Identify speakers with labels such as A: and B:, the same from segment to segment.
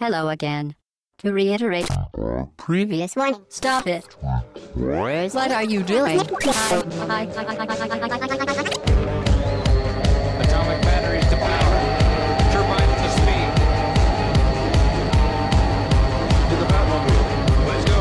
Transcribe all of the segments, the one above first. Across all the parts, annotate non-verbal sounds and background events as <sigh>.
A: Hello again. To reiterate, previous one, stop it. What are you doing?
B: Atomic batteries to power. Turbines to speed. To the Batmobile. Let's go.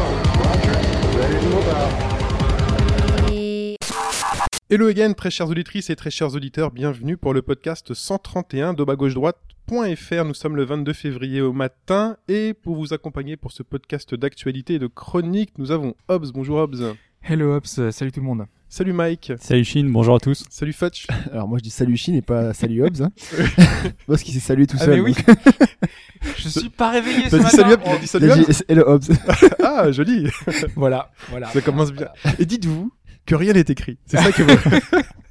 C: Hello again, très chères auditrices et très chers auditeurs, bienvenue pour le podcast 131 d'Oba Gauche Droite.fr. Nous sommes le 22 février au matin et pour vous accompagner pour ce podcast d'actualité et de chronique, nous avons Hobbs. Bonjour Hobbs.
D: Hello Ops, euh, salut tout le monde.
C: Salut Mike.
E: Salut Chine, bonjour à tous.
C: Salut Fetch.
F: Alors moi je dis salut Chine et pas salut Hobbs. Hein. Parce qu'il s'est salué tout
D: Ah,
F: seul.
D: mais oui.
F: donc.
D: Je suis pas réveillé ce
C: T'as dit
D: matin.
C: salut Hobbs, t'as dit
F: Il
C: salut
F: a
C: Hobbs.
F: dit, hello Hobbs.
C: Ah, joli.
D: Voilà, voilà.
C: Ça commence bien. Et dites-vous que rien n'est écrit. C'est ça que vous.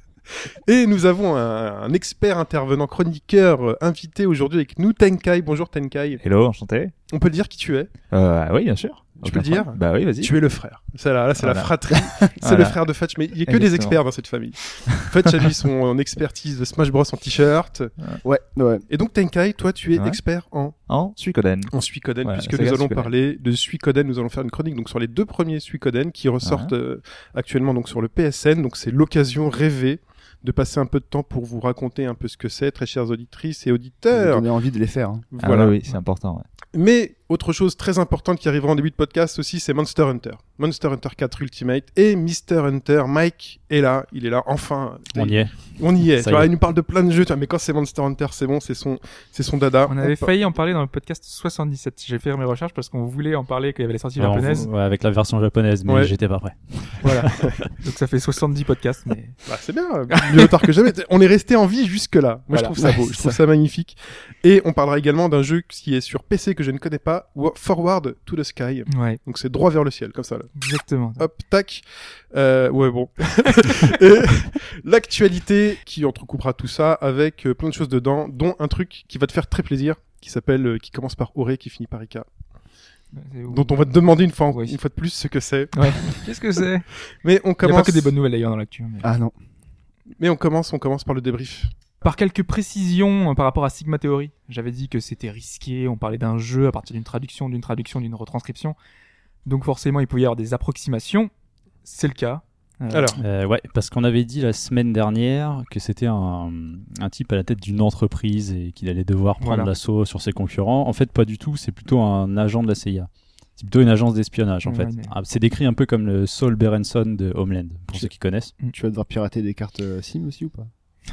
C: <laughs> Et nous avons un, un expert intervenant chroniqueur euh, invité aujourd'hui avec nous, Tenkai. Bonjour Tenkai.
E: Hello, enchanté.
C: On peut le dire qui tu es
E: Euh, oui, bien sûr.
C: Tu
E: Aucun
C: peux le dire
E: problème. Bah oui, vas-y.
C: Tu es le frère. C'est là, là, c'est la
E: Voilà. <laughs>
C: fratrie. C'est le
E: Voilà.
C: frère de Fetch, mais il n'y a que des
E: Exactement.
C: experts dans cette famille. <laughs> Fetch a mis son expertise de Smash Bros en t-shirt.
F: Ouais, ouais.
C: Et donc Tenkai, toi, tu es
E: Ouais.
C: expert en,
E: En Suikoden.
C: en Suikoden,
E: Voilà,
C: puisque
E: la saga
C: nous allons
E: Suikoden.
C: parler de Suikoden. Nous allons faire une chronique donc sur les deux premiers Suikoden qui ressortent euh, actuellement donc sur le PSN. Donc c'est l'occasion rêvée de passer un peu de temps pour vous raconter un peu ce que c'est, très chères auditrices et auditeurs.
F: On a envie de les faire. hein.
E: Ah
C: Voilà.
E: ouais, oui, c'est important. ouais.
C: Mais autre chose très importante qui arrivera en début de podcast aussi, c'est Monster Hunter. Monster Hunter 4 Ultimate et Mister Hunter. Mike est là, il est là enfin.
E: On y est.
C: On y est.
E: Ça
C: Tu
E: y
C: vois,
E: est.
C: il nous parle de plein de jeux, tu vois, mais quand c'est Monster Hunter, c'est bon, c'est son, c'est son dada.
D: On avait
C: peut-
D: failli en parler dans le podcast 77. J'ai fait mes recherches parce qu'on voulait en parler qu'il y avait la sortie
E: Ouais, on-
D: japonaise.
E: ouais, avec la version japonaise, mais
C: Ouais.
E: j'étais pas prêt.
D: Donc ça fait 70 podcasts. <laughs> Mais...
C: Bah, c'est bien, mieux tard que jamais. On est resté en vie jusque là. Moi, je
D: Voilà.
C: trouve ça beau,
F: Ouais,
C: je
F: c'est
C: trouve ça magnifique. Et on parlera également d'un jeu qui est sur PC que je ne connais pas, Wa- Forward to the Sky.
D: Ouais,
C: Donc c'est droit vers le ciel, comme ça. Là.
D: exactement.
C: Hop, tac. Euh, ouais,
D: <laughs>
C: bon. Et l'actualité qui entrecoupera tout ça avec euh, plein de choses dedans, dont un truc qui va te faire très plaisir, qui s'appelle, euh, qui commence par Auré, qui finit par Ika.
D: C'est ouf.
C: Dont on va te demander une fois, en-
D: Oui.
C: une fois de plus ce que c'est.
D: Ouais. Qu'est-ce que c'est
C: Mais on
D: Il n'y a
C: commence.
D: pas que des bonnes nouvelles d'ailleurs dans l'actu. hein, mais-
F: Ah non.
C: Mais on commence, on commence par le débrief.
D: Par quelques précisions euh, par rapport à Sigma Theory, j'avais dit que c'était risqué, on parlait d'un jeu à partir d'une traduction, d'une traduction, d'une retranscription. Donc forcément, il pouvait y avoir des approximations. C'est le cas. Euh,
C: Alors.
E: Euh, ouais, parce qu'on avait dit la semaine dernière que c'était un, un type à la tête d'une entreprise et qu'il allait devoir prendre
D: Voilà.
E: l'assaut sur ses concurrents. En fait, pas du tout. C'est plutôt un agent de la CIA. C'est plutôt une agence d'espionnage, en
D: Ouais,
E: fait.
D: mais-
E: Ah, C'est décrit un peu comme le Saul Berenson de Homeland, pour ceux qui connaissent.
F: Tu vas devoir pirater des cartes euh, SIM aussi ou pas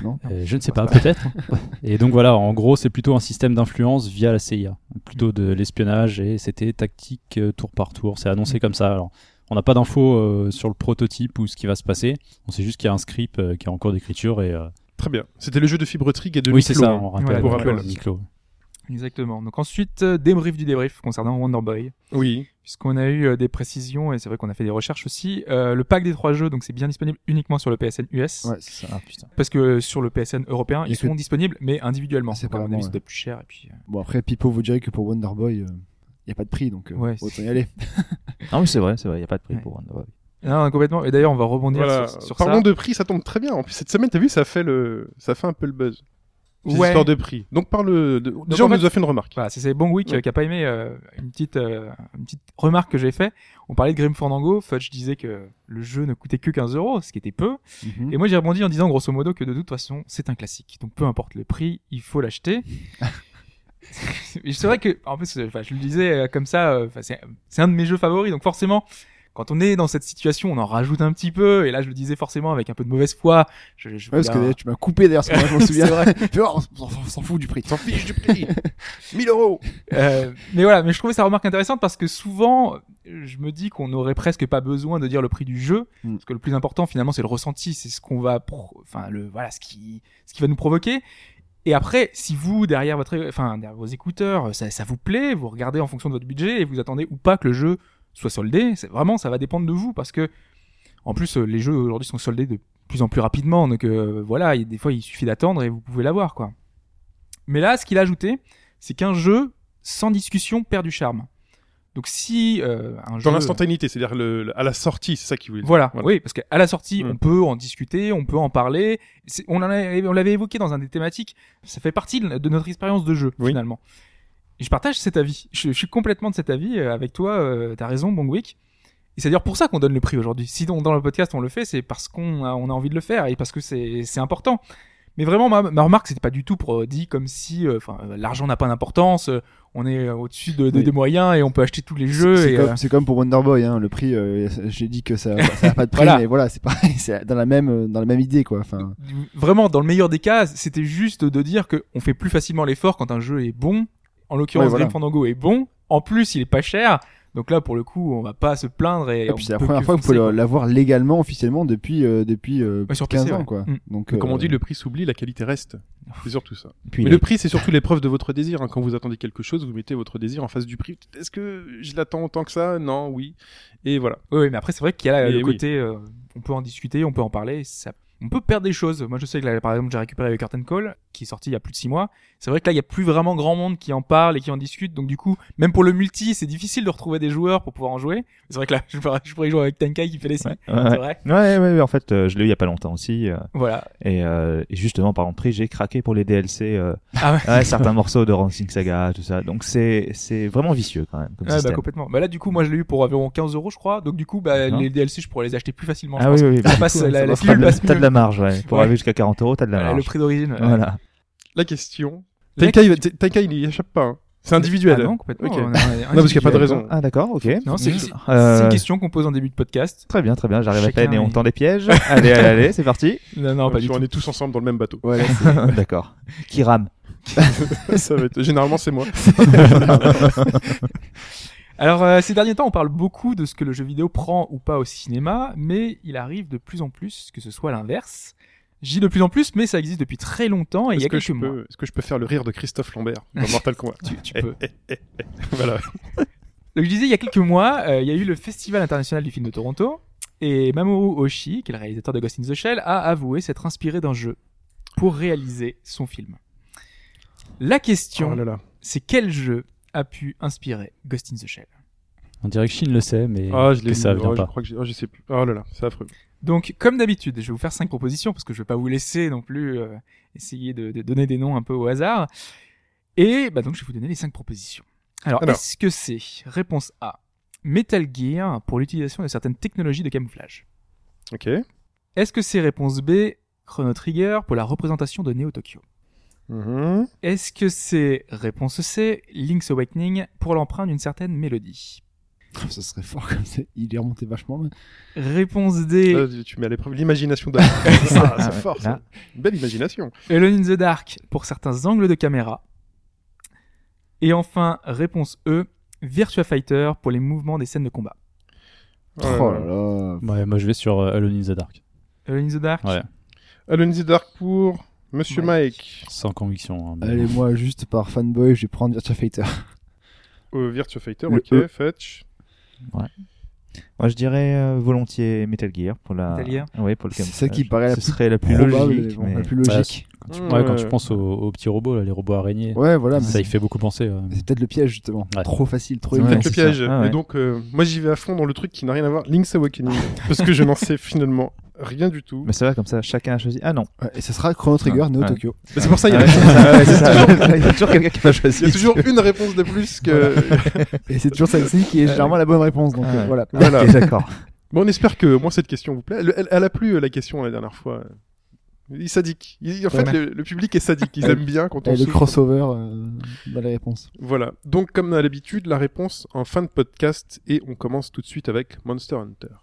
E: Euh, je ne
F: Ah,
E: sais pas, peut-être.
F: <laughs>
E: et donc voilà, en gros, c'est plutôt un système d'influence via la CIA, plutôt de l'espionnage, et c'était tactique euh, tour par tour, c'est
F: Mm.
E: annoncé comme ça. Alors, on n'a pas d'infos euh, sur le prototype ou ce qui va se passer, on sait juste qu'il y a un script euh, qui est en cours d'écriture, et euh,
C: Très bien. C'était le jeu de Fibre Trig et de
E: oui, c'est
C: Miklo,
E: ça,
C: hein.
E: on rappelle.
D: Voilà,
C: pour
E: euh,
C: rappel.
E: Miklo.
D: Exactement. Donc ensuite, euh, débrief du débrief concernant Wonderboy,
C: Oui.
D: puisqu'on a eu euh, des précisions et c'est vrai qu'on a fait des recherches aussi. Euh, le pack des trois jeux, donc c'est bien disponible uniquement sur le PSN US,
F: Ouais, c'est ça.
E: Ah, putain.
D: parce que euh, sur le PSN européen,
F: Il y a
D: ils
F: que-
D: sont disponibles, mais individuellement.
F: C'est
D: Donc, à
F: pas
D: mon
F: vraiment,
D: avis, ça
F: ouais.
D: doit être plus cher. Et puis, euh,
F: Bon après Pipo vous dirait que pour Wonder Boy euh, il y a pas de prix donc euh,
D: Ouais,
F: autant y aller.
E: Non, mais c'est vrai, c'est vrai, il n'y a pas de prix
D: Ouais.
E: pour Wonderboy.
D: euh, Non, non, complètement. Et d'ailleurs, on va rebondir
C: Voilà.
D: sur, sur
C: Parlons
D: ça.
C: de prix, ça tombe très bien. En plus, cette semaine, t'as vu, ça fait le, ça fait un peu le buzz. Ces
D: Ouais.
C: histoires de prix. Donc, parle, de... déjà,
D: en
C: on
D: fait-
C: nous a fait une remarque.
D: Voilà, c'est c'est Bon Week euh, qui a pas aimé euh, une petite euh, une petite remarque que j'ai fait. On parlait de Grim Fandango, Fudge disait que le jeu ne coûtait que 15 euros, ce qui était peu.
F: Mhm.
D: Et moi j'ai rebondi en disant grosso modo que de toute façon c'est un classique. Donc peu importe le prix, il
F: <laughs>
D: faut l'acheter. Et c'est vrai que en plus, euh, enfin, je le disais euh, comme ça, euh, enfin, c'est c'est un de mes jeux favoris. Donc forcément, quand on est dans cette situation, on en rajoute un petit peu. Et là je le disais forcément avec un peu de mauvaise foi. Je, je
F: Ouais, parce que
D: voulais un-
F: d'ailleurs, tu m'as coupé d'ailleurs, parce que moi je m'en souviens.
D: bah- C'est
F: <laughs>
D: vrai.
F: Tu vois, on s'en- on s'en fout du prix.
C: T'en fiche du prix. 1000 euros.
D: Euh, mais voilà, mais je trouvais sa remarque intéressante parce que souvent, euh, je me dis qu'on n'aurait presque pas besoin de dire le prix du jeu,
F: Mm.
D: parce que le plus important finalement c'est le ressenti, c'est ce qu'on va, pro- enfin le voilà, ce qui, ce qui va nous provoquer. Et après, si vous derrière votre, enfin derrière vos écouteurs, ça, ça vous plaît, vous regardez en fonction de votre budget et vous attendez ou pas que le jeu soit soldé. C'est vraiment, ça va dépendre de vous parce que en plus euh, les jeux aujourd'hui sont soldés de plus en plus rapidement, donc euh, voilà, il- des fois il suffit d'attendre et vous pouvez l'avoir quoi. Mais là, ce qu'il a ajouté, c'est qu'un jeu sans discussion perd du charme. Donc si euh, un jeu
C: Dans l'instantanéité, c'est-à-dire le, le- à la sortie, c'est ça qu'il voulait dire.
D: voilà,
C: Voilà.
D: oui, parce qu'à la sortie,
C: Mm.
D: on peut en discuter, on peut en parler. C'est- On en avait- on l'avait évoqué dans un des thématiques. Ça fait partie de de notre expérience de jeu
C: Oui.
D: finalement. je partage cet avis. Je, je suis complètement de cet avis euh, avec toi. euh, T'as raison, Bongwick. Et c'est d'ailleurs pour ça qu'on donne le prix aujourd'hui. Si on- dans le podcast on le fait, c'est parce qu'on a, on a envie de le faire et parce que c'est c'est important. Mais vraiment, ma, ma remarque, c'était pas du tout pour euh, dire comme si euh, enfin, euh, l'argent n'a pas d'importance, euh, on est euh, au-dessus de, de-
F: Oui.
D: des moyens et on peut acheter tous les
F: C'est-
D: jeux.
F: C'est
D: Et, euh,
F: comme, c'est comme pour Wonder Boy, hein, le prix. euh, J'ai dit que ça, ça a pas <laughs> de prix,
D: Voilà.
F: mais voilà, c'est pareil, c'est dans la même, euh, dans la même idée, quoi. Enfin,
D: vraiment dans le meilleur des cas c'était juste de dire que on fait plus facilement l'effort quand un jeu est bon en l'occurrence
F: Ouais, voilà.
D: Grim Fandango est bon en plus il est pas cher donc là pour le coup on va pas se plaindre et,
F: et
D: on
F: puis c'est la
D: peut
F: première
D: que
F: fois que vous pouvez
D: foncer, quoi.
F: l'avoir légalement, officiellement depuis euh, depuis euh,
D: Ouais, sur
F: 15
D: PC,
F: ans,
D: ouais.
F: quoi.
D: Mm.
F: Donc,
C: Mais comme
F: euh,
C: on dit, le prix s'oublie, la qualité reste. C'est surtout ça.
G: Puis
C: Mais
G: les-
C: le prix, c'est surtout l'épreuve de votre désir. hein. Quand vous attendez quelque chose, vous mettez votre désir en face du prix. Est-ce que je l'attends autant que ça Non, oui. Et voilà.
D: Oui, oui, mais après c'est vrai qu'il y a
C: Et
D: le
C: oui.
D: côté euh, on peut en discuter on peut en parler ça on peut perdre des choses. Moi, je sais que là, par exemple, j'ai récupéré le Curtain Call, qui est sorti il y a plus de six mois. C'est vrai que là, il y a plus vraiment grand monde qui en parle et qui en discute. Donc, du coup, même pour le multi, c'est difficile de retrouver des joueurs pour pouvoir en jouer. C'est vrai que là, <laughs> je pourrais, je pourrais y jouer avec Tenkai qui fait les six.
G: Ouais,
D: C'est
G: ouais, ouais.
D: vrai.
G: Ouais, ouais, ouais, en fait, euh, je l'ai eu il y a pas longtemps aussi. euh,
D: Voilà.
G: et, euh, et justement, par contre, j'ai craqué pour les DLC, euh,
D: Ah ouais.
G: ouais,
E: <laughs>
G: certains morceaux de Ranking Saga, tout ça. Donc c'est c'est vraiment vicieux quand même. Comme
D: Ouais, bah,
G: système.
D: complètement. Bah là, du coup, moi, je l'ai eu pour environ 15 euros, je crois. Donc, du coup, bah,
G: D'accord.
D: les DLC, je pourrais les acheter plus facilement. je
G: ah oui,
D: pense.
G: oui, oui.
D: Ça passe,
F: Ouais,
D: la,
F: ça
D: la
F: va.
G: T'as
D: pilule
G: de, la-
D: passe
G: t'as de
D: mieux.
G: la marge, ouais. Pour
D: Ouais.
G: arriver jusqu'à 40 euros, t'as de la
D: Voilà,
G: marge.
D: le prix d'origine. ouais.
G: Voilà.
C: La question.
D: La
C: Tenkai, va- T- Tenkai, il y échappe pas. hein. C'est individuel.
D: Ah non, complètement.
C: <laughs> Ok.
D: on a-
C: Non, parce qu'il n'y a pas de raison.
G: Ah d'accord, ok.
D: Non, c'est
G: Mm.
D: c'est-
G: Euh,
D: c'est une question qu'on pose en début de podcast.
G: Très bien, très bien. J'arrive à
D: Chacun
G: peine et on
D: est-
G: tend les pièges.
D: <laughs>
G: allez, allez, allez, c'est parti.
D: Non, non, pas
C: Parce
D: du
C: qu'on
D: tout.
C: est tous ensemble dans le même <laughs> bateau.
G: <laughs>
F: ouais, là, c'est-
G: d'accord. Qui rame
C: Ça va être- Généralement, c'est <laughs> moi.
D: Alors, euh, ces derniers temps, on parle beaucoup de ce que le jeu vidéo prend ou pas au cinéma, mais il arrive de plus en plus que ce soit l'inverse. J'y dis de plus en plus, mais ça existe depuis très longtemps et il y
C: Est-ce
D: a
C: que,
D: quelques
C: je
D: mois.
C: peux... Eh, est-ce que je peux faire le rire de Christophe Lambert <laughs> dans Mortal Kombat
D: Tu, tu peux.
C: Voilà.
D: Donc je disais, il y a quelques mois, euh, il y a eu le Festival international du film de Toronto, et Mamoru Oshii, qui est le réalisateur de Ghost in the Shell, a avoué s'être inspiré d'un jeu pour réaliser son film. La question,
C: Oh là là.
D: c'est quel jeu a pu inspirer Ghost in the Shell
E: On dirait que Shin le sait, mais
C: Ah, je l'ai
E: que ça
C: mis.
E: vient
C: Oh, je
E: pas.
C: crois que j'ai- oh, je sais plus. Oh là là, c'est affreux.
D: Donc, comme d'habitude, je vais vous faire cinq propositions parce que je vais pas vous laisser non plus euh, essayer de, de donner des noms un peu au hasard. Et bah donc, je vais vous donner les cinq propositions. Alors,
C: Alors.
D: est-ce que c'est réponse A Metal Gear pour l'utilisation de certaines technologies de camouflage.
C: Ok.
D: Est-ce que c'est réponse B Chrono Trigger pour la représentation de Neo Tokyo.
C: Mhm.
D: Est-ce que c'est réponse C Link's Awakening pour l'empreinte d'une certaine mélodie.
F: ce serait fort comme ça. Il est remonté vachement loin.
D: Réponse D
C: Là, tu mets à l'épreuve l'imagination
G: <laughs>
C: d'un. Ah,
G: Ah,
C: c'est fort. ça.
G: là.
C: Belle imagination.
D: Alone in the Dark pour certains angles de caméra. Et enfin, réponse E, Virtua Fighter pour les mouvements des scènes de combat.
C: Oh là
F: Oh
C: là.
F: là là.
E: Ouais, moi je vais sur euh, Alone in the Dark.
D: Alone in the Dark
E: Ouais,
C: Alone in the Dark pour Monsieur Mike.
E: sans conviction. hein, mais-
F: Allez, moi, juste par fanboy, je vais prendre Virtua Fighter.
C: Euh, Virtua Fighter,
F: Le
C: ok,
F: E.
C: Fetch.
G: Ah, Moi, je dirais euh, volontiers Metal Gear pour la.
D: Metal Gear
G: Oui, pour
F: <laughs>
G: le
F: C'est
G: camouflage.
F: ça qui paraît la
G: Ce
F: plus
G: serait la plus
F: probable,
G: logique.
F: bon,
G: mais-
F: la plus logique.
E: Quand tu,
C: Ouais,
E: ouais, quand tu
C: ouais.
E: penses aux, aux petits robots, là, les robots araignées,
F: Ouais, voilà. mais
E: ça y fait beaucoup penser. ouais.
F: C'est peut-être le piège, justement.
E: Ouais.
F: Trop facile, trop
G: Ouais.
F: évident.
C: Peut-être le
G: c'est
C: piège.
G: ça. Ah ouais.
C: Et donc, euh, moi, j'y vais à fond dans le truc qui n'a rien à voir, Link's
G: <laughs>
C: Awakening, parce que je n'en sais finalement rien du tout.
G: Mais ça va comme ça, chacun a choisi. Ah non.
F: Ouais, et ça sera Chrono Trigger,
G: Ah,
F: Neo
G: ouais.
F: Tokyo.
C: Mais c'est pour ça il y,
G: Ah
C: a...
G: <laughs> ouais, c'est ça, ouais, c'est
F: <laughs>
G: ça. Il y a toujours quelqu'un qui
C: <laughs>
G: va
C: il y a
G: choisir.
C: toujours une réponse de plus que.
F: Et c'est toujours celle-ci qui est généralement la bonne réponse. Donc
G: Ah
F: euh,
G: ouais.
F: voilà. <laughs>
C: Voilà.
G: Ok, d'accord.
C: <laughs> Bon, on espère que moi cette question vous plaît. Elle, elle- elle a plu euh, la question la dernière fois. Il est sadique. Il- en fait,
F: Ouais.
C: le, le public est sadique. Ils
F: Ouais.
C: aiment bien quand on
F: Et le
C: souffre.
F: crossover euh, dans les réponses.
C: Voilà. Donc, comme à l'habitude, la réponse en fin de podcast et on commence tout de suite avec Monster Hunter.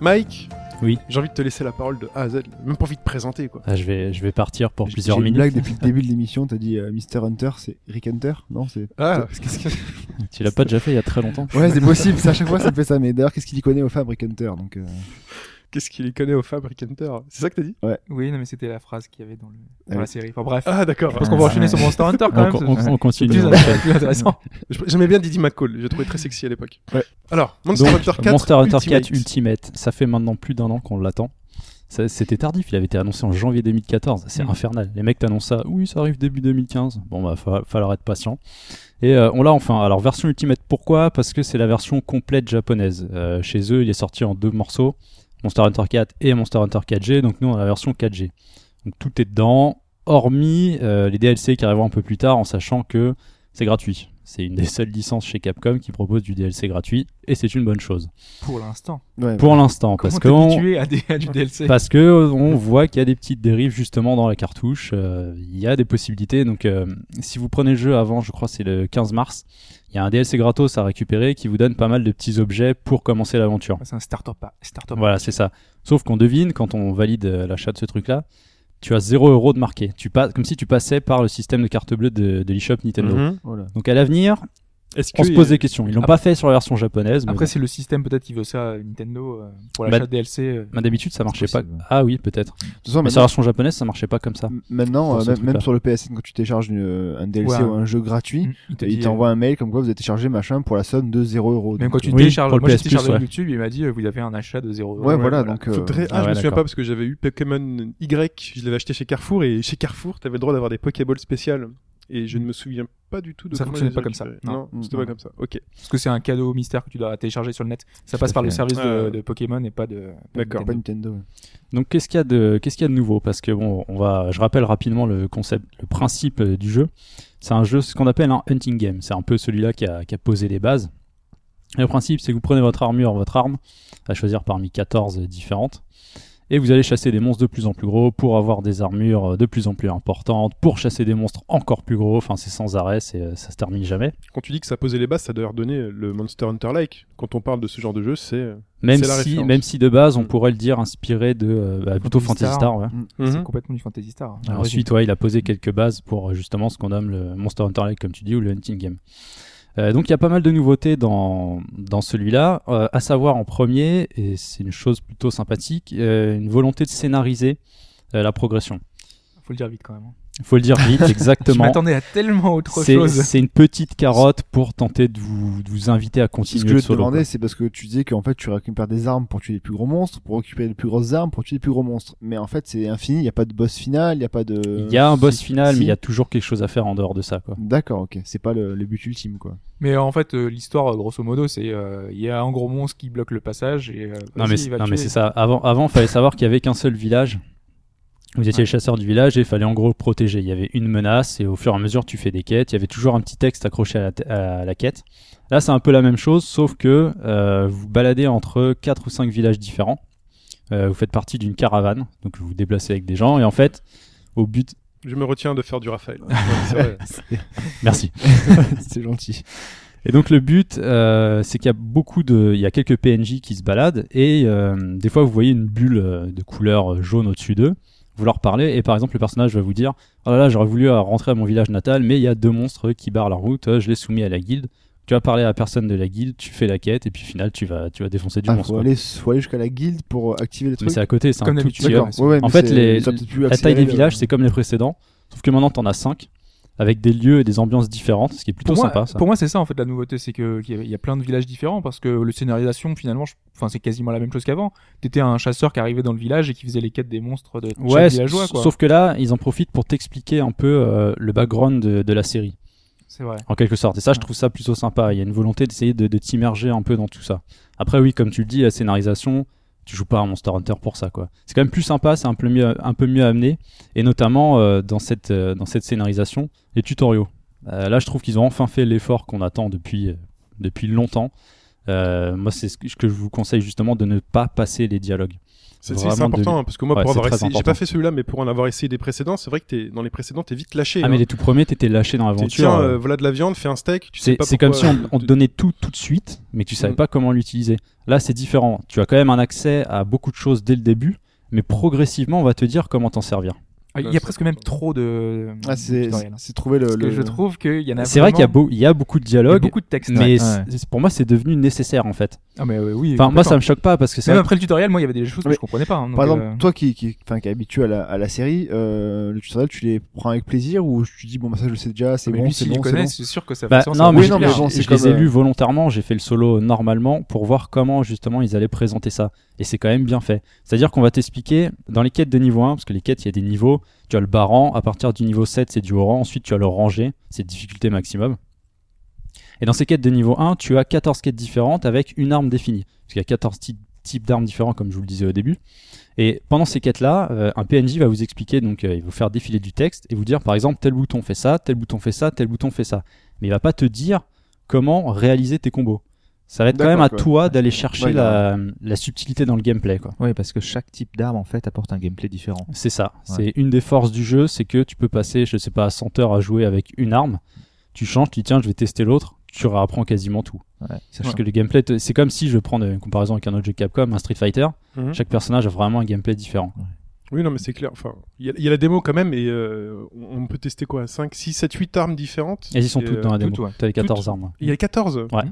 C: Mike.
E: Oui.
C: J'ai envie de te laisser la parole de A à Z. Même pas envie de présenter quoi.
E: Ah, je, vais, je vais partir pour
F: J'ai-
E: plusieurs
F: j'ai
E: minutes.
F: Une blague depuis
E: <laughs>
F: le début de l'émission, t'as dit euh, Mr. Hunter, c'est Rick Hunter Non, c'est.
C: Ah.
F: Qu'est-ce que-
E: Tu l'as pas déjà fait il y a très longtemps
F: Ouais, c'est possible, c'est à chaque fois ça me fait ça. Mais d'ailleurs, qu'est-ce qu'il y connaît au Fab Rick Hunter donc, euh,
C: <laughs> Qu'est-ce qu'il y connaît au fabricanteur C'est ça que t'as dit
D: Oui, non, mais c'était la phrase qu'il y avait dans, le... dans
F: Ah
D: la
F: oui.
D: série. Enfin bref,
C: Ah d'accord.
D: je pense qu'on va enchaîner sur Monster Hunter <laughs> quand
E: On,
D: même.
E: on-
D: c'est-
E: on
D: c'est
E: continue.
D: plus,
E: Donc,
D: plus intéressant.
C: J'aimais bien Didi McCall, je le trouvais très sexy à l'époque.
F: Ouais.
C: Alors, Monster Hunter 4
E: Monster Hunter 4
C: Ultimate.
E: Ultimate, ça fait maintenant plus d'un an qu'on l'attend. Ça- C'était tardif, il avait été annoncé en janvier 2014, c'est
D: Mm.
E: infernal. Les mecs t'annoncent ça, oui, ça arrive début 2015. Bon, bah, fa- falloir être patient. Et euh, on l'a enfin. Alors, version Ultimate, pourquoi Parce que c'est la version complète japonaise. Euh, chez eux, il est sorti en deux morceaux, Monster Hunter 4 et Monster Hunter 4G, donc nous, on a la version 4G. Donc, tout est dedans, hormis euh, les DLC qui arriveront un peu plus tard, en sachant que c'est gratuit. C'est une des <laughs> seules licences chez Capcom qui propose du DLC gratuit, et c'est une bonne chose.
D: Pour l'instant.
F: Ouais,
E: Pour l'instant, parce
D: Comment
E: que
D: t'es
E: on-
D: habitué à, des, à du DLC
E: <laughs> parce que euh, on voit qu'il y a des petites dérives justement dans la cartouche. euh, Il y a des possibilités. Donc, euh, si vous prenez le jeu avant, je crois que c'est le 15 mars, il y a un DLC gratos à récupérer qui vous donne pas mal de petits objets pour commencer l'aventure.
D: C'est un startup. pas- startup.
E: Voilà, c'est ça. Sauf qu'on devine quand on valide euh, l'achat de ce truc-là, tu as 0 euro de marqué. Tu passes comme si tu passais par le système de carte bleue de, de l'eShop Nintendo.
C: Mhm.
F: voilà.
E: Donc, à l'avenir,
C: Est-ce
E: on
C: que-
E: se pose des questions. Ils l'ont
D: Après-
E: pas fait sur la version japonaise. mais
D: Après,
E: bon.
D: c'est le système peut-être qui veut ça, euh, Nintendo, euh, pour
E: Bah,
D: l'achat de DLC. euh.
E: Mais d'habitude, ça marchait pas.
G: possible.
E: Ah oui, peut-être.
F: De toute façon,
E: Mais sur
F: maintenant,
E: la version japonaise, ça marchait pas comme ça.
F: maintenant,
E: Pour
F: euh,
E: ce
F: même,
E: truc-là.
F: même sur le PSN, quand tu télécharges une- un DLC
D: Ouais.
F: ou un jeu gratuit,
D: Il te
F: Mm. Bah, il
D: dit,
F: t'envoie un mail comme quoi vous avez téléchargé machin pour la somme de 0 euros.
D: euh, Même quand
F: Donc,
D: tu
E: Oui,
D: télécharges,
E: pour le
D: moi j'ai
E: PS+,
D: téléchargé
E: ouais.
D: YouTube, il m'a dit euh, vous avez un achat de 0€.
F: Ouais, voilà, donc. euh,
C: Faudrait- Ah,
E: Ah
C: je
E: ouais,
C: me souviens
E: d'accord.
C: pas parce que j'avais eu Pokémon Y, je l'avais acheté chez Carrefour et chez Carrefour, t'avais le droit d'avoir des Pokéballs spéciales. Et je ne me souviens pas du tout de
D: Ça
C: comment
D: fonctionnait
C: les
D: pas
C: gens
D: comme ça.
C: récupéraient.
D: Non.
C: Non,
E: Mm,
C: c'était pas
F: Non.
C: comme ça. Ok,
D: Parce que c'est un cadeau mystère que tu dois télécharger sur le net. Ça passe
G: à
D: par le
G: fait.
D: service de,
C: Euh.
D: de Pokémon et pas de. pas de
C: D'accord.
F: pas
D: Nintendo.
F: Nintendo. ouais.
E: Donc qu'est-ce qu'il y a de qu'est-ce qu'il y a de nouveau Parce que bon, on va, je rappelle rapidement le concept, le principe euh, du jeu. C'est un jeu, ce qu'on appelle un hunting game. C'est un peu celui-là qui a, qui a posé les bases. Et le principe, c'est que vous prenez votre armure, votre arme, à choisir parmi 14 différentes, et vous allez chasser des monstres de plus en plus gros pour avoir des armures euh, de plus en plus importantes, pour chasser des monstres encore plus gros. Enfin, c'est sans arrêt, c'est, euh, ça se termine jamais.
C: quand tu dis que ça posait les bases, ça doit redonner le Monster Hunter like. Quand on parle de ce genre de jeu, c'est
E: Même
C: C'est la
E: si,
C: référence.
E: même si de base, on
C: Mm.
E: pourrait le dire inspiré de euh, bah, plutôt
D: Fantasy
E: Fantasy
D: Star.
E: Star. ouais.
F: Ah
D: C'est
C: Mhm.
D: complètement du hein. Fantasy Star.
E: Alors ensuite, ouais, il a posé quelques bases pour euh, justement ce qu'on nomme le Monster Hunter Lake, comme tu dis, ou le Hunting Game. Euh, donc il y a pas mal de nouveautés dans, dans celui-là, euh, à savoir en premier, et c'est une chose plutôt sympathique, euh, une volonté de scénariser euh, la progression.
D: faut le dire vite quand même.
E: Il faut le dire vite,
D: Je
E: exactement.
D: m'attendais à tellement autre
E: C'est-
D: chose.
E: C'est une petite carotte pour tenter de vous, de vous inviter à
F: Ce
E: continuer
F: que je
E: le
F: te
E: solo. quoi.
F: demandais, c'est parce que tu disais qu'en fait, tu récupères des armes pour tuer les plus gros monstres, pour récupérer les plus grosses armes, pour tuer les plus gros monstres. Mais en fait, c'est infini, il n'y a pas de boss final, il n'y a pas de.
E: Il y a un boss
F: euh, si-
E: final,
F: si.
E: mais il y a toujours quelque chose à faire en dehors de ça. Quoi.
F: D'accord, ok. C'est pas le, le but ultime, quoi.
D: Mais euh, en fait, euh, l'histoire, euh, grosso modo, c'est euh, il y a un gros monstre qui bloque le passage et. euh,
E: Non
D: vas-y,
E: mais,
D: il
E: c'est-
D: va
E: non,
D: le
E: mais
D: tuer.
E: c'est ça. Avant, avant, fallait savoir qu'il y avait qu'un seul village. Vous étiez
D: Ouais.
E: les chasseurs du village et il fallait en gros le protéger. Il y avait une menace et au fur et à mesure tu fais des quêtes. Il y avait toujours un petit texte accroché à la, t- à la quête. Là c'est un peu la même chose sauf que euh, vous baladez entre 4 ou 5 villages différents. Euh, vous faites partie d'une caravane, donc vous vous déplacez avec des gens et en fait au but...
C: Je me retiens de faire du
E: <laughs>
C: Raphaël. Ouais, c'est vrai.
E: Merci.
F: <laughs> c'est gentil.
E: Et donc le but, euh, c'est qu'il y a beaucoup de, il y a quelques PNJ qui se baladent et euh, des fois vous voyez une bulle euh, de couleur jaune au-dessus d'eux. Vous leur parlez et par exemple le personnage va vous dire, oh là là j'aurais voulu euh, rentrer à mon village natal, mais il y a deux monstres qui barrent la route. euh, Je les soumis à la guilde. Tu vas parler à la personne de la guilde, tu fais la quête et puis au final tu vas, tu vas défoncer du
F: Ah,
E: monstre.
F: faut,
E: quoi.
F: aller, faut aller jusqu'à la guilde pour euh, activer les
E: Mais
F: trucs.
E: c'est à côté, c'est
D: Comme
E: un tout
D: d'habitude,
E: petit hub.
D: d'accord.
F: Ouais, ouais, mais
E: En fait,
F: c'est-
E: les-
F: ça peut plus euh,
E: La taille
F: accélérer
E: des
F: le-
E: villages c'est comme les précédents, sauf que maintenant t'en as 5 avec des lieux et des ambiances différentes, ce qui est plutôt
D: Pour moi,
F: euh.
E: sympa. ça.
D: pour moi, c'est ça en fait la nouveauté, c'est que qu'il y a- il y, a plein de villages différents parce que le scénarisation finalement, je- enfin c'est quasiment la même chose qu'avant. T'étais un chasseur qui arrivait dans le village et qui faisait les quêtes des monstres de
E: Ouais,
D: chaque villageois
E: s-
D: quoi.
E: sauf que là, ils en profitent pour t'expliquer un peu euh, le background de, de la série,
D: C'est vrai.
E: en quelque sorte. Et ça, je
D: Ouais.
E: trouve ça plutôt sympa. Il y a une volonté d'essayer de, de t'immerger un peu dans tout ça. Après, oui, comme tu le dis, la scénarisation, tu joues pas à Monster Hunter pour ça, quoi. C'est quand même plus sympa, c'est un peu mieux, un peu mieux amené, et notamment euh, dans cette euh, dans cette scénarisation, les tutoriaux. Euh, là, je trouve qu'ils ont enfin fait l'effort qu'on attend depuis euh, depuis longtemps. Euh, moi, c'est ce que ce que je vous conseille justement de ne pas passer les dialogues.
C: C'est
E: Vraiment
C: c'est important
E: de-
C: hein, parce que moi,
E: Ouais,
C: pour
E: c'est
C: avoir
E: très
C: essayé, j'ai
E: important.
C: pas fait celui-là, mais pour en avoir essayé des précédents, c'est vrai que t'es- dans les précédents, t'es vite lâché.
E: Ah, mais
C: hein.
E: les tout premiers, t'étais lâché dans
C: T'es-
E: l'aventure.
C: Tiens,
E: euh,
C: euh, voilà de la viande, fais un steak. Tu sais
E: C'est
C: pas
E: c'est comme si
C: pourquoi,
E: on, on
C: euh,
E: te donnait tout tout de suite, mais que tu savais
C: Mm.
E: pas comment l'utiliser. Là, c'est différent. Tu as quand même un accès à beaucoup de choses dès le début, mais progressivement, on va te dire comment t'en servir.
D: Ah, Il y a presque même trop de.
F: Ah, c'est
D: tutoriels, hein.
F: c'est trouver le.
D: Parce que
F: le-
D: je trouve qu'il y en a.
E: C'est vrai qu'il y a,
D: vraiment-
E: beau- il y a beaucoup de
D: il y a
E: dialogues,
D: beaucoup de textes.
E: mais
D: ouais.
E: c'est- c'est- pour moi, c'est devenu nécessaire en fait.
D: Ah, mais, euh, oui,
E: Enfin, moi, ça
D: complètement.
E: me choque pas parce que c'est
D: Même
E: vrai
D: après le tutoriel, moi, il y avait des choses que
F: Mais-
D: je comprenais pas. hein, donc,
F: Par exemple,
D: euh,
F: toi qui, qui, enfin, qui est habitué à la, à la série, euh, le tutoriel, tu les prends avec plaisir ou tu dis, bon, bah, ça, je le sais déjà, c'est
D: mais
F: bon,
D: lui,
F: c'est
D: s'il
F: bon, c'est
D: connaît,
F: bon.
D: c'est sûr que ça
E: Bah,
D: ça, ça
E: non, mais
F: oui,
E: je-
F: non, mais
E: je-
F: bon,
E: je,
F: c'est
E: les
F: comme,
E: ai
F: euh,
E: lus volontairement, j'ai fait le solo normalement pour voir comment justement ils allaient présenter ça. Et c'est quand même bien fait. C'est-à-dire qu'on va t'expliquer dans les quêtes de niveau 1, parce que les quêtes, il y a des niveaux, tu as le baran, à partir du niveau 7, c'est du oran, ensuite tu as l'oranger, c'est difficulté maximum. Et dans ces quêtes de niveau 1, tu as 14 quêtes différentes avec une arme définie. Parce qu'il y a 14 ty- types d'armes différents, comme je vous le disais au début. Et pendant ces quêtes-là, euh, un PNJ va vous expliquer, donc euh, il va vous faire défiler du texte et vous dire par exemple tel bouton fait ça, tel bouton fait ça, tel bouton fait ça. Mais il va pas te dire comment réaliser tes combos. Ça va être quand
F: D'accord,
E: même à
F: quoi.
E: toi d'aller chercher
F: Ouais,
E: la, la subtilité dans le gameplay. Quoi.
G: Oui, parce que chaque type d'arme en fait apporte un gameplay différent.
E: C'est ça.
G: Ouais.
E: C'est une des forces du jeu, c'est que tu peux passer, je sais pas, 100 heures à jouer avec une arme. Tu changes, tu dis tiens, je vais tester l'autre. Tu réapprends quasiment tout.
G: Ouais,
E: Sachant que le gameplay, te- c'est comme si je prends une comparaison avec un autre jeu Capcom, un Street Fighter.
C: Mhm.
E: Chaque personnage a vraiment un gameplay différent.
C: Oui, non, mais c'est clair. Enfin, il y, a- il y a la démo quand même, et euh, on on peut tester quoi 5, 6, 7, 8 armes différentes.
E: Elles y sont toutes dans la
D: toutes,
E: démo.
D: ouais.
E: T'as les 14
C: euh, Toutes.
E: armes.
C: Il y a 14.
E: Ouais.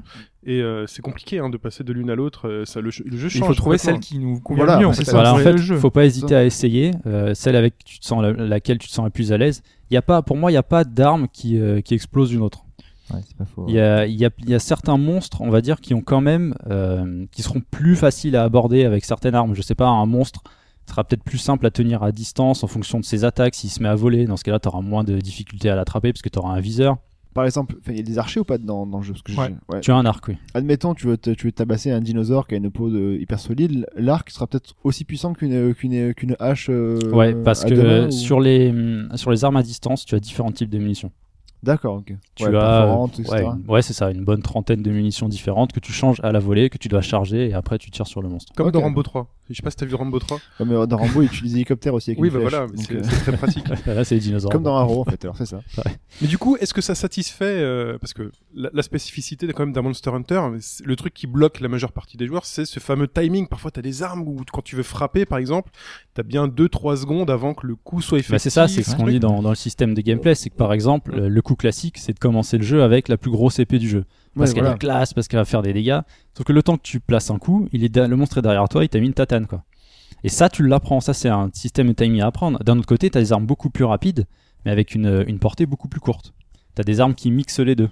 C: Et euh, c'est compliqué hein, de passer de l'une à l'autre. euh, Ça, le, ch- le jeu change.
D: il faut trouver
C: complètement.
D: celle qui nous convient
F: Voilà,
D: le mieux.
F: c'est ça.
D: fait.
E: Voilà, en
D: C'est
E: fait,
D: le jeu.
E: faut pas hésiter à essayer. euh, celle avec tu te sens la- laquelle tu te sens la plus à l'aise. Il y a pas, pour moi, il n'y a pas d'arme qui, euh, qui explose une autre.
G: Ouais, c'est pas faux.
E: Il y a, il y a- il y a certains monstres, on va dire, qui ont quand même, euh, qui seront plus faciles à aborder avec certaines armes. Je sais pas, un monstre sera peut-être plus simple à tenir à distance en fonction de ses attaques. S'il se met à voler, dans ce cas-là, t'auras moins de difficultés à l'attraper parce que t'auras un viseur.
F: Par exemple, enfin, il y a des archers ou pas dans, dans le jeu Parce que je-
D: Ouais.
F: ouais.
E: Tu as un arc, oui.
F: Admettons, tu veux, te- tu veux tabasser un dinosaure qui a une peau de- hyper solide, l'arc sera peut-être aussi puissant qu'une euh, qu'une qu'une hache. euh,
E: Ouais, parce
F: à
E: que
F: deux mains, ou-
E: sur, les, hum, sur les armes à distance, tu as différents types de munitions.
F: D'accord, ok.
E: Tu
F: Ouais,
E: as. euh,
F: perforante,
E: ouais,
F: etc.
E: une- ouais, c'est ça, une bonne trentaine de munitions différentes que tu changes à la volée, que tu dois charger et après tu tires sur le
F: <laughs>
E: monstre.
C: Comme
F: Ok.
C: dans Rambo 3. Je sais pas si t'as vu Rambo 3.
F: Ouais, mais dans Rambo, il utilise l'hélicoptère aussi avec
C: Oui,
F: une
C: bah
F: flèche,
C: voilà, mais
F: donc,
C: c'est
F: euh,
C: c'est
F: <laughs>
C: très pratique.
E: Là, c'est les dinosaures.
F: Comme dans Arrow, en fait, alors c'est ça.
C: Mais du coup, est-ce que ça satisfait euh, Parce que la, la spécificité quand même d'un Monster Hunter, c'est- le truc qui bloque la majeure partie des joueurs, c'est ce fameux timing. Parfois, t'as des armes où quand tu veux frapper, par exemple, t'as bien 2-3 secondes avant que le coup soit effectué.
E: Bah, c'est ça, c'est ce qu'on dit dans, dans le système de gameplay, c'est que par exemple,
C: Mm.
E: euh, le coup classique, c'est de commencer le jeu avec la plus grosse épée du jeu. Parce
F: Ouais,
E: qu'elle
F: voilà.
E: est classe, parce qu'elle va faire des dégâts. Sauf que le temps que tu places un coup, il est da- le monstre est derrière toi, il t'a mis une tatane, quoi. Et ça, tu l'apprends. Ça, c'est un système de timing à apprendre. D'un autre côté, t'as des armes beaucoup plus rapides, mais avec une, euh, une portée beaucoup plus courte. T'as des armes qui mixent les deux.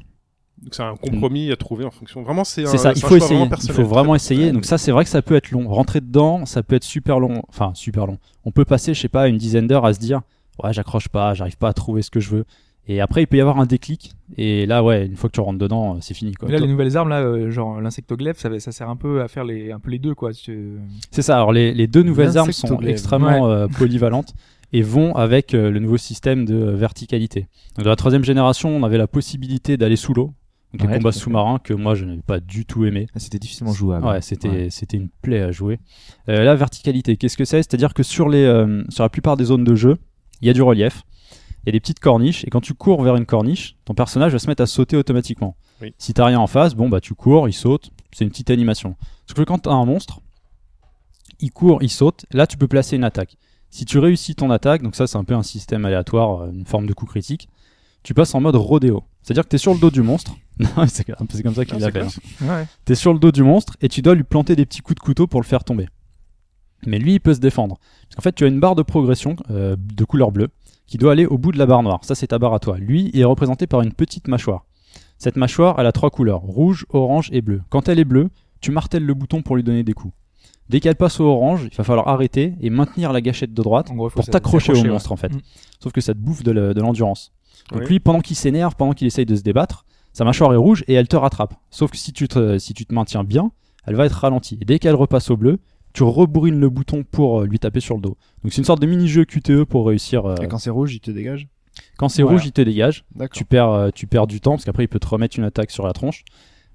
C: Donc, c'est un compromis à trouver en fonction. Vraiment, c'est un,
E: C'est ça,
C: c'est
E: il
C: un
E: faut
C: choix
E: essayer. il
C: personnel.
E: faut vraiment essayer. Donc ça, c'est vrai que ça peut être long. Rentrer dedans, ça peut être super long. Enfin, super long. On peut passer, je sais pas, une dizaine d'heures à se dire, ouais, j'accroche pas, j'arrive pas à trouver ce que je veux. Et après, il peut y avoir un déclic. Et là, ouais, une fois que tu rentres dedans, euh, c'est fini. Quoi.
D: Mais là, les nouvelles armes, là, euh, genre l'insectoglyphe, ça, ça sert un peu à faire les, un peu les deux, quoi. parce que-
E: C'est ça. Alors les, les deux nouvelles armes sont
F: L'insectoglyphe.
E: extrêmement euh, polyvalentes et vont avec euh, le nouveau système de euh, verticalité. Donc, dans la troisième génération, on avait la possibilité d'aller sous l'eau. Donc
G: Ouais,
E: les combats
G: tout à fait.
E: sous-marins que moi, je n'avais pas du tout aimé.
G: Ah, C'était difficilement jouable.
E: Ouais, c'était c'était une plaie à jouer. Euh, la verticalité, qu'est-ce que c'est C'est-à-dire que sur les euh, sur la plupart des zones de jeu, il y a du relief, il y a des petites corniches et quand tu cours vers une corniche, ton personnage va se mettre à sauter automatiquement.
C: Oui.
E: Si t'as rien en face, bon bah tu cours, il saute, c'est une petite animation. Sauf que quand t'as un monstre, il court, il saute, là tu peux placer une attaque. Si tu réussis ton attaque, donc ça c'est un peu un système aléatoire, euh, une forme de coup critique, tu passes en mode rodéo. C'est-à-dire que t'es sur le dos du monstre. <laughs> Non, c'est c'est comme ça
C: Ah,
E: qu'il
C: c'est
E: l'appelle.
C: classe.
D: Ouais.
E: T'es sur le dos du monstre et tu dois lui planter des petits coups de couteau pour le faire tomber. Mais lui, il peut se défendre. Parce qu'en fait, tu as une barre de progression euh, de couleur bleue qui doit aller au bout de la barre noire. Ça, c'est ta barre à toi. Lui, il est représenté par une petite mâchoire. Cette mâchoire, elle a trois couleurs rouge, orange et bleu. Quand elle est bleue, tu martèles le bouton pour lui donner des coups. Dès qu'elle passe au orange, il va falloir arrêter et maintenir la gâchette de droite
D: En gros, faut
E: pour
D: s'a-
E: t'accrocher au
D: s'accrocher, ouais.
E: monstre en fait.
D: Mm.
E: Sauf que ça te bouffe de le- de l'endurance. Donc
C: Oui.
E: lui, pendant qu'il s'énerve, pendant qu'il essaye de se débattre, sa mâchoire est rouge et elle te rattrape. Sauf que si tu te, si tu te maintiens bien, elle va être ralentie. Et dès qu'elle repasse au bleu, tu rebourrines le bouton pour euh, lui taper sur le dos. Donc c'est une sorte de mini-jeu QTE pour réussir. euh,
F: Et quand c'est rouge, il te dégage
E: quand c'est
D: Voilà.
E: rouge, il te dégage.
F: D'accord.
E: Tu perds, euh, tu perds du temps parce qu'après il peut te remettre une attaque sur la tronche.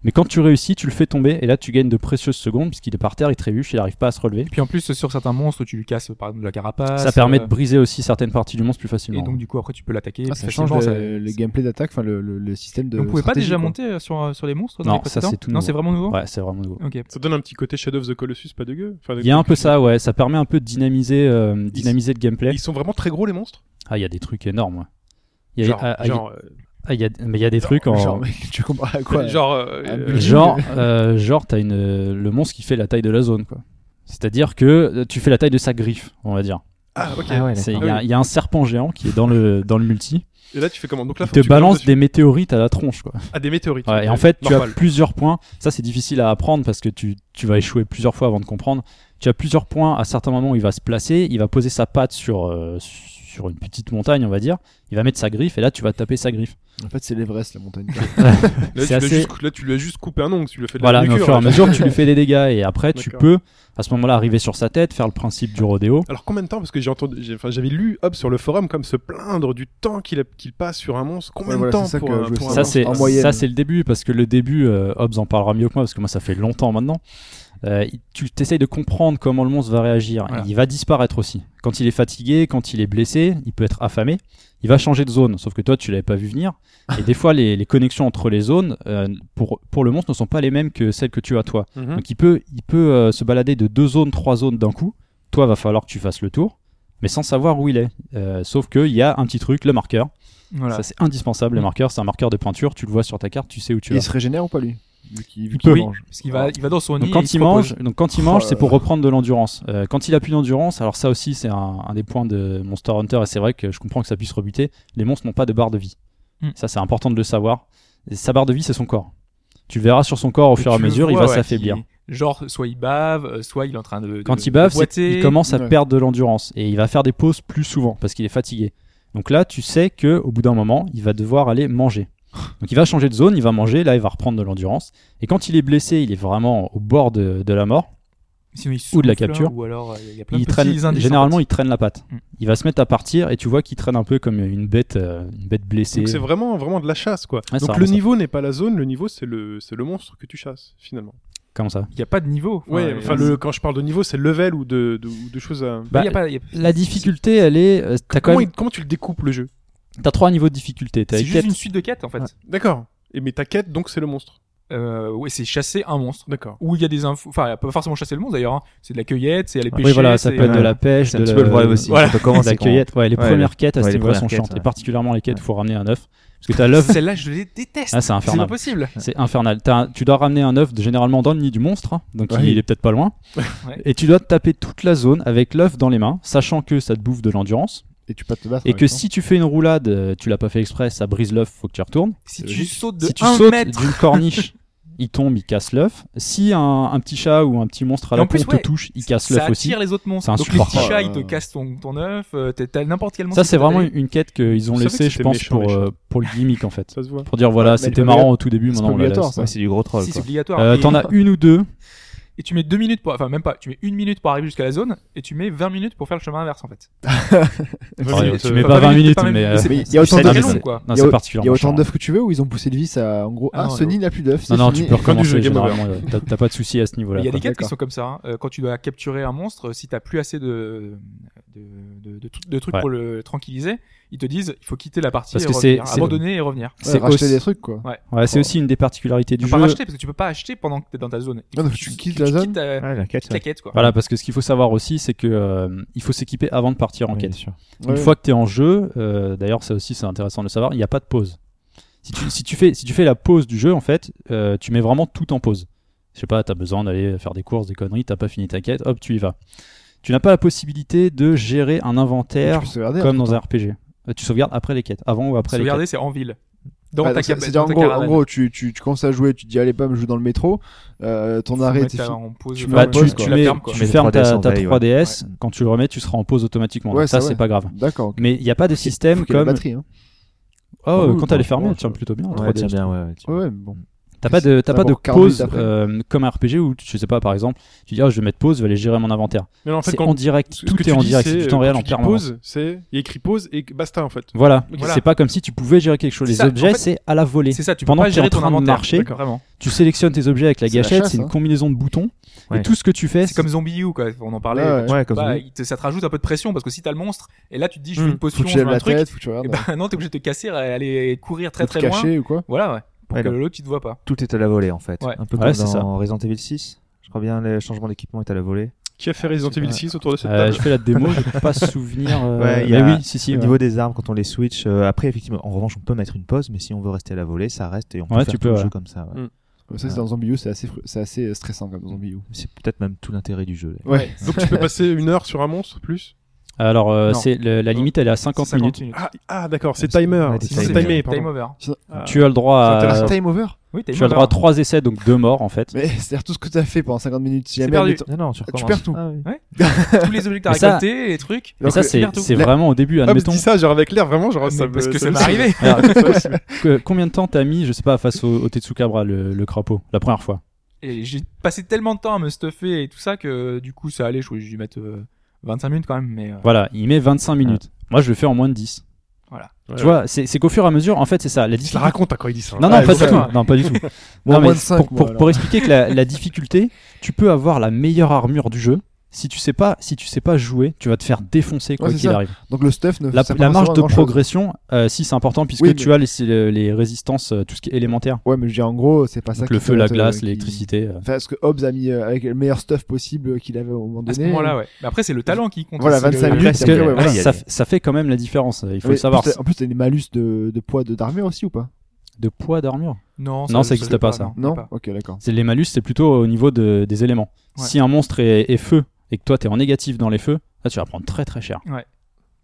E: Mais quand tu réussis, tu le fais tomber et là tu gagnes de précieuses secondes puisqu'il est par terre, il trébuche, il n'arrive pas à se relever.
D: Et puis en plus, sur certains monstres, tu lui casses par exemple de la carapace.
E: ça permet
D: euh,
E: de briser aussi certaines parties du monstre plus facilement.
D: Et donc, du coup, après, tu peux l'attaquer.
F: Ah,
D: plus
F: ça change
D: facilement, ça-
F: le, le gameplay d'attaque, enfin le, le- le système de.
D: On pouvait pas
F: stratégie,
D: déjà
F: quoi.
D: monter euh, sur, euh, sur les monstres dans
E: Non,
D: les
E: ça,
D: précédents
E: c'est tout
D: Non,
E: nouveau.
D: c'est vraiment nouveau
E: Ouais, c'est vraiment nouveau.
D: Ok.
C: Ça donne un petit côté Shadow of the Colossus, pas dégueu. Enfin,
E: Il y a un peu ça, ouais, ça permet un peu de dynamiser, euh, dynamiser le gameplay.
C: euh, Ils sont vraiment très gros les monstres.
E: Ah, il y a des trucs énormes. ouais. Il y a,
C: Genre,
E: ah, ah, il y a-
C: genre, euh,
E: ah, il y a- mais il y a des trucs en.
F: Genre, mec, tu compares à quoi
C: genre, euh,
F: Un
C: euh,
F: bullet.
E: <laughs> Genre, euh, genre t'as une euh, le monstre qui fait la taille de la zone, quoi. C'est-à-dire que euh, tu fais la taille de sa griffe, on va dire.
C: Ah, ok.
G: Ah ouais,
E: C'est- Il
G: d'accord.
E: y, a- il y a un serpent géant qui est dans le dans le multi.
C: Et là, tu fais comment Donc là,
E: Il
C: faut que
E: te
C: tu cliques
E: balance
C: dessus.
E: des météorites à la tronche, quoi.
C: Ah, des météorites.
E: Ouais, et en fait, tu as
C: Normal.
E: plusieurs points. Ça, c'est difficile à apprendre parce que tu, tu vas échouer plusieurs fois avant de comprendre. Tu as plusieurs points à certains moments où il va se placer. Il va poser sa patte sur, euh, sur une petite montagne, on va dire. Il va mettre sa griffe et là, tu vas taper sa griffe.
F: En fait, c'est l'Everest, la montagne.
C: Là,
E: c'est
C: tu l'as
E: assez-
C: juste, là, tu lui as juste coupé un ongle, tu lui as fait de
E: Voilà,
C: la
E: mais au
C: piqûre,
E: fur et à
C: là.
E: mesure,
C: <laughs>
E: tu lui fais des dégâts. Et après, tu
C: D'accord.
E: peux, à ce moment-là, arriver sur sa tête, faire le principe du rodéo.
C: Alors combien de temps Parce que j'ai entendu, j'ai- enfin j'avais lu hop sur le forum comme se plaindre du temps qu'il a- qu'il passe sur un monstre. Combien
F: Ouais, voilà,
C: de temps
F: c'est ça
C: pour,
F: que
C: euh,
F: je voulais
C: pour un
F: savoir.
E: Ça
C: monstre
E: c'est
F: en moyenne.
E: ça c'est le début parce que le début, euh, Hobbes en parlera mieux que moi parce que moi ça fait longtemps maintenant. Euh, il- tu t'essayes de comprendre comment le monstre va réagir.
D: Voilà.
E: Il va disparaître aussi. Quand il est fatigué, quand il est blessé, il peut être affamé. Il va changer de zone. Sauf que toi tu l'avais pas vu venir. Et des fois les, les connexions entre les zones euh, pour pour le monstre ne sont pas les mêmes que celles que tu as toi.
C: Mhm.
E: Donc il peut, il peut euh, se balader de deux zones, trois zones d'un coup. Toi, va falloir que tu fasses le tour, mais sans savoir où il est. Euh, sauf qu'il y a un petit truc, le marqueur.
D: Voilà.
E: Ça c'est indispensable, le
D: Mm.
E: marqueur. C'est un marqueur de peinture. Tu le vois sur ta carte, tu sais où tu
F: il
E: vas.
F: se régénère ou pas lui Vu qu'il vu
E: peut,
F: qu'il
E: oui.
F: mange.
D: Parce qu'il va, il va dans son nid.
E: Donc
D: et
E: quand
D: se
E: il
D: repose.
E: mange, donc quand il
F: Oh
E: mange,
F: là
E: c'est
F: là.
E: pour reprendre de l'endurance. Euh, quand il a plus d'endurance, alors ça aussi c'est un, un des points de Monster Hunter et c'est vrai que je comprends que ça puisse rebuter. Les monstres n'ont pas de barre de vie.
D: Mm.
E: Ça c'est important de le savoir. Et sa barre de vie c'est son corps. Tu le verras sur son corps au
D: Et
E: fur et à
D: tu le
E: mesure, il
D: vois,
E: va
D: ouais,
E: s'affaiblir.
D: qui- Genre, soit il bave, euh, soit il est en train de. de-
E: Quand il
D: de
E: bave, c'est-
D: boiter.
E: il commence à
F: Ouais.
E: perdre de l'endurance et il va faire des pauses plus souvent parce qu'il est fatigué. Donc là, tu sais que au bout d'un moment, il va devoir aller manger. Donc il va changer de zone, il va manger, là il va reprendre de l'endurance. Et quand il est blessé, il est vraiment au bord de, de la mort.
D: Sinon, il
E: ou de la
D: souffle,
E: capture.
D: Ou alors, euh, il y a plein de
E: Il
D: petits
E: traîne,
D: indices, en
E: généralement,
D: fait.
E: il traîne la patte.
D: Mm.
E: Il va se mettre à partir et tu vois qu'il traîne un peu comme une bête, euh, une bête blessée.
C: Donc c'est vraiment vraiment de la chasse quoi.
E: Ouais, c'est
C: Donc
E: vraiment
C: le
E: ça.
C: niveau n'est pas la zone, le niveau c'est le c'est le monstre que tu chasses finalement.
E: Comment ça
D: Il n'y a pas de niveau.
C: Ouais,
D: euh,
C: enfin le quand je parle de niveau, c'est level ou de de, ou de choses à
D: il y a pas- il y a-
E: La difficulté, elle est. euh, Bah, T'as quand
C: Comment,
E: même.
C: il- comment tu le découpes le jeu
E: T'as trois niveaux de difficulté. T'as
D: C'est
E: les
D: juste
E: quêtes.
D: une suite de quêtes, en fait.
E: Ouais.
C: D'accord. Et mais ta quête donc c'est le monstre.
D: Euh, ouais, c'est chasser un monstre.
C: D'accord.
D: Où il y a des infos. Enfin, il y a pas forcément chasser le monstre d'ailleurs. hein. C'est de la cueillette, c'est aller pêcher.
E: Oui, voilà, ça
D: c'est-
E: peut être de
G: euh,
E: la pêche,
G: C'est
E: de
G: un petit
E: la-
G: peu le problème aussi.
D: Voilà.
G: Quand on commence,
E: de la
G: c'est qu'on-
E: cueillette. Ouais, les
G: Ouais,
E: premières quêtes à
G: ouais,
E: ce
G: les
E: niveau-là sont
G: premières
E: chiantes.
G: quêtes,
E: Et
G: ouais.
E: particulièrement les quêtes, faut ramener un œuf. Parce que t'as <laughs> l'œuf,
D: Celle-là, je les déteste.
E: Ah, c'est
D: c'est pas
E: infernal.
D: possible.
E: C'est infernal. T'as un- tu dois ramener un œuf de- généralement dans le nid du monstre, hein, donc
F: Ouais.
E: il, il est peut-être pas <laughs> loin.
D: Ouais.
E: Et tu dois taper toute la zone avec l'œuf dans les mains, sachant que ça te bouffe de l'endurance.
F: Et tu peux te battre.
E: Et
F: avec
E: que
F: ça.
E: si tu fais une roulade, euh, tu l'as pas fait exprès, ça brise l'œuf, faut que tu retournes.
D: Si
F: C'est
D: tu
F: logique.
D: sautes de
E: Euh, si tu
D: 1
E: sautes
D: mètre.
E: d'une <laughs> corniche, il tombe, il casse l'œuf. Si un, un petit chat ou un petit monstre à
D: Et
E: la
D: en plus,
E: con te
D: ouais,
E: touche, il casse
D: ça
E: l'œuf
D: attire
E: aussi.
D: les autres monstres.
E: C'est
D: Donc les petits
F: insupportable.
D: chats, ils te cassent ton, ton œuf. euh, t'as- T'as n'importe quel monstre.
E: Ça,
D: qui
E: c'est
D: peut
E: vraiment
D: t'attaquer.
E: une quête qu'ils ont
C: Je savais que
E: laissée, je
C: c'était
E: pense,
C: méchant,
E: pour,
C: les chats.
E: euh, pour le gimmick
C: <laughs>
E: en fait.
C: Ça se voit.
E: Pour dire voilà,
F: mais
E: c'était
F: c'est
E: marrant
F: obligatoire,
E: au tout début,
F: c'est
E: maintenant on la
F: obligatoire,
E: laisse.
F: ça.
G: Ouais, c'est du gros troll.
D: Si, c'est
G: quoi.
D: obligatoire.
E: Euh,
D: Et-
E: T'en as une ou deux.
D: Et tu mets deux minutes pour, enfin même pas, tu mets une minute pour arriver jusqu'à la zone et tu mets 20 minutes pour faire le chemin inverse en fait.
E: Ouais,
C: minutes,
E: tu
C: euh,
E: mets
D: enfin,
E: pas 20 minutes,
D: pas même-
E: mais. euh,
D: c'est-
F: Mais il y a
E: c'est
F: autant
E: très
F: d'œufs.
E: long,
D: long, quoi.
E: Non,
F: Il y a
E: c'est
F: au-
E: particulièrement.
F: Il y a autant
E: chiant.
F: d'œufs que tu veux ou ils ont poussé le vis à en gros
D: Ah
F: ah,
D: non,
F: ce
D: non.
F: nid n'a plus d'œufs.
E: Non,
F: c'est
E: non, tu
F: fini.
E: peux
C: Fin du jeu,
E: recommencer
C: game over.
E: généralement. euh, T'as t'as pas de souci à ce
D: Mais
E: niveau-là.
D: Il y a
E: quoi.
D: des quêtes qui sont comme ça. hein. Euh, Quand tu dois capturer un monstre, si t'as plus assez de de, de, de tru- de trucs
E: Ouais.
D: pour le tranquilliser, ils te disent il faut quitter la partie,
E: Parce
D: et
E: que c'est-
D: revenir,
E: c'est-
D: abandonner et revenir.
F: Ouais,
E: C'est
F: racheter
E: aussi-
F: des trucs quoi.
E: Ouais, c'est aussi une des particularités du
D: Tu peux pas
E: jeu.
D: racheter parce que tu peux pas acheter pendant que t'es dans ta zone. Il
F: Ah,
D: faut
F: donc
D: que
F: tu quittes la zone
D: euh,
G: Ouais, la quête.
D: quitte la quête quoi.
E: Voilà, parce que ce qu'il faut savoir aussi, c'est que euh, il faut s'équiper avant de partir en
G: Ouais, bien
E: quête.
G: sûr.
E: Une fois que tu es en jeu, euh, d'ailleurs ça aussi c'est intéressant de le savoir, il n'y a pas de pause. Si tu, si, tu fais, si tu fais la pause du jeu, en fait, euh, tu mets vraiment tout en pause. Je sais pas, tu as besoin d'aller faire des courses, des conneries, t'as pas fini ta quête, hop, tu y vas. Tu n'as pas la possibilité de gérer un inventaire comme dans un RPG. Euh, Tu sauvegardes après les quêtes, avant ou après les quêtes.
D: Sauvegarder c'est en ville. Dans ta cab-
F: C'est-à-dire
D: dans
F: en
D: ta
F: gros, en
D: caravane.
F: gros, tu, tu, tu commences à jouer, tu te dis allez, bam, je joue dans le métro. Euh, ton
D: Faut
F: arrêt,
D: mettre
F: t'es
D: ta-
F: fini.
D: en pause,
F: tu
D: euh,
F: mets en
E: Bah,
D: ouais,
E: tu,
F: pause,
E: tu
D: tu
F: quoi.
D: la
E: mets-
D: fermes quoi.
E: tu
G: Tu mets
E: fermes
G: le 3DS
E: ta,
G: en
E: ta
G: veille, ouais.
E: 3DS, quand tu le remets, tu seras en pause automatiquement.
F: Ouais,
E: Donc ça,
F: ça, ouais.
E: c'est pas grave.
F: D'accord. ok.
E: Mais il n'y a pas de
F: Faut qu'il-
E: système
F: faut qu'il y ait la
E: comme.
F: batterie, hein.
E: Oh,
G: Cool,
E: quand elle est
G: franchement,
E: fermée, elle
G: je-
E: tient plutôt bien. la
G: Ouais, tiens
E: 3DS.
G: bien, ouais, ouais, tiens.
F: Ouais, ouais, mais bon.
E: T'as pas de, t'as
F: Ça
E: pas
F: va
E: de
F: pour 40 minutes
E: pause
F: après.
E: euh, comme un RPG où, tu- je sais pas, par exemple, tu dis, ah, je vais mettre pause, je vais aller gérer mon inventaire.
C: Mais non, en fait,
E: c'est
C: quand
E: en direct,
C: ce
E: tout
C: que
E: est
C: tu
E: en
C: dis,
E: direct,
C: c'est, euh,
E: c'est tout en
C: quand
E: réel
C: tu
E: en
C: dis
E: permanence.
C: pause, c'est il écrit pause et basta en fait.
E: Voilà,
C: Voilà.
E: c'est pas comme si tu pouvais gérer quelque chose. Les
D: ça, en
E: objets,
D: fait-
E: c'est à la volée.
D: C'est ça, tu
E: Pendant
D: peux
E: que
D: pas
E: t'es
D: gérer
E: en
D: ton
E: train de
D: inventaire.
E: marcher,
D: D'accord, vraiment.
E: Tu sélectionnes tes objets avec la
F: C'est la
E: gâchette,
F: chasse,
E: c'est une
F: hein.
E: combinaison de boutons.
G: Ouais.
E: Et tout ce que tu fais,
D: C'est comme Zombie U, quoi. On en parlait.
F: Ouais,
D: Bah,
G: Ouais, comme
D: bah,
G: ça.
D: il te- ça te rajoute un peu de pression parce que si t'as le monstre et là tu te dis je
C: Hmm.
D: fais une
F: Faut
D: potion,
F: que
D: je
F: tu
D: fais
F: lèves
D: un
F: la
D: truc,
F: tête, faut que tu regardes.
D: et bah <laughs> non t'es obligé de te casser, aller courir très
F: faut
D: très
F: te
D: loin.
F: cacher ou quoi
D: Voilà, ouais. Pour
G: Ouais,
D: que
G: donc-
D: l'autre tu te voit pas.
G: Tout est à la volée en fait.
D: Ouais.
G: Un peu
E: Ouais,
G: comme
E: c'est
G: dans
E: ça.
G: Resident Evil 6. Je crois bien, le changement d'équipement est à la volée.
C: Qui a
D: Ah,
C: fait Resident Evil
G: pas.
C: 6 autour de cette
E: Euh,
C: table
E: je fais la démo, je
C: <laughs>
E: peux pas souvenir. euh,
G: Ouais, il y
E: mais
G: a-
E: oui, si, si.
G: Au
E: ouais.
G: niveau des armes, quand on les switch, euh, après effectivement, en revanche, on peut mettre une pause, mais si on veut rester à la volée, ça reste et on peut
E: Ouais,
G: faire
E: tu
G: tout
E: peux,
G: le jeu
E: ouais.
G: comme ça. ouais.
C: Mm.
F: Ça, c'est dans Zombie U, c'est assez, fru- c'est assez euh, stressant comme Zombie
E: Mm.
F: U.
G: C'est peut-être même tout l'intérêt du jeu. là.
F: Ouais.
C: Donc
E: <laughs>
C: tu peux passer une heure sur un monstre plus
E: Alors, euh,
D: Non.
E: c'est le- la limite, elle est à 50, minutes.
C: Ah, ah, d'accord, c'est
G: Ouais,
C: timer.
G: ouais,
C: C'est
D: Sinon,
G: c'est
C: timé,
G: timé.
C: pardon.
D: Time over.
C: Ah.
E: Tu as le droit
C: C'est
E: à,
C: intéressant.
F: Time over
D: Oui, time
E: tu as le
D: over.
E: droit à 3 essais, donc 2 morts en fait.
F: Mais <laughs> c'est-à-dire tout ce que t'as fait pendant 50 minutes, si
D: C'est
F: jamais.
D: perdu.
F: admettons-
G: Non, non, tu,
F: tu
G: recommences.
F: perds tout.
G: Ah, oui.
D: <laughs> Tous les objets que t'as
E: Mais ça-
D: récoltés, les trucs.
E: Mais ça, c'est
D: Pierre, tout.
E: c'est
F: La-
E: vraiment au début,
C: Ah, mais
E: admettons.
C: dis ça, genre avec l'air, vraiment, genre
D: Ah, Mais
C: Oh, ça me-
D: parce que ça
C: me-
D: m'est arrivé.
E: Alors, que- combien de temps t'as mis, je sais pas, face au, au Tetsukabra, le, le crapaud, la première fois
D: Et j'ai passé tellement de temps à me stuffer et tout ça que du coup ça allait, je voulais dû mettre euh, 25 minutes quand même, mais euh,
E: Voilà, il met 25 minutes. Moi, je le fais en moins de 10.
D: Voilà.
E: Tu vois, c'est c'est qu'au fur et à mesure, en fait, c'est ça. La
C: Il se la
E: difficulté.
C: raconte hein, quand il dit ça.
E: Non, non,
F: Ah,
E: pas
F: il faut
E: du
F: faire.
E: tout. Non, pas du
F: <laughs>
E: tout.
F: Bon,
E: Non,
F: moins
E: mais
F: de cinq,
E: pour,
F: moi,
E: pour-
F: alors.
E: pour expliquer que la, la difficulté, tu peux avoir la meilleure armure du jeu. Si tu sais pas, si tu sais pas jouer, tu vas te faire défoncer quoi
F: Ouais, c'est
E: qu'il
F: ça.
E: arrive.
F: Donc le stuff ne
E: La,
F: sert pas
E: la marge de
F: forcément à grand-chose.
E: progression, euh, si c'est important, puisque
F: Oui, mais-
E: tu as les, les- les résistances, euh, tout ce qui est élémentaire,
F: Ouais, mais je dis en gros, c'est pas ça
E: donc
F: qui
E: le
F: te-
E: feu, la
F: te-
E: glace,
F: qui-
E: l'électricité. euh.
F: Enfin, ce que Hobbes a mis euh, avec le meilleur stuff possible euh, qu'il avait au moment
D: à ce
F: donné.
D: moment-là, ouais. Mais après c'est le talent qui compte.
F: Voilà,
D: c'est le-
F: 25
D: le-
F: minutes.
E: Parce que
F: après, Ah, ouais, voilà,
G: il y a
E: ça,
G: des-
E: ça fait quand même la différence. Il faut le
F: Mais
E: savoir.
F: plus t'as- en plus, t'as des malus de, de poids de d'armure aussi ou pas
E: De poids d'armure.
D: Non,
E: Non, ça
D: je
E: existe
D: sais
E: pas, ça.
D: je sais
F: Non
D: pas.
F: Ok, d'accord.
E: C'est les malus, c'est plutôt au niveau de- des éléments.
D: Ouais.
E: Si un monstre est, est feu et que toi t'es en négatif dans les feux, là tu vas prendre très très cher.
D: Mais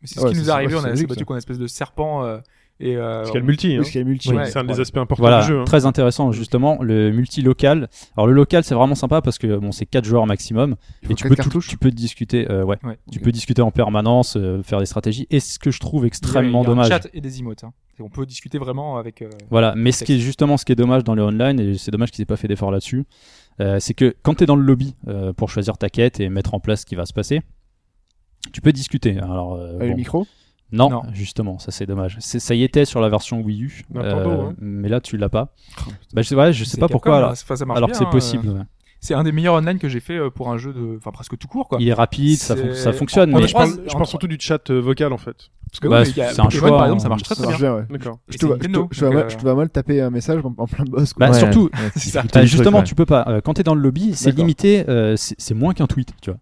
D: C'est ce
F: Ouais,
D: qui
F: c'est-
D: nous est arrivé,
F: ouais,
D: on a
F: c'est
D: c'est
F: logique,
D: battu
F: ça.
D: qu'on a une espèce de serpent euh, et euh,
C: Parce qu'il y a le multi. hein.
F: Parce qu'il y a le multi.
D: Ouais.
C: C'est un des aspects importants
E: Voilà,
C: du jeu. hein.
E: très intéressant justement le multi local. Alors le local c'est vraiment sympa parce que bon c'est 4 joueurs maximum
F: Il faut
E: et tu
F: quatre
E: peux tout-
F: cartouches.
E: tu peux discuter euh, ouais,
D: Ouais.
E: tu
F: Ok.
E: peux discuter en permanence, euh, faire des stratégies et ce que je trouve extrêmement
D: il y a un
E: dommage.
D: Chat et des emotes. hein. Et on peut discuter vraiment avec. euh,
E: Voilà, mais ce qui est justement ce qui est dommage dans le online et c'est dommage qu'ils aient pas fait d'effort là-dessus, euh, c'est que quand tu es dans le lobby euh, pour choisir ta quête et mettre en place ce qui va se passer, tu peux discuter. Alors euh,
F: Avec
E: bon,
F: Ah, le micro
E: Non,
D: Non.
E: justement, ça c'est dommage. C'est- Ça y était sur la version Wii U, euh,
C: Nintendo, hein.
E: mais là tu l'as pas.
F: Oh,
E: Bah, je sais, ouais, je sais
D: c'est
E: pas
D: Capcom,
E: pourquoi,
D: hein.
E: alors,
D: Enfin, ça marche
E: alors que
D: bien,
E: c'est possible.
D: hein.
E: ouais.
D: C'est un des meilleurs online que j'ai fait euh, pour un jeu de, enfin presque tout court quoi.
E: Il est rapide, ça,
D: C'est-
E: fon- ça fonctionne,
D: on- on
E: mais
D: est
C: Je
D: trois-
C: parle, je
D: en-
C: parle surtout du chat euh, vocal en fait.
D: Parce que
E: bah,
D: oui, mais il y a
E: c'est un
D: Pokémon,
E: choix,
D: par exemple,
E: on-
D: ça marche très
F: Ça
D: très
F: marche
D: bien.
F: bien, ouais.
C: D'accord.
D: Et
F: Je
D: c'est
F: te vois- je
D: Nintendo,
F: te- je te vois
D: donc,
F: mal- je
D: euh,
F: te vois mal taper un message en en plein de boss. quoi.
E: Bah,
G: Ouais,
E: surtout,
G: ouais,
D: C'est ça.
G: il faut
E: bah,
G: tous les
E: justement,
G: trucs,
E: tu peux pas. Euh, quand t'es dans le lobby, c'est
F: D'accord.
E: limité, euh, c'est c'est moins qu'un tweet, tu vois.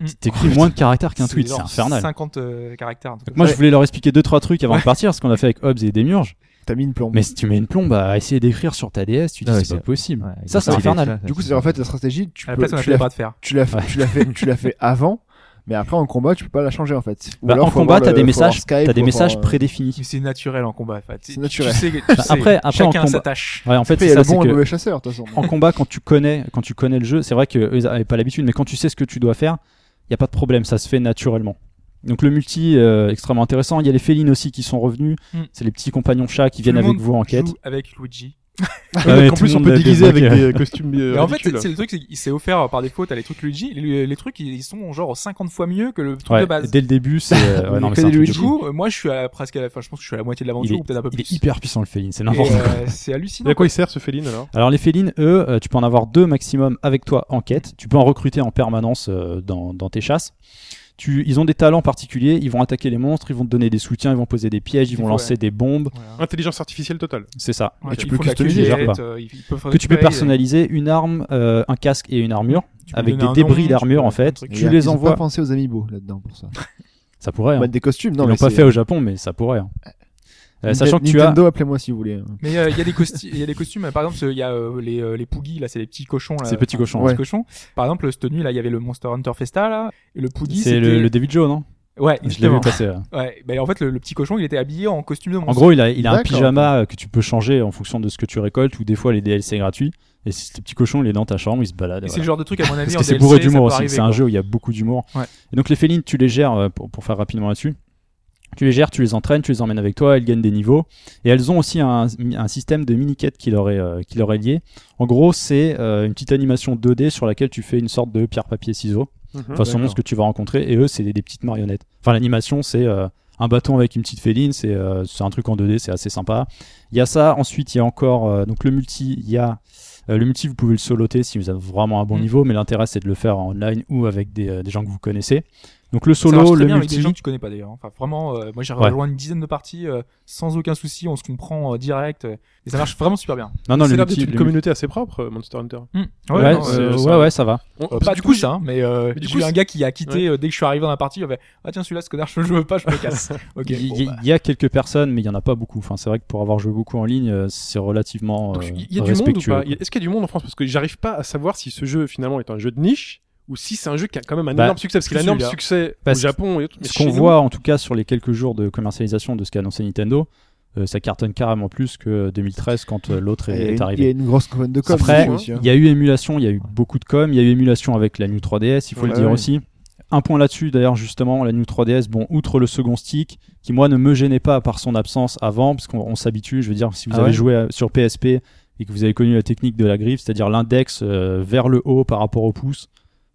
D: Mm.
E: T'écris moins de caractères qu'un
D: C'est
E: tweet, c'est
D: genre
E: infernal.
D: 50 euh, caractères. un truc comme
E: Moi,
D: ça.
E: je voulais leur expliquer deux trois trucs avant de partir, ce qu'on a fait avec Hobbs et Demiurge.
F: T'as mis une plombe.
E: Mais si tu mets une plombe à essayer d'écrire sur ta DS, tu dis
G: Ah ouais,
E: c'est pas
G: c'est-
E: possible.
G: ouais. Ouais,
E: ça, c'est
G: il est-
E: infernal.
G: ça,
F: Du coup,
G: ça,
F: c'est en fait la stratégie, tu
D: À la
F: peux-
D: place, on a
F: tu
D: fait le
F: l'as
D: bras de fer.
F: tu l'as fait, tu l'as fait, tu l'as fait avant, mais après en combat, tu peux pas la changer en fait. Ou
E: Bah,
F: alors,
E: en
F: faut
E: combat,
F: avoir
E: t'as
F: le-
E: des
F: faut avoir
E: messages,
F: Skype,
E: t'as des
F: faut avoir,
E: messages
F: euh,
E: prédéfinis.
D: Mais c'est naturel en combat. en fait. Tu-
F: naturel.
D: Tu sais, que- tu sais,
E: après, en
D: chacun
E: combat-
D: s'attache.
E: Ouais, en fait,
F: Après, il
E: c'est
F: y a
E: ça,
F: le
E: c'est
F: bon et
E: que
F: le mauvais chasseur, de toute façon.
E: en combat quand tu connais quand tu connais le jeu c'est vrai que eux, ils n'avaient pas l'habitude mais quand tu sais ce que tu dois faire il y a pas de problème ça se fait naturellement donc le multi euh, extrêmement intéressant il y a les félines aussi qui sont revenus
D: Mm.
E: c'est les petits compagnons chats qui
D: Tout le
E: viennent avec
D: monde
E: vous en quête
D: joue avec Luigi.
E: Ouais,
C: Donc, en
E: tout
C: plus,
E: le
C: on
E: monde
C: peut
E: a des
C: déguiser avec
E: blagues.
C: des costumes. <laughs> euh,
D: Et en fait,
C: ridicules.
D: c'est le truc, c'est qu'il s'est offert euh, par défaut, t'as les trucs Luigi. Les, les trucs, ils sont genre 50 fois mieux que le truc
E: Ouais,
D: de base.
E: dès le début c'est euh, ouais, non, mais
F: que
E: c'est un
F: des
E: truc de
D: Du
F: Luigi.
E: fou.
D: coup, euh, moi, je suis à, presque à la fin. Je pense que je suis à la moitié de
E: Il est-
D: l'aventure, ou peut-être un peu
E: il est
D: plus.
E: hyper puissant le féline c'est
D: Et,
E: n'importe quoi
D: euh, c'est
C: Et
D: hallucinant.
C: à quoi il sert ce féline alors
E: alors les félines eux euh, tu peux en avoir deux maximum avec toi en quête tu peux en recruter en permanence euh, dans, dans tes chasses tu, ils ont des talents particuliers, ils vont attaquer les monstres, ils vont te donner des soutiens, ils vont poser des pièges, ils vont
D: Ouais.
E: lancer des bombes,
D: Voilà.
C: Intelligence artificielle totale.
E: c'est ça.
D: Ouais,
F: Et tu
D: ils
F: peux
D: font de la
F: customiser,
D: cueillette,
E: genre, quoi.
D: euh, ils- ils peuvent
E: que tu peux
D: récupérer,
E: personnaliser une arme, euh, un casque et une armure
D: tu peux
E: avec
D: donner
E: des
D: un nom,
E: débris
D: tu
E: d'armure
D: peux-
E: en fait.
D: un truc.
E: Tu
F: Ils-
E: les
F: ils ont
E: envoies.
F: Pas pensé aux amiibo là-dedans pour ça.
E: Ça pourrait. hein.
F: Mettre des costumes, Bah, non
E: Ils
F: mais
E: l'ont pas
F: c'est-
E: fait au Japon, mais ça pourrait. hein. Euh,
F: Ninten-
E: sachant que tu as.
F: Nintendo, appelez-moi si vous voulez. hein.
D: Mais euh, il y a des costumes, il y a des costumes. euh, Par exemple, ce- il y a euh, les euh, les Poogies, là, c'est les petits cochons là.
E: C'est les petits
D: enfin,
E: cochons,
D: les
F: ouais.
D: cochons. Par exemple, cette nuit là, il y avait le Monster Hunter Festa là, et le Poogie
E: C'est
D: c'était
E: le, le David Joe, non
D: Ouais,
E: Je l'ai vu
D: justement.
E: passer. euh. ouais.
D: Ouais, bah, en fait le, le petit cochon, il était habillé en costume de monstre.
E: En gros, il a, il a un
F: D'accord.
E: pyjama euh, que tu peux changer en fonction de ce que tu récoltes ou des fois les DLC gratuits. Et si ce petit cochon, il est dans ta chambre, il se balade.
D: Et
E: voilà.
D: c'est le genre de truc à mon avis
E: Parce
D: en
E: que c'est
D: DLC,
E: bourré
D: ça peut
E: d'humour aussi.
D: arriver,
E: C'est un
D: quoi.
E: jeu où il y a beaucoup d'humour.
D: Ouais.
E: Et donc les félines, tu les gères euh, pour, pour faire rapidement là-dessus. Tu les gères, tu les entraînes, tu les emmènes avec toi, elles gagnent des niveaux. Et elles ont aussi un, un système de mini-quêtes qui, leur est, euh, qui leur est lié. En gros, c'est euh, une petite animation 2D sur laquelle tu fais une sorte de pierre-papier-ciseaux,
C: Mhm.
E: façon dont ce que tu vas rencontrer. Et eux, c'est des, des petites marionnettes. Enfin, l'animation, c'est euh, un bâton avec une petite féline, c'est euh, c'est un truc en 2D, c'est assez sympa. Il y a ça, ensuite, il y a encore euh, donc le multi, il y a. euh, le multi, vous pouvez le soloter si vous avez vraiment un bon
D: Mhm.
E: niveau, mais l'intérêt c'est de le faire en online ou avec des, euh, des gens que vous connaissez. Donc le
D: Ça marche
E: solo,
D: très
E: le
D: bien avec
E: multi,
D: des gens que tu connais pas d'ailleurs. Enfin, vraiment, euh, moi j'ai
E: Ouais.
D: rejoint une dizaine de parties euh, sans aucun souci, on se comprend euh, direct euh, et ça marche vraiment super bien.
E: non non
C: c'est
E: le
C: l'air
E: multi,
C: d'être une
E: le
C: communauté assez propre, euh, Monster Hunter. Bah,
E: Ouais,
D: non,
E: c'est-
D: euh,
E: ouais,
D: ça-
E: ouais, ça va.
C: On-
D: Euh,
C: parce
D: pas
C: que
D: du coup, ça, hein, mais, euh,
C: mais du
D: j'ai
C: coup,
D: eu un
C: c'est-
D: gars qui a quitté euh, dès que je suis arrivé dans la partie. Il avait Ah, tiens, celui-là, ce connard, je veux pas, je me
C: <laughs>
D: casse. ok,
E: il, y-
D: bon,
E: il y-
D: bah.
E: il y a quelques personnes, mais il y en a pas beaucoup. Enfin, c'est vrai que pour avoir joué beaucoup en ligne, euh, c'est relativement
C: Donc,
E: euh,
C: il y a du monde ou
E: respectueux.
C: pas Il y a- Est-ce qu'il y a du monde en France Parce que j'arrive pas à savoir si ce jeu finalement est un jeu de niche ou si c'est un jeu qui a quand même un
E: Bah,
C: énorme succès parce qu'il a un énorme
D: celui-là.
C: succès au
E: Parce que-
C: Japon et tout, mais
E: Ce
C: chez
E: qu'on
C: nous-
E: voit, en tout cas, sur les quelques jours de commercialisation de ce qu'a annoncé Nintendo, euh, ça cartonne carrément plus que 2013 quand euh, l'autre
F: Il y a
E: est, est
F: une- Il y a
E: arrivé.
F: une grosse campagne de com.
E: Après,
F: dessus aussi, hein.
E: Il y a eu émulation, il y a eu beaucoup de com, il y a eu émulation avec la New 3DS, il faut le
F: Ouais,
E: dire
F: ouais.
E: aussi. Un point là-dessus, d'ailleurs, justement, la New 3DS, bon, outre le second stick, qui moi ne me gênait pas par son absence avant, parce qu'on on s'habitue, je veux dire, si vous
F: Ah
E: avez
F: ouais
E: joué à- sur PSP et que vous avez connu la technique de la griffe, c'est-à-dire l'index euh, vers le haut par rapport au pouce,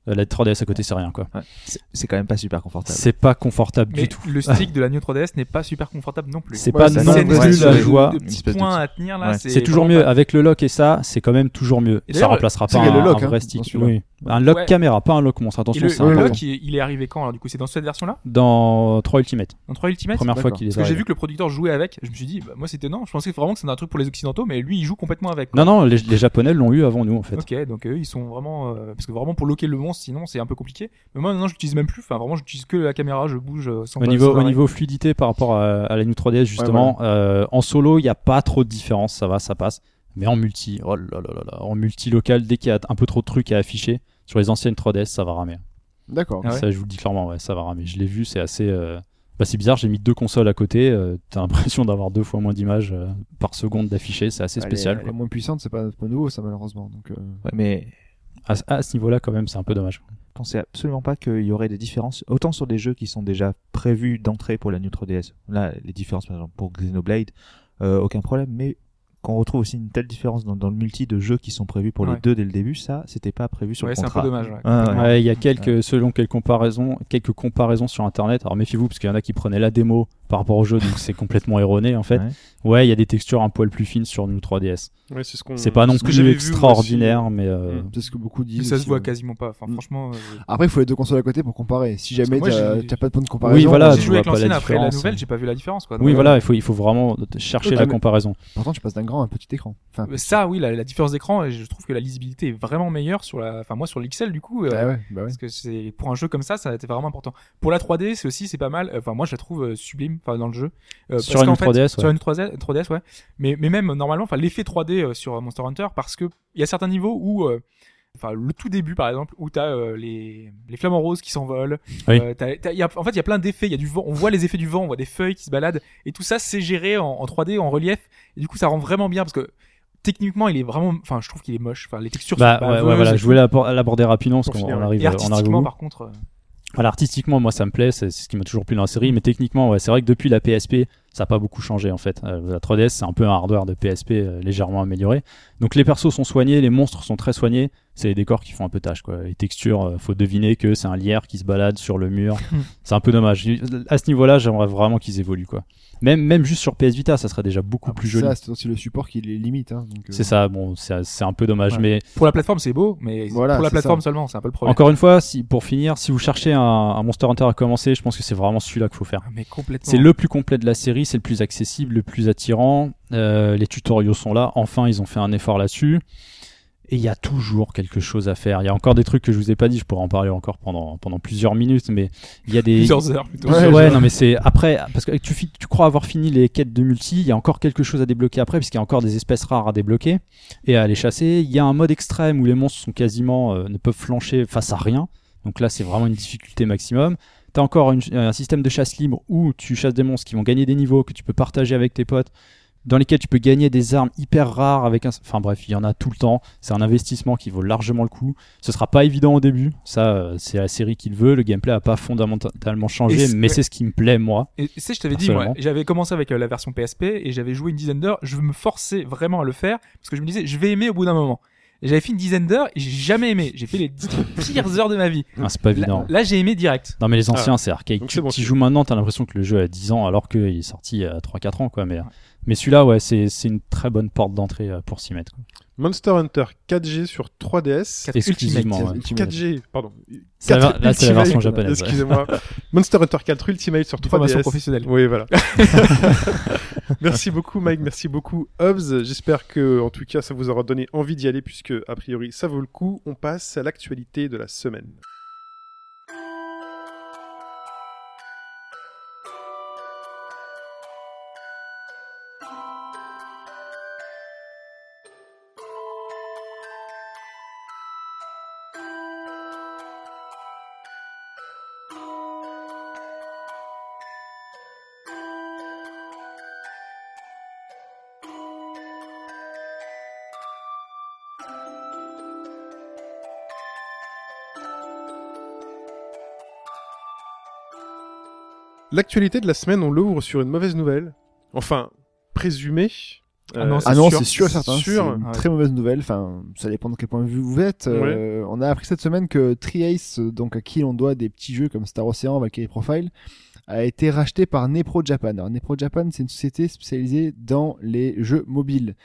E: euh, la 3DS à côté, c'est rien, quoi.
G: C'est- C'est quand même pas super confortable.
E: C'est pas confortable
D: Mais
E: du tout.
D: le stick de la New 3DS n'est pas super confortable non plus.
E: C'est
F: Ouais,
E: pas
F: ça-
E: non
F: c'est une
E: plus
F: espèce
E: la
F: de-
E: joie.
D: de
G: Une
D: petits
G: espèce de
D: points
G: petit-
D: à tenir là.
G: Ouais.
E: C'est toujours
D: vraiment
E: mieux.
D: pas-
E: Avec le lock et ça, c'est quand même toujours mieux.
D: Et
E: Ça
D: d'ailleurs,
E: remplacera
F: c'est
E: pas un,
F: le lock,
E: un
F: hein,
E: vrai
F: dans
E: stick.
F: celui-là.
E: Oui. Un lock
D: Ouais.
E: caméra, pas un lock monstre.
D: Et
E: Attention,
D: le,
E: c'est
D: le
E: important.
D: lock, il, il est arrivé quand alors du coup C'est dans cette version-là
E: Dans 3 Ultimate,
D: Dans 3 Ultimate
E: première fois
F: d'accord.
E: qu'il
D: Parce
E: est
D: que j'ai
E: arrivé.
D: vu que le producteur jouait avec. Je me suis dit, bah, moi c'était non. Je pensais vraiment que c'était un truc pour les Occidentaux, mais lui il joue complètement avec. quoi.
E: Non, non, les, les Japonais l'ont eu avant nous en fait.
D: Ok, donc eux ils sont vraiment. euh, parce que vraiment pour loquer le monstre, sinon c'est un peu compliqué. Mais moi maintenant j'utilise même plus. Enfin vraiment j'utilise que la caméra, je bouge euh, sans
E: Au niveau, au niveau fluidité par rapport à, à la New 3DS justement, euh, en solo il n'y a pas trop de différence, ça va, ça passe. Mais en multi, oh là là là là, en multi local, dès qu'il y a un peu trop de trucs à afficher sur les anciennes 3DS, ça va ramer.
F: D'accord.
D: Ah ouais
E: Ça, je vous le dis clairement, ouais, ça va ramer. Je l'ai vu, c'est assez. euh, Bah, c'est bizarre, j'ai mis deux consoles à côté. euh, T'as l'impression <laughs> d'avoir deux fois moins d'images euh, par seconde d'affichées. C'est assez
F: Elle est-
E: spécial.
F: elle est moins puissante, c'est pas, pas nouveau, ça, malheureusement. Donc, euh,
G: Ouais, mais
E: quoi. À, à ce niveau-là, quand même, c'est un peu dommage.
G: je pensais absolument pas qu'il y aurait des différences, autant sur des jeux qui sont déjà prévus d'entrée pour la New 3DS. Là, les différences, par exemple, pour Xenoblade, euh, aucun problème, mais qu'on retrouve aussi une telle différence dans, dans le multi de jeux qui sont prévus pour
D: Ouais.
G: les deux dès le début, ça, c'était pas prévu sur
D: Ouais,
G: le
D: c'est un
G: contrat.
D: peu dommage. ouais.
G: Ah,
E: Ouais, Il
G: ouais.
E: y a quelques, selon quelques comparaisons, quelques comparaisons sur internet. Alors méfiez-vous, parce qu'il y en a qui prenaient la démo par rapport au jeu, donc c'est complètement erroné en fait.
G: Ouais.
E: Ouais, il y a des textures un poil plus fines sur New 3DS.
C: Ouais, c'est ce qu'on-
E: C'est pas non
C: Hmm. ce que j'avais
E: plus
C: vu
E: extraordinaire, mais euh,
C: Mm.
F: c'est ce que beaucoup disent.
D: Mais ça se
F: aussi,
D: voit
F: ouais.
D: quasiment pas. Enfin
F: Mm.
D: franchement. euh,
F: Après, il faut les deux consoles à côté pour comparer. Si jamais
D: moi,
F: t'as
D: j'ai-
F: t'as pas de point de comparaison, euh,
E: voilà, Ah,
D: j'ai
E: tu
D: joué avec
E: vois pas la
D: l'ancienne après la
E: différence,
D: nouvelle,
E: hein.
D: j'ai pas vu la différence quoi. Donc,
E: oui,
D: euh,
E: voilà, il faut, il faut vraiment chercher
F: Ok,
E: la
F: mais-
E: comparaison.
F: Pourtant, tu passes d'un grand à un petit écran. Enfin,
D: euh, Ça, oui, la, la différence d'écran, et je trouve que la lisibilité est vraiment meilleure sur la, enfin moi sur l'XL du coup, euh,
F: ah ouais, bah ouais.
D: parce que c'est pour un jeu comme ça, ça a été vraiment important. Pour la 3D, c'est aussi c'est pas mal. Enfin moi je la trouve euh, sublime, enfin dans le jeu. Euh,
E: Sur
D: parce
E: une
D: qu'en fait,
E: 3DS, ouais.
D: sur une 3D, 3DS, ouais. Mais mais même euh, normalement, enfin l'effet 3D euh, sur Monster Hunter, parce que il y a certains niveaux où euh, Enfin, le tout début, par exemple, où t'as euh, les les flamants roses qui s'envolent.
E: Oui.
D: Euh, t'as- t'as- y a- en fait, il y a plein d'effets. Il y a du vent. On voit les effets du vent. On voit des feuilles qui se baladent. Et tout ça, c'est géré en, en 3D, en relief. Et du coup, ça rend vraiment bien parce que techniquement, il est vraiment. Enfin, je trouve qu'il est moche. Enfin, les textures.
E: Bah
D: sont
E: ouais, ouais,
D: baveuses
E: voilà,
D: et
E: je voulais l'appor- l'aborder rapidement parce
C: Pour
E: qu'on
C: finir,
E: on
C: ouais.
E: arrive,
D: Et
E: on arrive au
D: artistiquement,
E: bout.
D: par contre, euh,
E: Voilà, artistiquement, moi, ça me plaît, c'est c'est ce qui m'a toujours plu dans la série, mais techniquement, ouais, c'est vrai que depuis la PSP, ça n'a pas beaucoup changé en fait. Euh, la 3DS, c'est un peu un hardware de PSP euh, légèrement amélioré. Donc les persos sont soignés, les monstres sont très soignés, c'est les décors qui font un peu tâche, quoi. Les textures, euh, faut deviner que c'est un lierre qui se balade sur le mur. c'est un peu dommage. À ce niveau-là, j'aimerais vraiment qu'ils évoluent, quoi. Même, même juste sur PS Vita, ça serait déjà beaucoup
F: Ah,
E: plus
F: ça,
E: joli.
F: c'est aussi le support qui les limite. hein, donc, euh,
E: C'est ça, bon, c'est c'est un peu dommage,
D: Ouais.
E: mais
D: pour la plateforme, c'est beau, mais
F: Voilà,
D: pour la
F: c'est
D: plateforme
F: ça.
D: seulement, c'est un peu le problème.
E: encore une fois, si, pour finir, si vous cherchez un, un Monster Hunter à commencer, je pense que c'est vraiment celui-là qu'il faut faire.
D: Ah, <laughs> Mais complètement.
E: C'est le plus complet de la série, c'est le plus accessible, le plus attirant. Euh, les tutoriaux sont là. Enfin, ils ont fait un effort là-dessus. Et il y a toujours quelque chose à faire. Il y a encore des trucs que je vous ai pas dit. Je pourrais en parler encore pendant, pendant plusieurs minutes, mais il y a des.
D: <laughs> <laughs> plusieurs heures plutôt.
E: Ouais,
F: Ouais, je-
E: non, mais c'est après, parce que tu, fi- tu crois avoir fini les quêtes de multi, il y a encore quelque chose à débloquer après, puisqu'il y a encore des espèces rares à débloquer et à aller chasser. Il y a un mode extrême où les monstres sont quasiment euh, ne peuvent flancher face à rien. Donc là, c'est vraiment une difficulté maximum. T'as encore une- un système de chasse libre où tu chasses des monstres qui vont gagner des niveaux que tu peux partager avec tes potes, dans lesquels tu peux gagner des armes hyper rares avec un. Enfin bref, il y en a tout le temps. C'est un investissement qui vaut largement le coup. Ce sera pas évident au début. Ça, euh, c'est la série qui le veut. Le gameplay a pas fondamentalement
D: Et
E: changé,
D: c'est-
E: mais c'est ce qui me plaît moi.
D: Et tu sais, je t'avais dit, moi,
E: Personnellement.
D: j'avais commencé avec euh, la version PSP et j'avais joué une dizaine d'heures. Je me forçais vraiment à le faire parce que je me disais, je vais aimer au bout d'un moment. Et j'avais fait une dizaine d'heures et j'ai jamais aimé. J'ai fait les
E: <laughs>
D: dix pires heures de ma vie.
E: Ah, c'est pas
D: Là,
E: évident.
D: là, j'ai aimé direct.
E: Non mais les anciens c'est archaïque.
C: Ah. Donc
E: Tu
C: c'est bon,
E: tu
C: c'est-
E: joues maintenant, t'as l'impression que le jeu a 10 ans alors qu'il est sorti à 3-4 ans quoi. Mais, euh, mais celui-là ouais c'est c'est une très bonne porte d'entrée euh, pour s'y mettre. quoi.
C: Monster Hunter 4G sur 3DS.
D: Quatre-
E: Exclusivement.
F: Ultimate,
E: ouais.
F: Ultimate.
C: 4G, pardon.
E: C'est la ver-
C: 4
E: là c'est la
C: Ultimate,
E: version japonaise. ouais. <laughs>
C: Excusez-moi. Monster Hunter 4 Ultimate sur
D: Formation
C: 3DS.
D: professionnelle.
C: Oui, <laughs> voilà. merci beaucoup, Mike. Merci beaucoup, Hobbs. J'espère que, en tout cas, ça vous aura donné envie d'y aller, puisque, a priori, ça vaut le coup. On passe à l'actualité de la semaine. L'actualité de la semaine, on l'ouvre sur une mauvaise nouvelle. Enfin, présumée. Euh,
D: Ah non,
F: Ah non,
D: sûr.
F: c'est sûr et certain. C'est
C: Sûr.
F: une
D: Ouais.
F: très mauvaise nouvelle. Enfin, ça dépend de quel point de vue vous êtes. Euh, on a appris cette semaine que Triace, euh, donc à qui on doit des petits jeux comme Star Ocean, Valkyrie Profile, a été racheté par Nepro Japan. Alors, Nepro Japan, c'est une société spécialisée dans les jeux mobiles.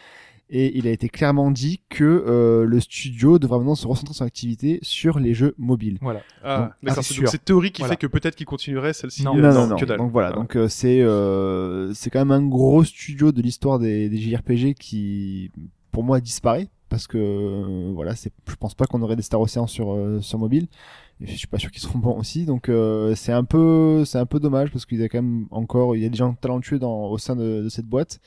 F: Et il a été clairement dit que euh, le studio devra maintenant se recentrer son activité sur les jeux mobiles.
D: Voilà.
C: Ah,
D: Ah,
C: d'accord.
D: c'est
C: C'est donc
D: sûr.
C: cette théorie qui
D: Voilà.
C: fait que peut-être qu'il continuerait celle-ci.
D: Non.
C: euh,
F: non, non, non.
C: que dalle.
F: Donc voilà, donc euh, c'est euh, c'est quand même un gros studio de l'histoire des, des JRPG qui, pour moi, disparaît parce que euh, voilà, c'est je pense pas qu'on aurait des Star Ocean sur euh, sur mobile. Et je suis pas sûr qu'ils seront bons aussi, donc euh, c'est un peu c'est un peu dommage parce qu'il y a quand même encore il y a des gens talentueux dans au sein de, de cette boîte.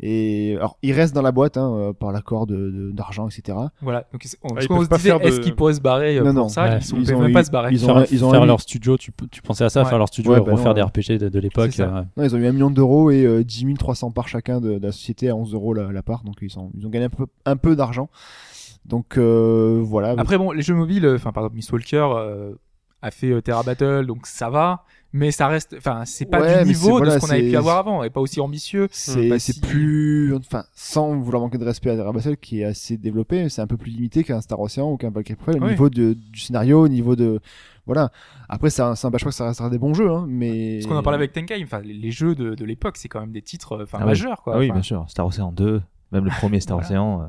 F: Et alors ils restent dans la boîte hein, euh, par l'accord de de- d'argent etc.
D: Voilà. Donc, c'est- on,
C: Ah,
D: parce
C: ils
D: qu'on
C: peuvent
D: se
C: pas
D: disait,
C: faire de-
D: est-ce qu'ils pourraient se barrer euh,
F: Non,
D: pour
F: non.
D: ça
F: Ils
D: Ils
E: Ouais.
D: ne
F: ont
D: peuvent même
F: eu-
D: pas se barrer.
F: ils ont-
E: Faire, faire
F: eu-
E: leur studio, tu, tu pensais à ça,
D: Ouais.
E: faire leur studio
F: Ouais,
E: et
F: bah non,
E: refaire des
F: ouais.
E: RPG de, de l'époque.
D: C'est ça.
E: euh,
F: Non, ils ont eu un million d'euros et euh, 10 300 par chacun de, de la société à 11 euros la, la part. Donc ils ont, ils ont gagné un peu, un peu d'argent. Donc euh, voilà.
D: Après, bon, les jeux mobiles, euh, enfin, par exemple, Miss Walker euh, a fait euh, Terra Battle, donc ça va. Mais ça reste, enfin, c'est pas
F: Ouais, mais
D: du niveau
F: c'est-
D: de
F: voilà,
D: ce qu'on avait
F: c'est-
D: pu avoir avant et pas aussi ambitieux.
F: c'est
D: bah,
F: c'est
D: si-
F: plus. Enfin, sans vouloir manquer de respect à Terabasel qui est assez développé, c'est un peu plus limité qu'un Star Ocean ou qu'un Valkyrie Profile au
D: Oui.
F: niveau de, du scénario, au niveau de. Voilà. Après, ça, ça n'empêche pas que ça restera des bons jeux. Hein, mais...
D: Parce qu'on en parlait avec Tenkai, enfin, les- les jeux de, de l'époque, c'est quand même des titres euh, enfin,
G: Ah oui.
D: majeurs. Quoi.
G: Ah oui,
D: Enfin,
G: bien sûr. Star Ocean 2, même le premier Star
D: Voilà.
G: Ocean. euh,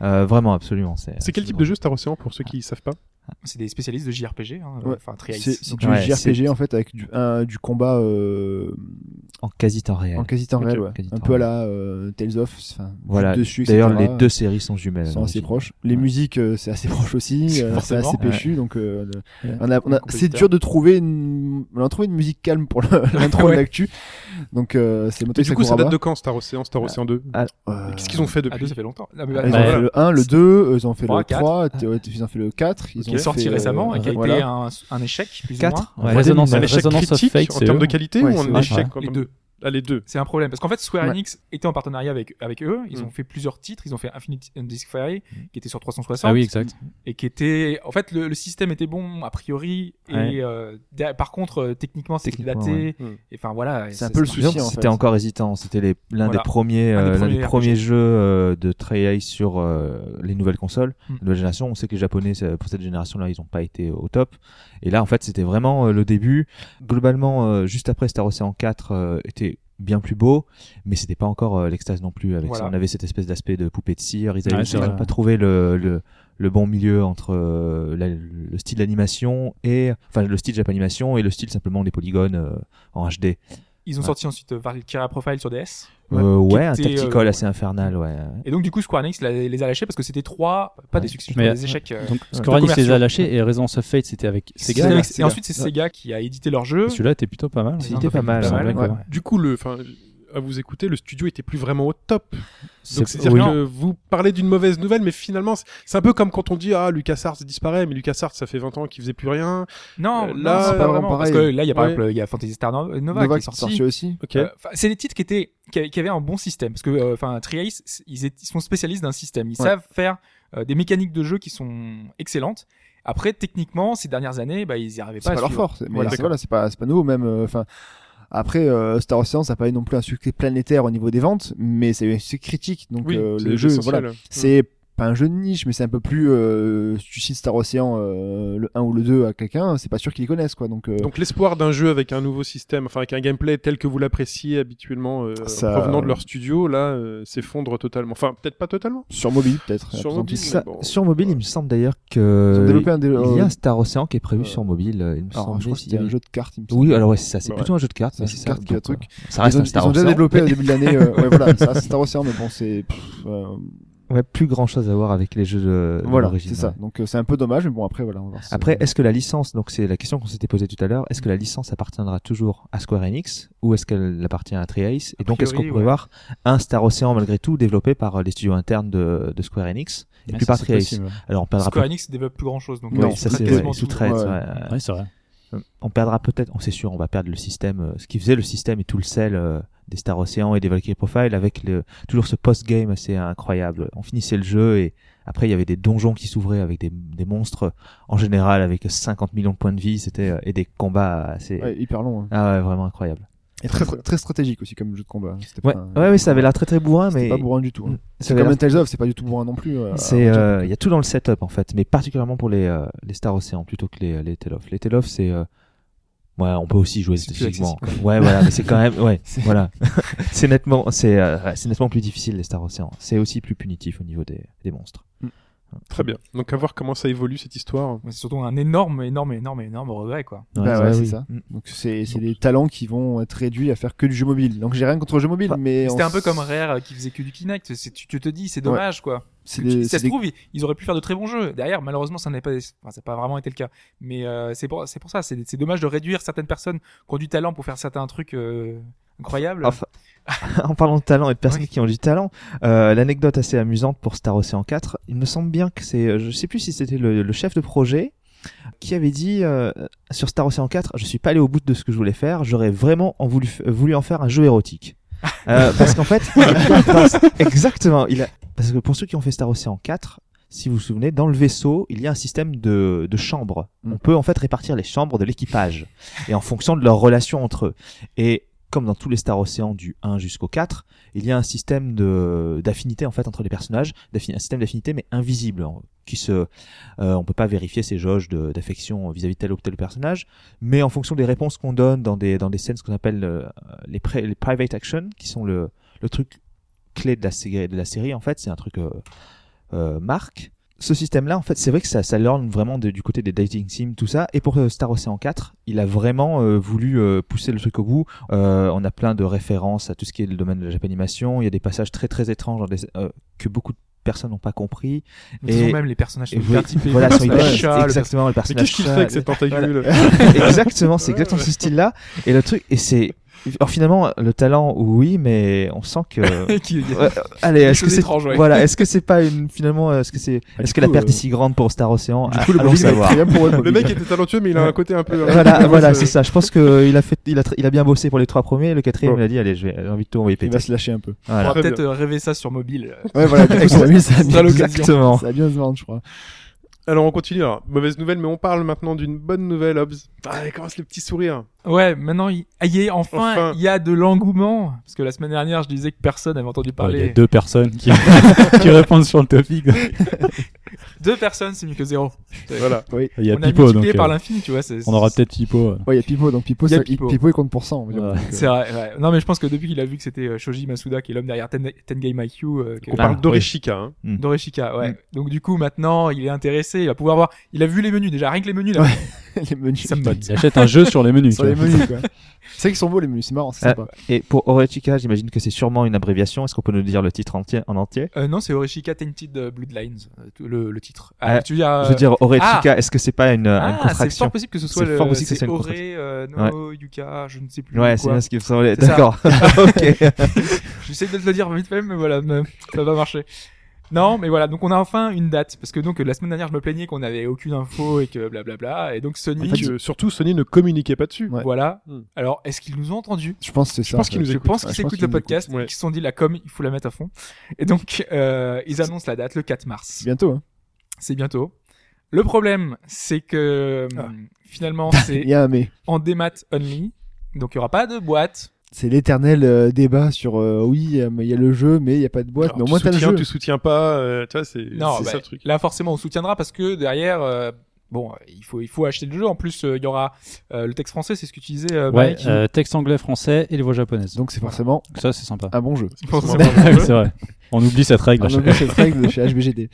G: euh, vraiment, absolument.
C: C'est Ah. quel type de jeu Star Ocean pour ceux qui ne savent pas
D: c'est des spécialistes de JRPG, hein,
F: Ouais.
D: enfin, Trials.
F: C'est c'est
D: Donc,
F: du
G: Ouais,
F: JRPG en fait avec du, un- du combat euh,
G: En quasi temps réel.
F: en quasi temps
G: Ok,
F: réel, ouais.
G: quasi
F: un
G: temps
F: peu à
G: réel.
F: la euh, Tales of, enfin, vue
G: Voilà.
F: de dessus,
G: D'ailleurs,
F: etc.
G: les deux séries sont jumelles. hein,
F: sont
G: alors,
F: assez
G: je-
F: proches. Les
G: Ouais.
F: musiques, euh, c'est assez proche aussi. euh, c'est
D: Forcément.
F: assez péchu, donc euh, le-
E: Ouais.
F: on a- on a- c'est dur de trouver une, on a trouvé une musique calme pour le- <laughs> l'intro
D: Ouais.
F: de l'actu. Donc euh, c'est Motoy
C: Et du coup, ça
F: Sakuraba.
C: date de quand Star Ocean, Star Ocean 2
F: Euh,
C: Qu'est-ce qu'ils ont fait
D: à
C: depuis
D: ah, deux, ça fait longtemps. Non, mais
F: Ah, ils ont
D: attends,
E: Ouais.
F: fait
D: voilà.
F: le 1, le 2, ils ont fait
D: Trois, Ah.
F: le 3, ils ont fait le 4, ils
D: Qui
F: ont
D: est sorti
F: fait, euh,
D: récemment et qui a
F: voilà.
D: été un, un échec, plus ou moins.
G: Quatre Ouais.
E: Résonance,
C: Un échec
E: Résonance Bah, of
C: critique
E: Fate,
C: en
E: c'est
C: termes
E: eux.
C: de qualité
F: Ouais,
C: ou
F: c'est
C: un
F: vrai.
C: échec
E: Ouais.
C: en
D: Les
C: termes-
D: deux.
C: Ah, les deux.
D: C'est un problème. Parce qu'en fait, Square
F: Ouais. Mm.
D: Enix était en partenariat avec, avec eux. Ils ont fait plusieurs titres. Ils ont fait Infinite Disc Fairy, qui était sur 360.
E: Ah oui, exact.
D: Et qui était. En fait, le, le système était bon, a priori.
G: Ouais.
D: Et euh, derrière- par contre, euh, techniquement, c'était
G: Techniquement,
D: daté.
C: ouais. Mm.
D: Et enfin, voilà.
F: C'est un
D: ça-
F: peu le
D: ça-
F: souci,
G: Disons que
F: en
G: C'était
F: fait.
G: encore hésitant. C'était les- l'un
D: Voilà.
G: des premiers,
D: Un des
G: euh, l'un
D: premiers
G: des
D: RPG.
G: premiers jeux euh, de Treyarch sur euh, les nouvelles consoles,
D: Hmm.
G: nouvelle génération. On sait que les Japonais ça- pour cette génération-là, ils n'ont pas été au top. Et là, en fait, c'était vraiment euh, le début. Globalement, euh, juste après Star Ocean 4 euh, était bien plus beau, mais c'était pas encore euh, l'extase non plus. Avec
D: Voilà.
G: ça, on avait cette espèce d'aspect de poupée de cire. Ils
E: Ouais,
G: avaient
E: c'est
G: ils avaient
E: vrai.
G: pas trouvé le, le le bon milieu entre euh, la- le style d'animation et enfin le style Japanimation et le style simplement des polygones euh, en HD.
D: Ils ont
G: Ouais.
D: sorti ensuite euh, Valkyria Profile sur DS.
F: Ouais,
G: Euh,
D: qui
G: ouais, un
D: était,
G: tactical
D: euh,
G: assez infernal, ouais.
D: Et donc, du coup, Square Enix la- les a lâchés parce que c'était trois, pas
G: Ouais.
D: des succès,
E: Mais-
D: des échecs. euh,
E: Donc
D: Deux
E: Square Enix les
D: commerciaux.
E: a lâchés et Résonance of Fate c'était avec
D: c'est
E: Sega.
D: avec-
F: Sega.
D: et ensuite, c'est Sega qui a édité leur jeu.
E: Celui-là était plutôt pas mal.
D: C'est
G: C'était pas mal. hein,
E: Pas mal,
G: ouais.
E: ouais.
C: Du coup, le, enfin, à vous écouter, le studio était plus vraiment au top.
E: C'est-
C: Donc c'est-à-dire
E: oui.
C: que vous parlez d'une mauvaise nouvelle, mais finalement c'est- c'est un peu comme quand on dit ah LucasArts disparaît, mais LucasArts ça fait 20 ans qu'il faisait plus rien.
D: Non,
C: Euh,
D: là,
C: là,
D: c'est
C: c'est
D: pas
F: vraiment
D: vraiment. Parce que
F: pareil.
D: là, il y a par
C: Ouais.
D: exemple, il y a Fantasy Star No- Nova,
F: Nova
D: qui est sorti.
F: aussi.
C: Ok.
D: Euh, 'fin, c'est des titres qui étaient qui a- qui avaient un bon système parce que euh, enfin Triace c- ils, étaient- ils sont spécialistes d'un système ils
F: Ouais.
D: savent faire euh, des mécaniques de jeu qui sont excellentes après techniquement ces dernières années bah ils n'y arrivaient
F: c'est
D: pas,
F: pas,
D: à
F: leur
D: suivre.
F: force. Mais
C: Voilà,
F: c'est-
C: d'accord.
F: voilà, c'est pas, c'est pas nouveau même. euh, Enfin, après euh, Star Ocean, ça n'a pas eu non plus un succès planétaire au niveau des ventes, mais c'est c'est critique. Donc
C: Oui,
F: euh,
C: c'est
F: le jeu,
C: essentiel.
F: voilà,
C: Mm.
F: c'est pas un jeu de niche, mais c'est un peu plus. Euh, si tu cites Star Ocean euh, le 1 ou le 2 à quelqu'un, c'est pas sûr qu'ils les connaissent quoi. Donc, euh,
C: Donc l'espoir d'un jeu avec un nouveau système, enfin avec un gameplay tel que vous l'appréciez habituellement euh,
F: Ça-
C: provenant de leur studio, là euh, s'effondre totalement. Enfin peut-être pas totalement.
F: sur mobile peut-être.
C: Sur
F: à présent,
C: mobile,
F: ils-
C: mais
G: Ça,
C: bon,
G: sur mobile,
C: voilà.
G: il me semble d'ailleurs
F: Ils ont
G: que
F: développé un. dé-
G: il y a
F: euh,
G: un Star Ocean qui est prévu
F: euh,
G: sur mobile. euh, Il me
F: alors,
G: semble.
F: je crois que c'était un jeu de cartes. Il me semble.
G: Oui, alors ouais, c'est ça. C'est
C: Ouais.
G: plutôt un jeu de cartes.
F: C'est
G: mais
F: un jeu de cartes qui a
G: donc,
F: truc.
G: euh, Ça reste
F: ils ont,
G: un Star
F: ils ont déjà
G: Ocean,
F: développé
G: mais-
F: au début de l'année. euh, ouais, voilà, ça, c'est Star Ocean, mais bon, c'est. pff, euh,
G: Ouais, plus grand chose à voir avec les jeux de, de
F: voilà,
G: l'origine,
F: c'est ça.
G: ouais.
F: Donc euh, c'est un peu dommage, mais bon, après, voilà. On va voir si-
G: Après, est-ce que la licence, donc c'est la question qu'on s'était posée tout à l'heure, est-ce que la licence appartiendra toujours à Square Enix ou est-ce qu'elle appartient à Triace
D: A
G: Et donc, est-ce qu'on
D: priori,
G: pourrait
D: ouais.
G: voir un Star Ocean malgré tout développé par euh, les studios internes de, de Square Enix et
E: Ouais,
G: plus
E: ça,
G: par
E: c'est
G: Triace
E: possible, ouais.
G: Alors, on perdra
D: Square
G: peut-être.
D: Enix développe plus grand chose donc
F: Non,
D: ouais,
G: ça
D: ils
G: c'est
D: traitent
G: ouais,
D: quasiment tout.
G: sous-traite,
F: ouais.
G: ouais.
E: Ouais, c'est vrai.
G: Euh, On perdra peut-être, on c'est sûr, on va perdre le système, euh, ce qui faisait le système et tout le sel euh, des Star Ocean et des Valkyrie Profile avec le, toujours ce post-game assez incroyable. On finissait le jeu et après il y avait des donjons qui s'ouvraient avec des, des monstres en général avec 50 millions de points de vie, c'était euh, et des combats assez
F: Ouais, hyper long. hein.
G: ah ouais, vraiment incroyable.
F: Et très, très stratégique aussi comme jeu de combat. hein. C'était
G: Ouais,
F: pas un-
G: ouais, ouais, ça avait l'air très très bourrin,
F: C'était
G: mais
F: pas bourrin du tout. hein.
G: Mm, ça
F: C'est
G: avait
F: comme un
G: l'air-
F: Tales of, c'est pas du tout bourrin non plus. euh,
G: c'est
F: en Japan.
G: euh, il y a tout dans le setup en fait, mais particulièrement pour les euh, les Star Ocean plutôt que les les Tale of. Les Tale of c'est euh, Ouais, on peut aussi jouer
D: C'est plus
G: stratégiquement. Ouais, voilà, mais
F: <laughs>
G: c'est quand même, ouais, voilà. c'est nettement, c'est, euh, ouais, c'est nettement plus difficile les Star Ocean. C'est aussi plus punitif au niveau des, des monstres.
C: Très bien. Donc à voir comment ça évolue cette histoire.
D: Ouais, c'est surtout un énorme énorme énorme énorme regret quoi
F: Bah ouais, c'est
G: oui.
F: ça.
G: Mm.
F: Donc c'est c'est des talents qui vont être réduits à faire que du jeu mobile. Donc j'ai rien contre le jeu mobile,
D: Bah,
F: mais
D: c'était
F: on-
D: un peu comme Rare euh, qui faisait que du Kinect C'est- tu, tu te dis c'est dommage quoi
F: c'est
D: Tu-
F: des-
D: si ça
F: c'est
D: se
F: des-
D: trouve ils, ils auraient pu faire de très bons jeux derrière malheureusement ça n'a pas enfin, ça n'a pas vraiment été le cas mais euh, c'est pour c'est pour ça c'est c'est dommage de réduire certaines personnes qui ont du talent pour faire certains trucs euh, incroyables
G: Enfin, <laughs> en parlant de talent et de personnes
D: Ouais.
G: qui ont du talent, euh, l'anecdote assez amusante pour Star Ocean 4, il me semble bien que c'est, euh, je sais plus si c'était le, le chef de projet qui avait dit euh, sur Star Ocean 4, je suis pas allé au bout de ce que je voulais faire, j'aurais vraiment en voulu, f- voulu en faire un jeu érotique. Euh, parce qu'en fait, <laughs> dans- exactement, il a, parce que pour ceux qui ont fait Star Ocean 4, si vous vous souvenez, dans le vaisseau, il y a un système de, de chambres.
F: Mm.
G: On peut en fait répartir les chambres de l'équipage et en fonction de leurs relations entre eux. Et comme dans tous les Star Ocean du 1 jusqu'au 4, il y a un système de d'affinité en fait entre les personnages, d'affi- un système d'affinité mais invisible en- qui se euh, on peut pas vérifier ces jauges de- d'affection vis-à-vis de tel ou tel personnage, mais en fonction des réponses qu'on donne dans des dans des scènes ce qu'on appelle euh, les, pri- les private action qui sont le le truc clé de la série de la série en fait, c'est un truc euh, euh, marque ce système-là, en fait, c'est vrai que ça, ça l'orne vraiment de- du côté des dating sims, tout ça. Et pour euh, Star Ocean 4, il a vraiment euh, voulu euh, pousser le truc au bout. Euh, on a plein de références à tout ce qui est le domaine de la japanimation. Il y a des passages très très étranges dans des- euh, que beaucoup de personnes n'ont pas compris.
D: Mais disons
G: Et-
D: même les personnages
G: Et
D: sont hyper
G: oui,
D: typés,
G: voilà,
D: le
G: sont hyper-
D: personnage chat, le
G: exactement le
C: Mais
G: personnage.
C: qu'est-ce qu'il fait
G: chat,
C: avec cette tentacule
G: <laughs> exactement, c'est exactement ce style-là. Et le truc, et c'est, alors finalement, le talent, oui, mais on sent que
D: personnage- qui- qui-
G: Ouais, allez, est-ce que
D: choses
G: c'est
D: étranges, ouais.
G: voilà, est-ce que c'est pas une finalement, euh, est-ce que c'est,
F: Ah,
G: est-ce
F: du
G: que
F: coup,
G: la perte
F: euh,
G: est si grande pour Star Ocean Ah,
F: Du coup, le
G: Allons
F: mobile est
G: savoir.
F: très bien pour eux, <laughs>
C: Le
D: <laughs>
F: mobile.
C: mec était talentueux, mais il a un côté un peu. euh, <laughs>
G: Voilà, voilà, c'est ça. Je pense que il a fait, il a, tr- il a bien bossé pour les trois premiers. Le quatrième,
F: Bon.
G: il a dit, allez, je vais- j'ai envie de tout envoyer
F: il
G: péter.
F: va se lâcher
D: <laughs>
F: un peu.
D: on
G: Voilà.
D: pourra
C: Très
D: peut-être euh, rêver ça sur mobile euh,
F: Ouais, voilà. du coup, ça a mis- ça a mis-
D: sera l'occasion.
G: Exactement.
F: ça a bien se vendre, je crois.
C: Alors on continue. Alors, mauvaise nouvelle, mais on parle maintenant d'une bonne nouvelle, Hobbs. Ah, il commence le petit sourire.
D: ouais maintenant il ah, y est enfin il
C: Enfin.
D: y a de l'engouement parce que la semaine dernière je disais que personne n'avait entendu
E: Ouais, Il y
D: parler
E: a deux personnes qui, <laughs> qui répondent sur le topic.
D: deux personnes c'est mieux que zéro
C: Voilà.
F: Oui.
E: Il y a
D: on a
E: Pipo, donc
D: multiplié par
E: euh,
D: l'infini tu vois c'est-
E: on aura peut-être Pipo. euh.
F: Ouais, il y a Pipo, donc Pipo,
D: Il y a
F: ça- il-
D: Pipo.
F: Pipo, il compte pour 100. on va dire.
E: Ouais.
F: Donc, euh,
D: C'est vrai, ouais. Non, mais je pense que depuis qu'il a vu que c'était euh, Shoji Masuda, qui est l'homme derrière Ten, Ten Game IQ, euh, que-
C: On
G: Ah,
C: parle
G: oui.
C: d'Oreshika. Hein.
D: Doreshika,
G: Mm.
D: ouais. Donc du coup, maintenant, il est intéressé, il va pouvoir voir. Il a vu les menus déjà, rien que les menus là.
F: <laughs> les menus.
D: Ça me botte.
E: Il achète un jeu sur les menus.
F: <laughs> Sur
E: tu
F: les
E: vois.
F: menus, quoi. C'est qu'ils sont beaux les menus, c'est marrant, c'est
G: Ah.
F: sympa.
G: Et pour Orechika, j'imagine que c'est sûrement une abréviation. Est-ce qu'on peut nous dire le titre entier, en entier
D: Euh, non, c'est Orishika Tainted Bloodlines, euh, tout- le, le titre.
G: Ah,
D: tu veux dire, euh,
G: Je veux dire, Orechika, est-ce que c'est pas une, une
D: ah, c'est fort
G: contraction
D: possible que ce soit
G: C'est
D: le.
G: fort possible que ce soit une
D: Ore, euh, No, Yuka, je ne sais plus.
G: Ouais, c'est
D: quoi.
G: bien ce qu'il me semblait.
D: C'est ça.
G: D'accord. <laughs> ok.
D: J'essaie de te le dire vite fait, mais voilà, mais ça va marcher. Non, mais voilà, donc on a enfin une date, parce que donc euh, la semaine dernière je me plaignais qu'on n'avait aucune info et que blablabla, et donc Sony,
C: Et que, surtout, Sony ne communiquait pas dessus.
F: Ouais.
D: voilà.
C: Hmm.
D: Alors, est-ce qu'ils nous ont entendus
F: Je pense que c'est ça.
C: Je pense qu'ils nous
D: Je
C: écoutent.
D: pense
F: ouais,
D: qu'ils
F: je pense
D: écoutent
F: qu'ils
D: le
F: nous
D: podcast,
C: écoutent, ouais.
D: et qu'ils se sont dit la com, il faut la mettre à fond. Et donc, euh, ils annoncent la date, le 4 mars.
F: C'est bientôt. Hein.
D: C'est bientôt. Le problème, c'est que
C: Ah.
D: hum, finalement,
F: Bah, Il
D: c'est
F: y a un mais.
D: en démat only. Donc, il n'y aura pas de boîte.
F: C'est l'éternel euh, débat sur euh, oui, euh, mais il y a le jeu, mais il y a pas de boîte.
C: Alors,
F: mais au
C: tu
F: moins t'as le
C: soutiens,
F: jeu.
C: Tu soutiens pas, euh, tu vois, c'est
D: Non,
C: c'est
D: bah,
C: ça le truc.
D: Là, forcément, on soutiendra parce que derrière, euh, bon, il faut, il faut acheter le jeu. En plus, euh, il y aura euh, le texte français, c'est ce qu'utilisait euh,
E: Ouais,
D: Mike.
E: euh, texte anglais, français et les voix japonaises. Donc
F: Donc c'est forcément
E: ça, c'est sympa.
F: un bon jeu.
D: Forcément.
E: c'est vrai. On oublie cette règle. à
F: Un
E: chaque-
F: oublie cette règle
D: <laughs>
F: de chez HBGT.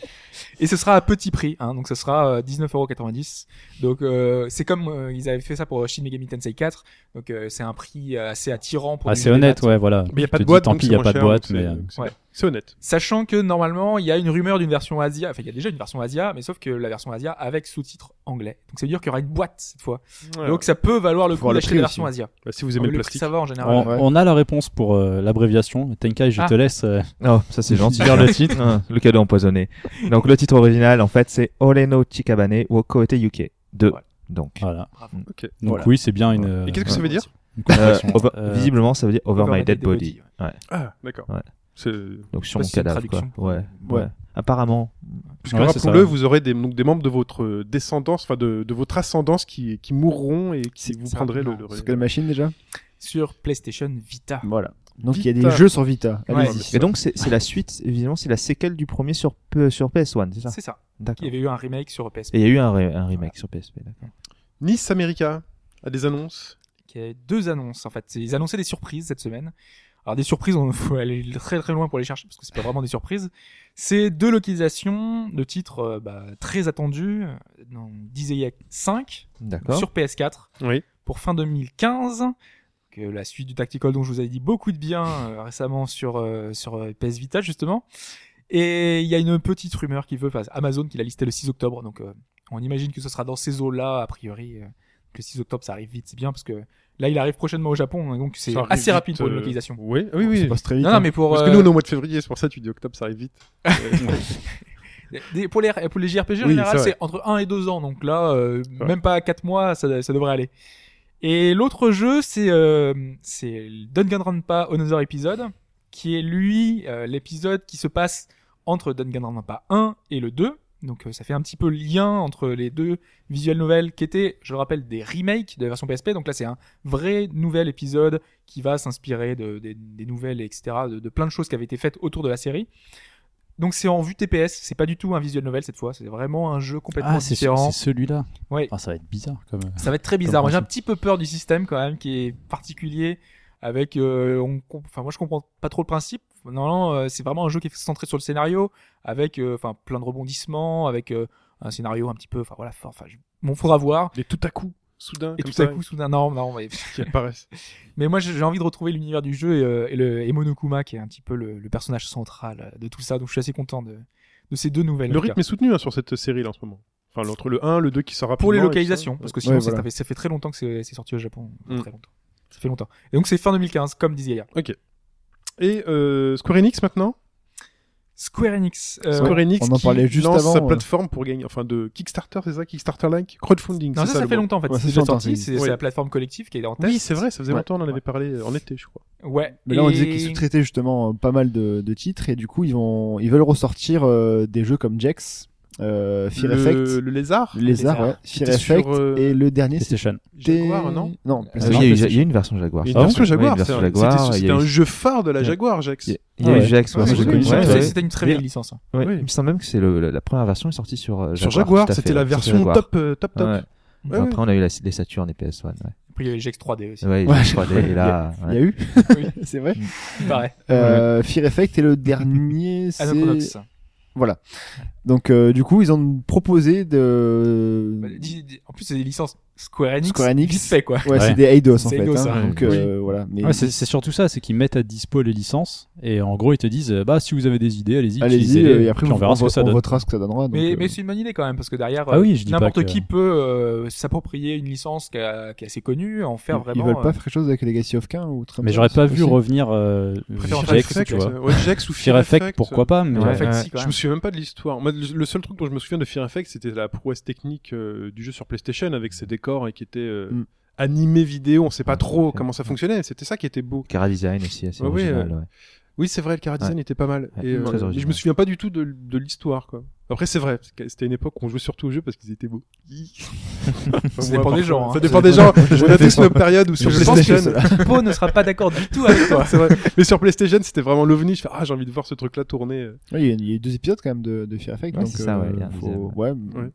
D: Et ce sera à petit prix, hein, donc ce sera euh, 19,90€. Donc euh, c'est comme euh, ils avaient fait ça pour Shin Megami Tensei 4, donc euh, c'est un prix euh, assez attirant pour
E: Ah,
D: du
E: c'est
D: jeu
E: honnête,
D: des maths.
E: ouais, voilà.
C: Mais il y a
E: Tu
C: pas
E: te
C: de
E: dis,
C: boîte.
E: Tant
C: donc
E: pis,
C: c'est
E: il n'y a
C: moins
E: pas de
C: cher,
E: boîte, hein,
C: donc
E: mais.
C: c'est-
E: euh,
C: donc c'est-
D: Ouais.
C: C'est honnête.
D: Sachant que normalement il y a une rumeur d'une version Asia, enfin il y a déjà une version Asia, mais sauf que la version Asia avec sous-titres anglais. Donc ça veut dire qu'il y aura une boîte cette fois.
C: Ouais.
D: Donc ça peut valoir le
F: Faut
D: coup
F: voir le
D: d'acheter
F: prix
D: la version
F: aussi.
D: Asia.
C: Bah, si vous aimez
D: Ah,
C: le
D: mais prix,
C: plastique.
D: ça va en général.
E: On,
F: ouais.
E: on a la réponse pour euh, l'abréviation. Tenkai, je
D: Ah.
E: te laisse. euh,
G: Oh, ça c'est gentil. <laughs>
E: Dire le titre.
G: Hein, le cadeau empoisonné. Donc le titre original, en fait, c'est Oreno Chikabane wo Koete Yuke 2.
D: Ouais. Ah,
G: Donc.
E: Voilà.
C: Ok.
E: Donc
D: Voilà.
E: oui, c'est bien une. euh,
C: Et qu'est-ce que ça veut dire
G: <laughs>
E: une contraction.
G: Euh, over-
E: Euh,
G: Visiblement, ça veut dire Over, My Dead Body.
C: Ah, d'accord.
G: Ouais.
C: C'est-
G: Donc
D: Je sais
G: sur mon
D: pas si
G: cadavre,
D: c'est une
G: quoi.
D: traduction.
G: Ouais.
F: Ouais.
G: ouais. Apparemment.
C: Parce
E: Ouais,
C: que
E: c'est ça.
C: rappelons-le, vous aurez des, donc, des membres de votre descendance, enfin de, de votre ascendance qui, qui mourront et qui
D: C'est
C: vous
D: ça.
C: prendrez le.
D: Non.
C: le-
F: C'est quelle machine déjà
D: Sur PlayStation Vita.
F: Voilà. Donc il y a des
C: Vita.
F: jeux sur Vita.
D: Ah. Ouais.
F: Allez-y.
G: Et donc c'est c'est la suite, évidemment, c'est la séquelle du premier sur, P- sur PS1, c'est ça
D: C'est ça. Il y
G: D'accord.
D: avait eu un remake sur E PSP.
G: Et il y a eu un, re- un remake sur PSP, d'accord.
C: Nice America a des annonces.
D: qui avait deux annonces en fait. Ils annonçaient des surprises cette semaine. Alors des surprises, on <laughs> faut aller très très loin pour les chercher parce que c'est pas vraiment des surprises. C'est deux localisations de titres euh, bah, très attendus dans Disgaea 5
G: D'accord.
D: sur PS4
C: Oui.
D: pour fin 2015. Que euh, la suite du Tactical dont je vous avais dit beaucoup de bien euh, récemment sur euh, sur euh, PS Vita justement. Et il y a une petite rumeur qui veut, enfin Amazon qui l'a listé le 6 octobre, donc euh, on imagine que ce sera dans ces eaux-là a priori. euh, que le 6 octobre ça arrive vite, c'est bien parce que là il arrive prochainement au Japon, hein, donc c'est
C: Ça arrive
D: assez
C: vite,
D: rapide pour une
C: euh,
D: localisation.
C: Oui, oui,
F: Ça
C: oui.
F: passe très vite.
D: Non, non,
F: hein.
D: mais pour
C: Parce que
D: euh,
C: nous on est au mois de février, c'est pour ça que tu dis octobre, ça arrive vite. Euh,
D: Des- pour les, pour les JRPG, en
C: Oui,
D: général,
C: c'est vrai.
D: c'est entre 1 et 2 ans. Donc là, euh,
C: vrai.
D: même pas 4 mois, ça, ça devrait aller. Et l'autre jeu, c'est euh, c'est Danganronpa Another Episode, qui est lui euh, l'épisode qui se passe entre Danganronpa 1 et le 2. Donc euh, ça fait un petit peu lien entre les deux visual novels qui étaient, je le rappelle, des remakes de la version PSP. Donc là, c'est un vrai nouvel épisode qui va s'inspirer de, des- des nouvelles, etc., de, de plein de choses qui avaient été faites autour de la série. Donc c'est en vue TPS, c'est pas du tout un visual novel cette fois, c'est vraiment un jeu complètement
E: Ah, c'est ce-
D: différent.
E: c'est celui-là.
D: Ouais.
E: Ah, ça va être bizarre comme.
D: Ça va être très bizarre. Moi, j'ai un
E: principe.
D: petit peu peur du système quand même qui est particulier. Avec, euh, on, comp- enfin, moi, je comprends pas trop le principe. Non, non, euh, c'est vraiment un jeu qui est centré sur le scénario, avec, euh, enfin, plein de rebondissements, avec euh, un scénario un petit peu, enfin voilà, fort. Enfin, je- bon, faudra voir.
C: Et tout à coup, soudain,
D: Et
C: comme
D: tout à
C: ça,
D: coup, soudain, non, non, mais,
C: qui apparaissent.
D: mais moi, j'ai j'ai envie de retrouver l'univers du jeu et, euh, et le et Monokuma qui est un petit peu le, le personnage central euh, de tout ça. Donc, je suis assez content de, de ces deux nouvelles.
C: Le
D: en tout cas.
C: rythme est soutenu hein, sur cette série là en ce moment. Enfin, entre le 1, le 2 qui sort rapidement.
D: pour les
C: et tout ça.
D: localisations parce que sinon
F: Ouais,
D: ça-
F: voilà.
D: ça, fait, ça fait très longtemps que c'est c'est sorti au Japon
C: Mm.
D: très longtemps ça fait longtemps et donc c'est fin 2015 comme disait hier
C: Et euh, Square Enix maintenant
D: Square Enix euh,
C: Square Enix
F: on en
C: qui
F: parlait juste
C: lance
F: avant,
C: sa
F: ouais.
C: plateforme pour gagner, enfin de Kickstarter, c'est ça Kickstarter-like Crowdfunding,
D: non
C: c'est
D: ça,
C: ça
D: ça
C: le
D: fait
C: mot.
D: longtemps en fait
F: Ouais, ça
D: c'est
F: fait
D: déjà
F: longtemps,
D: sorti
F: ça
D: c'est
C: existe.
D: c'est la
C: Ouais.
D: plateforme collective qui est en test
C: Oui, c'est vrai, ça faisait
F: Ouais.
C: longtemps, on en avait parlé euh, en été, je crois.
D: ouais
F: Mais là, on disait
D: et-
F: qu'ils sous-traitaient justement euh, pas mal de, de titres et du coup, ils vont, ils veulent ressortir euh, des jeux comme Jax, euh, Fear
C: Le,
F: Effect,
C: le lézard
F: le Lézard,
D: Lézard,
F: ouais,
C: qui
F: Fear
C: était sur,
F: Effect
C: euh,
F: et le dernier, c'était
E: PlayStation.
C: Jaguar, non Ah,
F: Non,
G: Euh, Il y, a
E: Non,
G: eu-
E: PlayStation.
G: il y a eu une version Jaguar.
C: Il y a
G: Ah
C: une
G: bon
C: version
G: Oui,
C: Jaguar,
G: une
C: c'est
G: version
C: un-
G: Jaguar,
C: c'était-
G: il y
C: c'était
G: a
C: un
G: eu-
C: jeu phare de la
G: Ouais.
C: Jaguar, Jax.
G: Il y a- il y a
E: Ouais.
G: eu Jax.
D: Ouais,
G: moi,
C: c'est
G: Ah, j'ai
C: vrai,
G: connu.
C: oui,
G: Ouais,
D: c'est-
G: ouais.
D: c'était une très
G: Mais-
D: belle licence hein.
G: Ouais,
C: Oui.
G: Il me semble même que c'est le- la, la première version est sortie sur euh, Jaguar.
C: Sur Jaguar,
G: tout à fait,
C: c'était la
G: ouais, sur
C: version
G: Jaguar.
C: top, euh, top, top.
G: Ouais.
C: Ouais, ouais.
G: Après, on a eu la, les Saturn et PS1. Ouais,
D: après il y a eu le GX 3D aussi
G: ouais,
F: Ouais,
G: j'ai 3D, et là.
F: Il
G: ouais.
F: y a eu,
D: Oui.
F: <laughs> c'est vrai.
D: pareil
F: Euh, Fear Effect et le dernier, c'est
D: Anachronox
F: voilà. Donc euh, du coup, ils ont proposé de
D: Bah, dis- dis- En plus, c'est des licences Square Enix.
F: Square Enix.
D: Vite fait, quoi.
F: Ouais, c'est
E: Ouais.
F: des Eidos en
D: C'est
F: fait.
D: Eidos,
F: hein.
D: ça.
F: Donc euh, voilà, mais
E: Ouais, c'est c'est surtout ça, c'est qu'ils mettent à dispo les licences et en gros ils te disent euh, bah si vous avez des idées allez-y,
F: allez-y
E: utilisez-les,
F: euh, et après
E: puis on verra ce que ça
F: on
E: donne.
F: votera ce que ça donnera. donc,
D: Mais,
F: euh,
D: mais c'est une bonne idée quand même, parce que derrière,
E: Ah
D: euh,
E: oui, je dis pas
D: n'importe
E: que-
D: qui peut euh, s'approprier une licence qui a- qui est assez connue, en faire
F: ils
D: vraiment.
F: veulent pas
D: euh,
F: faire quelque chose avec Legacy of Kain ou Tremors,
E: Mais j'aurais pas
F: c'est
E: vu
F: possible.
E: revenir euh,
D: préfère en faire
E: Jax,
D: Effect,
E: tu vois.
C: euh, ouais, Jax ou
E: Fear Effect, pourquoi pas mais
D: Fear
E: euh,
D: Effect,
G: ouais.
D: si, quand
C: Je
D: même.
C: me souviens même pas de l'histoire. Moi, le le seul truc dont je me souviens de Fear Effect, c'était la prouesse technique euh, du jeu sur PlayStation avec ses décors et qui était euh,
F: Mm.
C: animé vidéo. On sait pas trop comment ça fonctionnait. C'était ça qui était beau.
G: Cara Design aussi, assez
C: Ouais, oui,
G: original. ouais.
C: Oui, c'est vrai, le chara design était pas mal.
G: Ouais,
C: et, euh,
G: très
C: mais je me
G: original.
C: souviens pas du tout de, de l'histoire, quoi. Après, c'est vrai, parce que c'était une époque où on jouait surtout aux jeux parce qu'ils étaient beaux.
D: Ça dépend des gens, hein.
C: Ça
D: <laughs>
C: dépend des
E: <laughs>
C: gens. On a tous nos périodes où sur
F: Je pense que
C: PlayStation.
D: Hippo ne sera pas d'accord du tout avec
E: <laughs>
D: toi.
C: C'est vrai. Mais sur PlayStation, c'était vraiment l'ovni. Je fais, ah, j'ai envie de voir ce truc-là tourner.
F: <laughs> Ouais, il y a- il y, a eu deux épisodes quand même de, de Fear Effect.
G: Ouais,
F: donc,
G: c'est ça,
F: euh,
G: ouais, il y a un
F: faut-
G: deuxième,
F: ouais.
C: Ouais.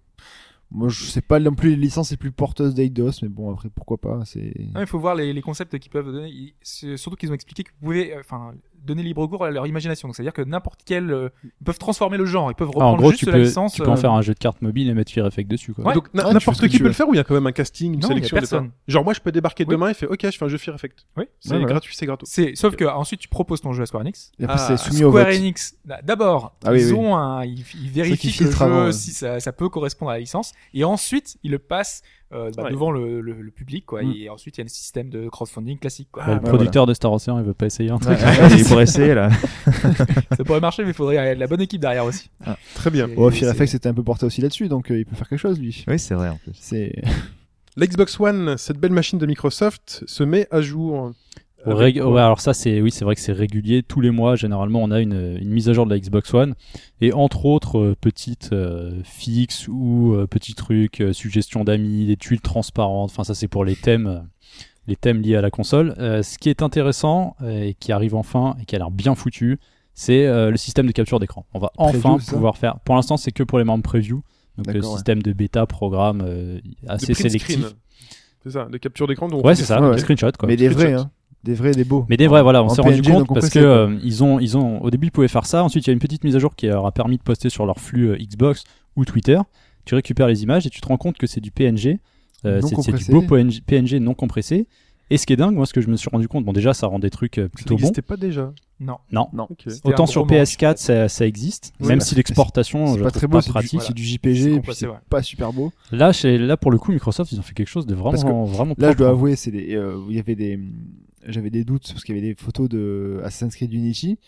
F: Moi, je sais pas non plus les licences les plus porteuses d'Eidos, mais bon, après, pourquoi pas. C'est.
D: Non, il faut voir les, les concepts qu'ils peuvent donner. Ils- c'est- Surtout qu'ils ont expliqué que vous pouvez euh, enfin, donner libre cours à leur imagination. Donc, c'est-à-dire que n'importe quel. euh, ils peuvent transformer le genre. Ils peuvent
E: ah,
D: reprendre
E: en gros,
D: juste
E: tu
D: la
E: peux,
D: licence.
E: tu peux en
D: euh,
E: faire un jeu de cartes mobile et mettre Fear Effect dessus. Quoi.
D: Ouais.
C: Donc,
F: Ah, tu
C: na-
F: fais ce
C: n'importe
F: que
C: qui
F: tu
C: peut
F: veux.
C: le faire ou il y a quand même un casting, une
D: Non, il y a
C: sélection au départ
D: personne.
C: Genre, moi, je peux débarquer
D: Oui.
C: demain et faire, ok, je fais un jeu Fear Effect.
D: Oui.
C: C'est
F: Ouais, ouais.
C: gratuit, c'est gratuit.
D: C'est, sauf que ensuite tu proposes ton jeu à Square Enix.
F: Et après, c'est
C: Ah,
F: soumis au vote.
D: Square Enix, Bah, d'abord,
F: Ah oui,
D: ils
F: oui.
D: ont un, ils, ils vérifient
F: qu'ils
D: que le
F: filtrent
D: jeu,
F: avant, ouais.
D: si ça, ça peut correspondre à la licence, et ensuite ils le passent euh, bah,
C: Ouais.
D: devant le, le- le public, quoi.
F: Mm.
D: Et ensuite il y a le système de crowdfunding classique, quoi.
E: Bah, le
F: bah,
E: producteur de Star Ocean, il veut pas essayer hein. un <laughs> truc.
G: Ouais, il pourrait essayer là. <laughs>
D: ça pourrait marcher, mais il faudrait euh, de la bonne équipe derrière aussi.
C: Très bien.
F: Oh,
D: Et
F: Fear
D: c'est-
F: Effect, c'était un peu porté aussi là-dessus, donc euh, il peut faire quelque chose, lui.
G: Oui, c'est vrai en plus.
F: C'est.
C: La Xbox One, cette belle machine de Microsoft, se met à jour. euh,
E: Au
C: Avec-
E: rég- ouais, alors ça, c'est oui, c'est vrai que c'est régulier. Tous les mois, généralement, on a une, une mise à jour de la Xbox One et entre autres euh, petites euh, fixes ou euh, petits trucs, euh, suggestions d'amis, des tuiles transparentes. Enfin, ça, c'est pour les thèmes, euh, les thèmes liés à la console. Euh, ce qui est intéressant euh, et qui arrive enfin et qui a l'air bien foutu, c'est euh, le système de capture d'écran. On va
F: Preview,
E: enfin
F: ça
E: pouvoir faire. Pour l'instant, c'est que pour les membres preview. Donc le
F: D'accord, ouais.
E: système de bêta programme euh,
C: de
E: assez
C: print
E: sélectif.
C: screen. C'est ça, de capture d'écran. dont on fait
E: Ouais, c'est
C: des-
E: ça,
F: Ouais,
E: des
F: ouais.
E: screenshots quoi.
F: Mais des vrais,
C: Screenshot.
F: hein. Des vrais, des beaux.
E: Mais des vrais, voilà, on
F: En
E: s'est rendu
F: PNG,
E: compte
F: donc on
E: parce que
F: pressait, quoi.
E: euh, ils ont, ils ont, au début, ils pouvaient faire ça. Ensuite, il y a une petite mise à jour qui leur a permis de poster sur leur flux euh, Xbox ou Twitter. Tu récupères les images et tu te rends compte que c'est du PNG. Euh,
F: Non
E: c'est c'est du
F: compressé.
E: beau PNG, PNG non compressé. Et ce qui est dingue, moi, ce que je me suis rendu compte, bon, déjà, ça rend des trucs euh,
C: Ça
E: plutôt bons.
C: n'existait pas déjà.
D: Non.
E: Non.
F: Non.
C: Ok.
D: C'était un
E: Autant
D: gros
E: sur
D: manque.
E: PS4, ça, ça existe,
F: Ouais,
E: même
F: bah,
E: si l'exportation,
F: C'est
E: je
F: pas
E: la
F: très
E: trouve
F: beau,
E: pas
F: c'est du,
E: pratique.
F: c'est du
D: C'est
F: JPG, puis
D: compressé,
F: c'est
D: ouais.
F: pas super beau.
E: Là, chez, là, pour le coup, Microsoft, ils ont fait quelque chose de vraiment,
F: Parce que Là,
E: vraiment
F: je
E: propre.
F: dois avouer, c'est des, euh, il y avait des, j'avais des doutes parce qu'il y avait des photos de Assassin's Creed Unity.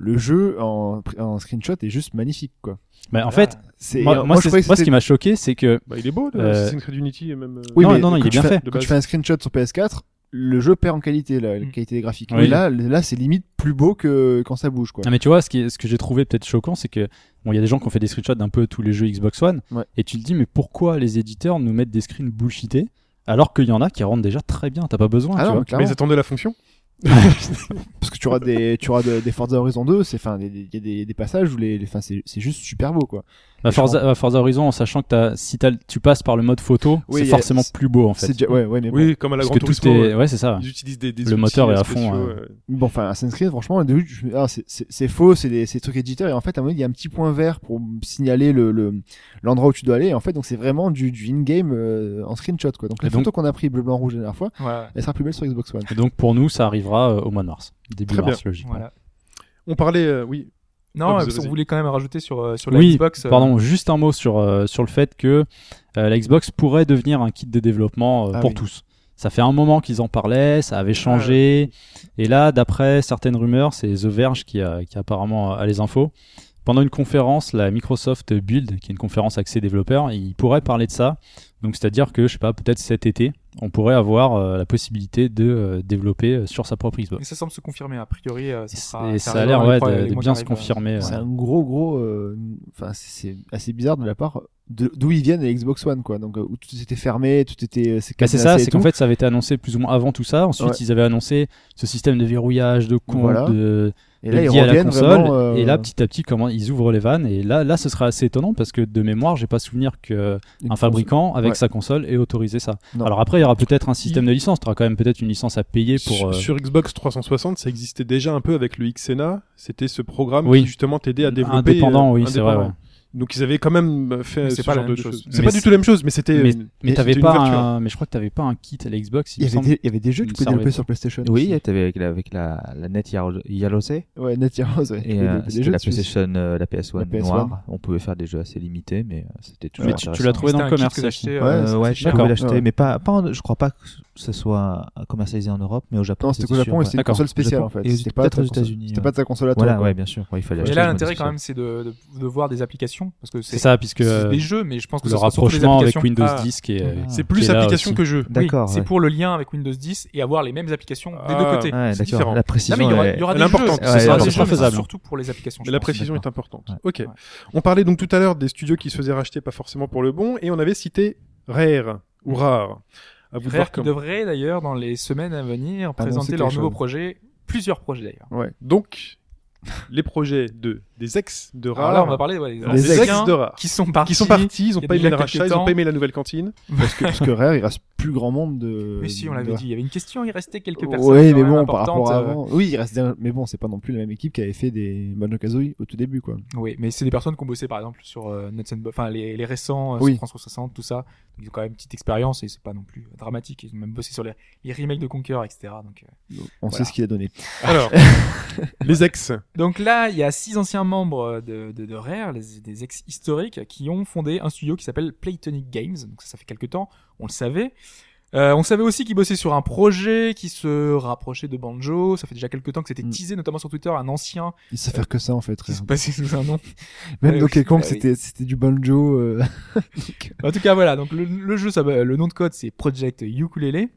F: Le jeu en, en screenshot est juste magnifique, quoi.
E: Mais en
D: Là,
E: fait,
F: C'est,
E: moi,
F: euh,
E: moi, c'est-
F: je croyais que
E: moi, ce qui
F: c'était-
E: m'a choqué, c'est que
C: Bah, il est beau, le
E: Euh,
C: Assassin's Creed Unity. et Même, euh,
F: Oui,
E: Non,
F: mais
E: non, non,
F: quand
E: il est
F: tu
E: bien
F: fais-
E: fait.
C: De
F: Quand tu
C: base.
F: fais un screenshot sur PS4, le jeu perd en qualité, la, la
D: Mm.
F: qualité graphique.
E: Oui.
F: Mais là, là, c'est limite plus beau que quand ça bouge, quoi.
E: Ah, mais tu vois, ce, qui est- ce que j'ai trouvé peut-être choquant, c'est que bon, il y a des gens qui ont fait des screenshots d'un peu tous les jeux Xbox One,
F: Ouais.
E: et tu te dis mais pourquoi les éditeurs nous mettent des screens bullshités alors qu'il y en a qui rendent déjà très bien, t'as pas besoin.
F: Ah
E: tu
F: non,
E: vois.
F: mais
C: Mais
F: clairement,
C: ils attendaient la fonction.
F: parce que tu auras des, tu auras de- des Forza Horizon 2, c'est, enfin, des- des- il y a des, des passages où les, les- enfin, c'est, c'est juste super beau, quoi.
E: Bah, Forza, bah, Forza Horizon, en sachant que t'as- si t'as- tu passes par le mode photo,
F: Oui,
E: c'est
F: y a-
E: forcément
F: c'est-
E: plus beau en fait.
F: C'est, déjà- ouais, ouais, mais bon.
C: Oui, comme à la
E: Parce
C: Grand
E: que tout
C: Turismo.
E: est,
F: euh.
C: ouais.
E: ouais, c'est ça.
C: Ils utilisent des, des
E: Le
C: outils
E: moteur est à
C: spéciaux,
E: fond, hein.
C: euh,
F: Bon, enfin, Assassin's Creed, franchement, au début, je me dis, ah, c'est- c'est c'est faux, c'est des c'est des trucs éditeurs. Et en fait, à un moment, il y a un petit point vert pour me signaler l'endroit le, l'endroit où tu dois aller. Et en fait, donc c'est vraiment du, du in-game euh, en screenshot. Quoi. Donc la
E: Et donc-
F: photo qu'on a pris bleu, blanc, rouge la dernière fois,
D: Voilà.
F: elle sera plus belle sur Xbox One.
E: Et donc pour nous, ça arrivera euh, au mois de mars, début
C: Très
E: mars logiquement.
D: voilà.
C: On parlait, euh, oui,
D: Non,
C: Ah, vous-
D: parce qu'on
C: vas-y.
D: voulait quand même rajouter sur, euh, sur la
E: Oui,
D: Xbox. euh,
E: Pardon, juste un mot sur, euh, sur le fait que euh, la Xbox pourrait devenir un kit de développement euh,
F: Ah
E: pour
F: oui.
E: tous. Ça fait un moment qu'ils en parlaient, ça
D: Ah
E: avait changé. Et là, d'après certaines rumeurs, c'est The Verge qui, a, qui apparemment a les infos. Pendant une conférence, la Microsoft Build, qui est une conférence axée développeurs, ils pourraient parler de ça. Donc, c'est-à-dire que, je sais pas, peut-être cet été, on pourrait avoir euh, la possibilité de euh, développer euh, sur sa propre Xbox.
D: Mais ça semble se confirmer. A priori, euh,
E: Et,
D: ça, sera,
E: ça a
D: arrivera
E: l'air
D: dans les
E: ouais,
D: trois- les
E: de, de
D: mois qui
E: bien se
D: arrivent, euh.
E: confirmer. ouais.
F: C'est un gros, gros. euh, Enfin, c'est c'est assez bizarre de la part de- d'où ils viennent les Xbox One, quoi. Donc euh, où tout était fermé, tout était. euh,
E: Bah, c'est ça,
F: cadenassé et
E: c'est qu'en
F: tout.
E: fait ça avait été annoncé plus ou moins avant tout ça. Ensuite
F: Ouais.
E: ils avaient annoncé ce système de verrouillage, de compte,
F: Voilà.
E: de,
F: Et
E: de
F: là, ils
E: lié à la
F: reviennent
E: console.
F: vraiment. euh,
E: Et là petit à petit comment ils ouvrent les vannes. Et là là ce serait assez étonnant parce que de mémoire j'ai pas souvenir que
F: une
E: un
F: console.
E: fabricant avec
F: Ouais.
E: sa console ait autorisé ça.
F: Non.
E: Alors après il y aura peut-être un système de licence, tu auras quand même peut-être une licence à payer
C: sur,
E: pour. euh,
C: sur Xbox 360, ça existait déjà un peu avec le XNA. C'était ce programme
E: Oui.
C: qui justement t'aidait à développer.
E: indépendant,
C: euh,
E: oui c'est vrai.
C: indépendant.
E: ouais.
C: Donc ils avaient quand même euh, fait
D: Mais
C: ce
D: c'est pas la
C: genre
D: même
C: de
D: chose.
C: choses.
D: Mais
C: C'est pas du
E: c'est-
C: tout la même chose, mais c'était. euh,
E: mais
C: c'était
E: mais t'avais
C: une
E: pas
C: ouverture.
E: un- mais je crois que t'avais pas un kit à la Xbox
F: Il
E: il
F: y,
E: me
F: avait
E: semble.
F: des, il y avait des jeux
E: Il
F: que tu pouvais
E: me semble.
F: développer sur PlayStation.
G: Oui,
F: aussi.
G: t'avais avec la, avec la, la net Yaro- Yarosé.
F: Ouais, Net Heroes, ouais. Tu
G: Et
F: pouvais développer
G: euh,
F: des
G: c'était
F: jeux
G: la
F: dessus.
G: PlayStation, euh, la PS1,
F: La PS1.
G: noire. On pouvait faire des jeux assez limités, mais euh, c'était toujours
E: mais tu, tu l'as
G: intéressant.
E: trouvé dans le commerce ça.
D: acheté.
F: Ouais,
G: Euh,
F: c'est-
G: ouais,
F: c'est
G: j'ai
F: cher. D'accord.
G: trouvé l'acheter,
F: Ouais.
G: mais pas, pas en- je crois pas que ce soit commercialisé en Europe, mais au Japon.
F: Non, c'était qu'au Japon et
G: sûr,
F: c'était une
E: D'accord.
F: console spéciale
G: Au
F: en fait.
G: Japon. Et
F: C'était pas
G: peut-être
F: ta
G: aux
F: console-
G: États-Unis,
F: C'était
G: ouais.
F: pas ta console à toi.
G: Voilà,
F: quoi.
G: ouais, bien sûr. Ouais, il fallait
D: Et
G: acheter
D: là,
G: une
D: l'intérêt
G: console.
D: quand même, c'est de, de, de voir des applications, parce que
E: C'est
D: c'est
E: ça, puisque
D: c'est des
E: euh,
D: jeux, mais je pense que
E: le
D: ça sera surtout des
E: rapprochement avec
D: applications.
E: Windows
D: Ah,
E: 10 qui est.
G: Ah.
C: C'est plus
E: qui est là
C: application
E: aussi.
C: que jeu.
D: oui,
G: D'accord.
D: c'est
G: ouais.
D: pour le lien avec Windows 10 et avoir les mêmes applications des
C: Ah.
D: deux côtés.
G: Ouais,
C: c'est différent.
G: d'accord. La précision.
D: Non, mais il y aura, il y aura des jeux.
C: l'important,
D: ce
G: c'est
D: sera
G: ça,
D: des
G: c'est
D: jeux, mais ce sera
E: faisable.
D: surtout pour les applications. je
C: Mais la
D: pense.
C: précision est
G: d'accord.
C: importante.
G: Ouais.
C: Ok.
D: Ouais.
C: On parlait donc tout à l'heure des studios qui se faisaient racheter pas forcément pour le bon, et on avait cité Rare ou Rare. À vous de voir
D: Rare qui
C: comment.
D: devrait d'ailleurs dans les semaines à
G: Ah
D: venir
F: Annoncer
D: présenter
F: quelque
D: leurs nouveaux
F: chose.
D: projets, plusieurs projets d'ailleurs.
F: Ouais.
C: Donc, les projets de des ex de Rare.
D: Alors là, on va parler ouais, des
C: Alors, des Ah. ex
D: anciens
C: de Rare.
D: qui sont partis.
C: Qui sont partis, ils ont
D: il y a
C: pas aimé
D: déjà
C: le
D: quelques
C: rachat, ils ont
D: temps.
C: pas aimé la nouvelle
D: <laughs>
C: cantine.
F: Parce que, parce que Rare, il reste plus grand monde de.
D: Mais si, on
G: Euh,
D: l'avait
F: de-
D: dit, il y avait une question, il restait quelques personnes.
F: Oui,
D: quand
F: mais
D: même
F: bon, par rapport à
D: importantes, euh,
F: avant. Oui, il reste. des- Mais bon, c'est pas non plus la même équipe qui avait fait des Banjo Kazooie au tout début, quoi.
D: Oui, mais c'est des personnes qui ont bossé par exemple sur euh, Nuts and Bolts, enfin les, les récents euh,
F: Oui.
D: sur France 360, tout ça. Ils ont quand même une petite expérience et c'est pas non plus euh, dramatique. Ils ont même bossé sur les, les remakes de Conquer, etc. Donc, euh.
F: On
D: Voilà.
F: sait ce qu'il a donné.
C: Alors, <laughs> les ex.
D: donc là, il y a six anciens membres euh, de, de, de Rare, les- des ex historiques, qui ont fondé un studio qui s'appelle Playtonic Games. Donc ça, ça fait quelques temps, on le savait. Euh, on savait aussi qu'ils bossaient sur un projet qui se rapprochait de Banjo. Ça fait déjà quelques temps que c'était
F: Mm.
D: teasé, notamment sur Twitter, un ancien
F: Il sait faire que ça, en fait.
D: qui se
F: Rare.
D: passait sous un nom.
F: Même
D: Ouais,
F: dans
D: oui.
F: quelconque,
D: Ah oui.
F: c'était c'était du banjo. euh,
D: En tout cas, voilà. Donc le, le jeu, ça, va- le nom de code, c'est
F: <laughs>
D: Project Ukulele.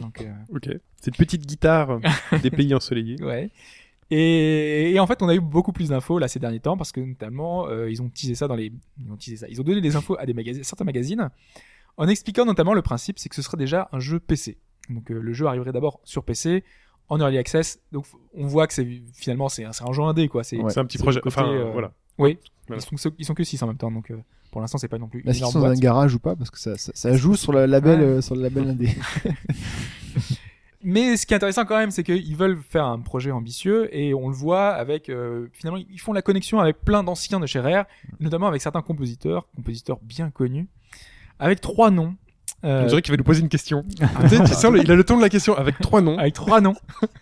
D: Donc, euh,
C: Ok. Cette petite guitare des pays ensoleillés.
D: ouais. Et, et en fait, on a eu beaucoup plus d'infos là ces derniers temps parce que notamment, euh, ils ont teasé ça dans les, ils ont teasé ça. Ils ont donné des infos à des magazines, certains magazines, en expliquant notamment le principe, c'est que ce serait déjà un jeu PC. Donc euh, le jeu arriverait d'abord sur PC en early access. Donc f- on voit que c'est finalement c'est un, c'est un jeu indé quoi. C'est
F: Ouais.
C: C'est un petit
D: C'est
C: projet.
D: le côté,
C: enfin,
D: euh,
C: voilà.
D: ils, sont, ils sont que 6 en même temps. Donc euh, pour l'instant, c'est pas non plus. une
F: Est-ce qu'ils
D: énorme
F: sont Bah, dans un
D: boîte.
F: garage ou pas Parce que ça, ça, ça joue sur le label,
D: Ouais.
F: euh, sur le label indé.
D: Mais ce qui est intéressant quand même, c'est qu'ils veulent faire un projet ambitieux et on le voit avec euh, finalement ils font la connexion avec plein d'anciens de chez Rare,
C: Mm.
D: notamment avec certains compositeurs, compositeurs bien connus, avec trois noms,
C: On
D: euh,
C: dirait qu'il va nous poser une
D: <laughs>
C: question. Tu sais, tu sens le- il a le temps de la question avec trois noms.
D: avec trois noms. <laughs>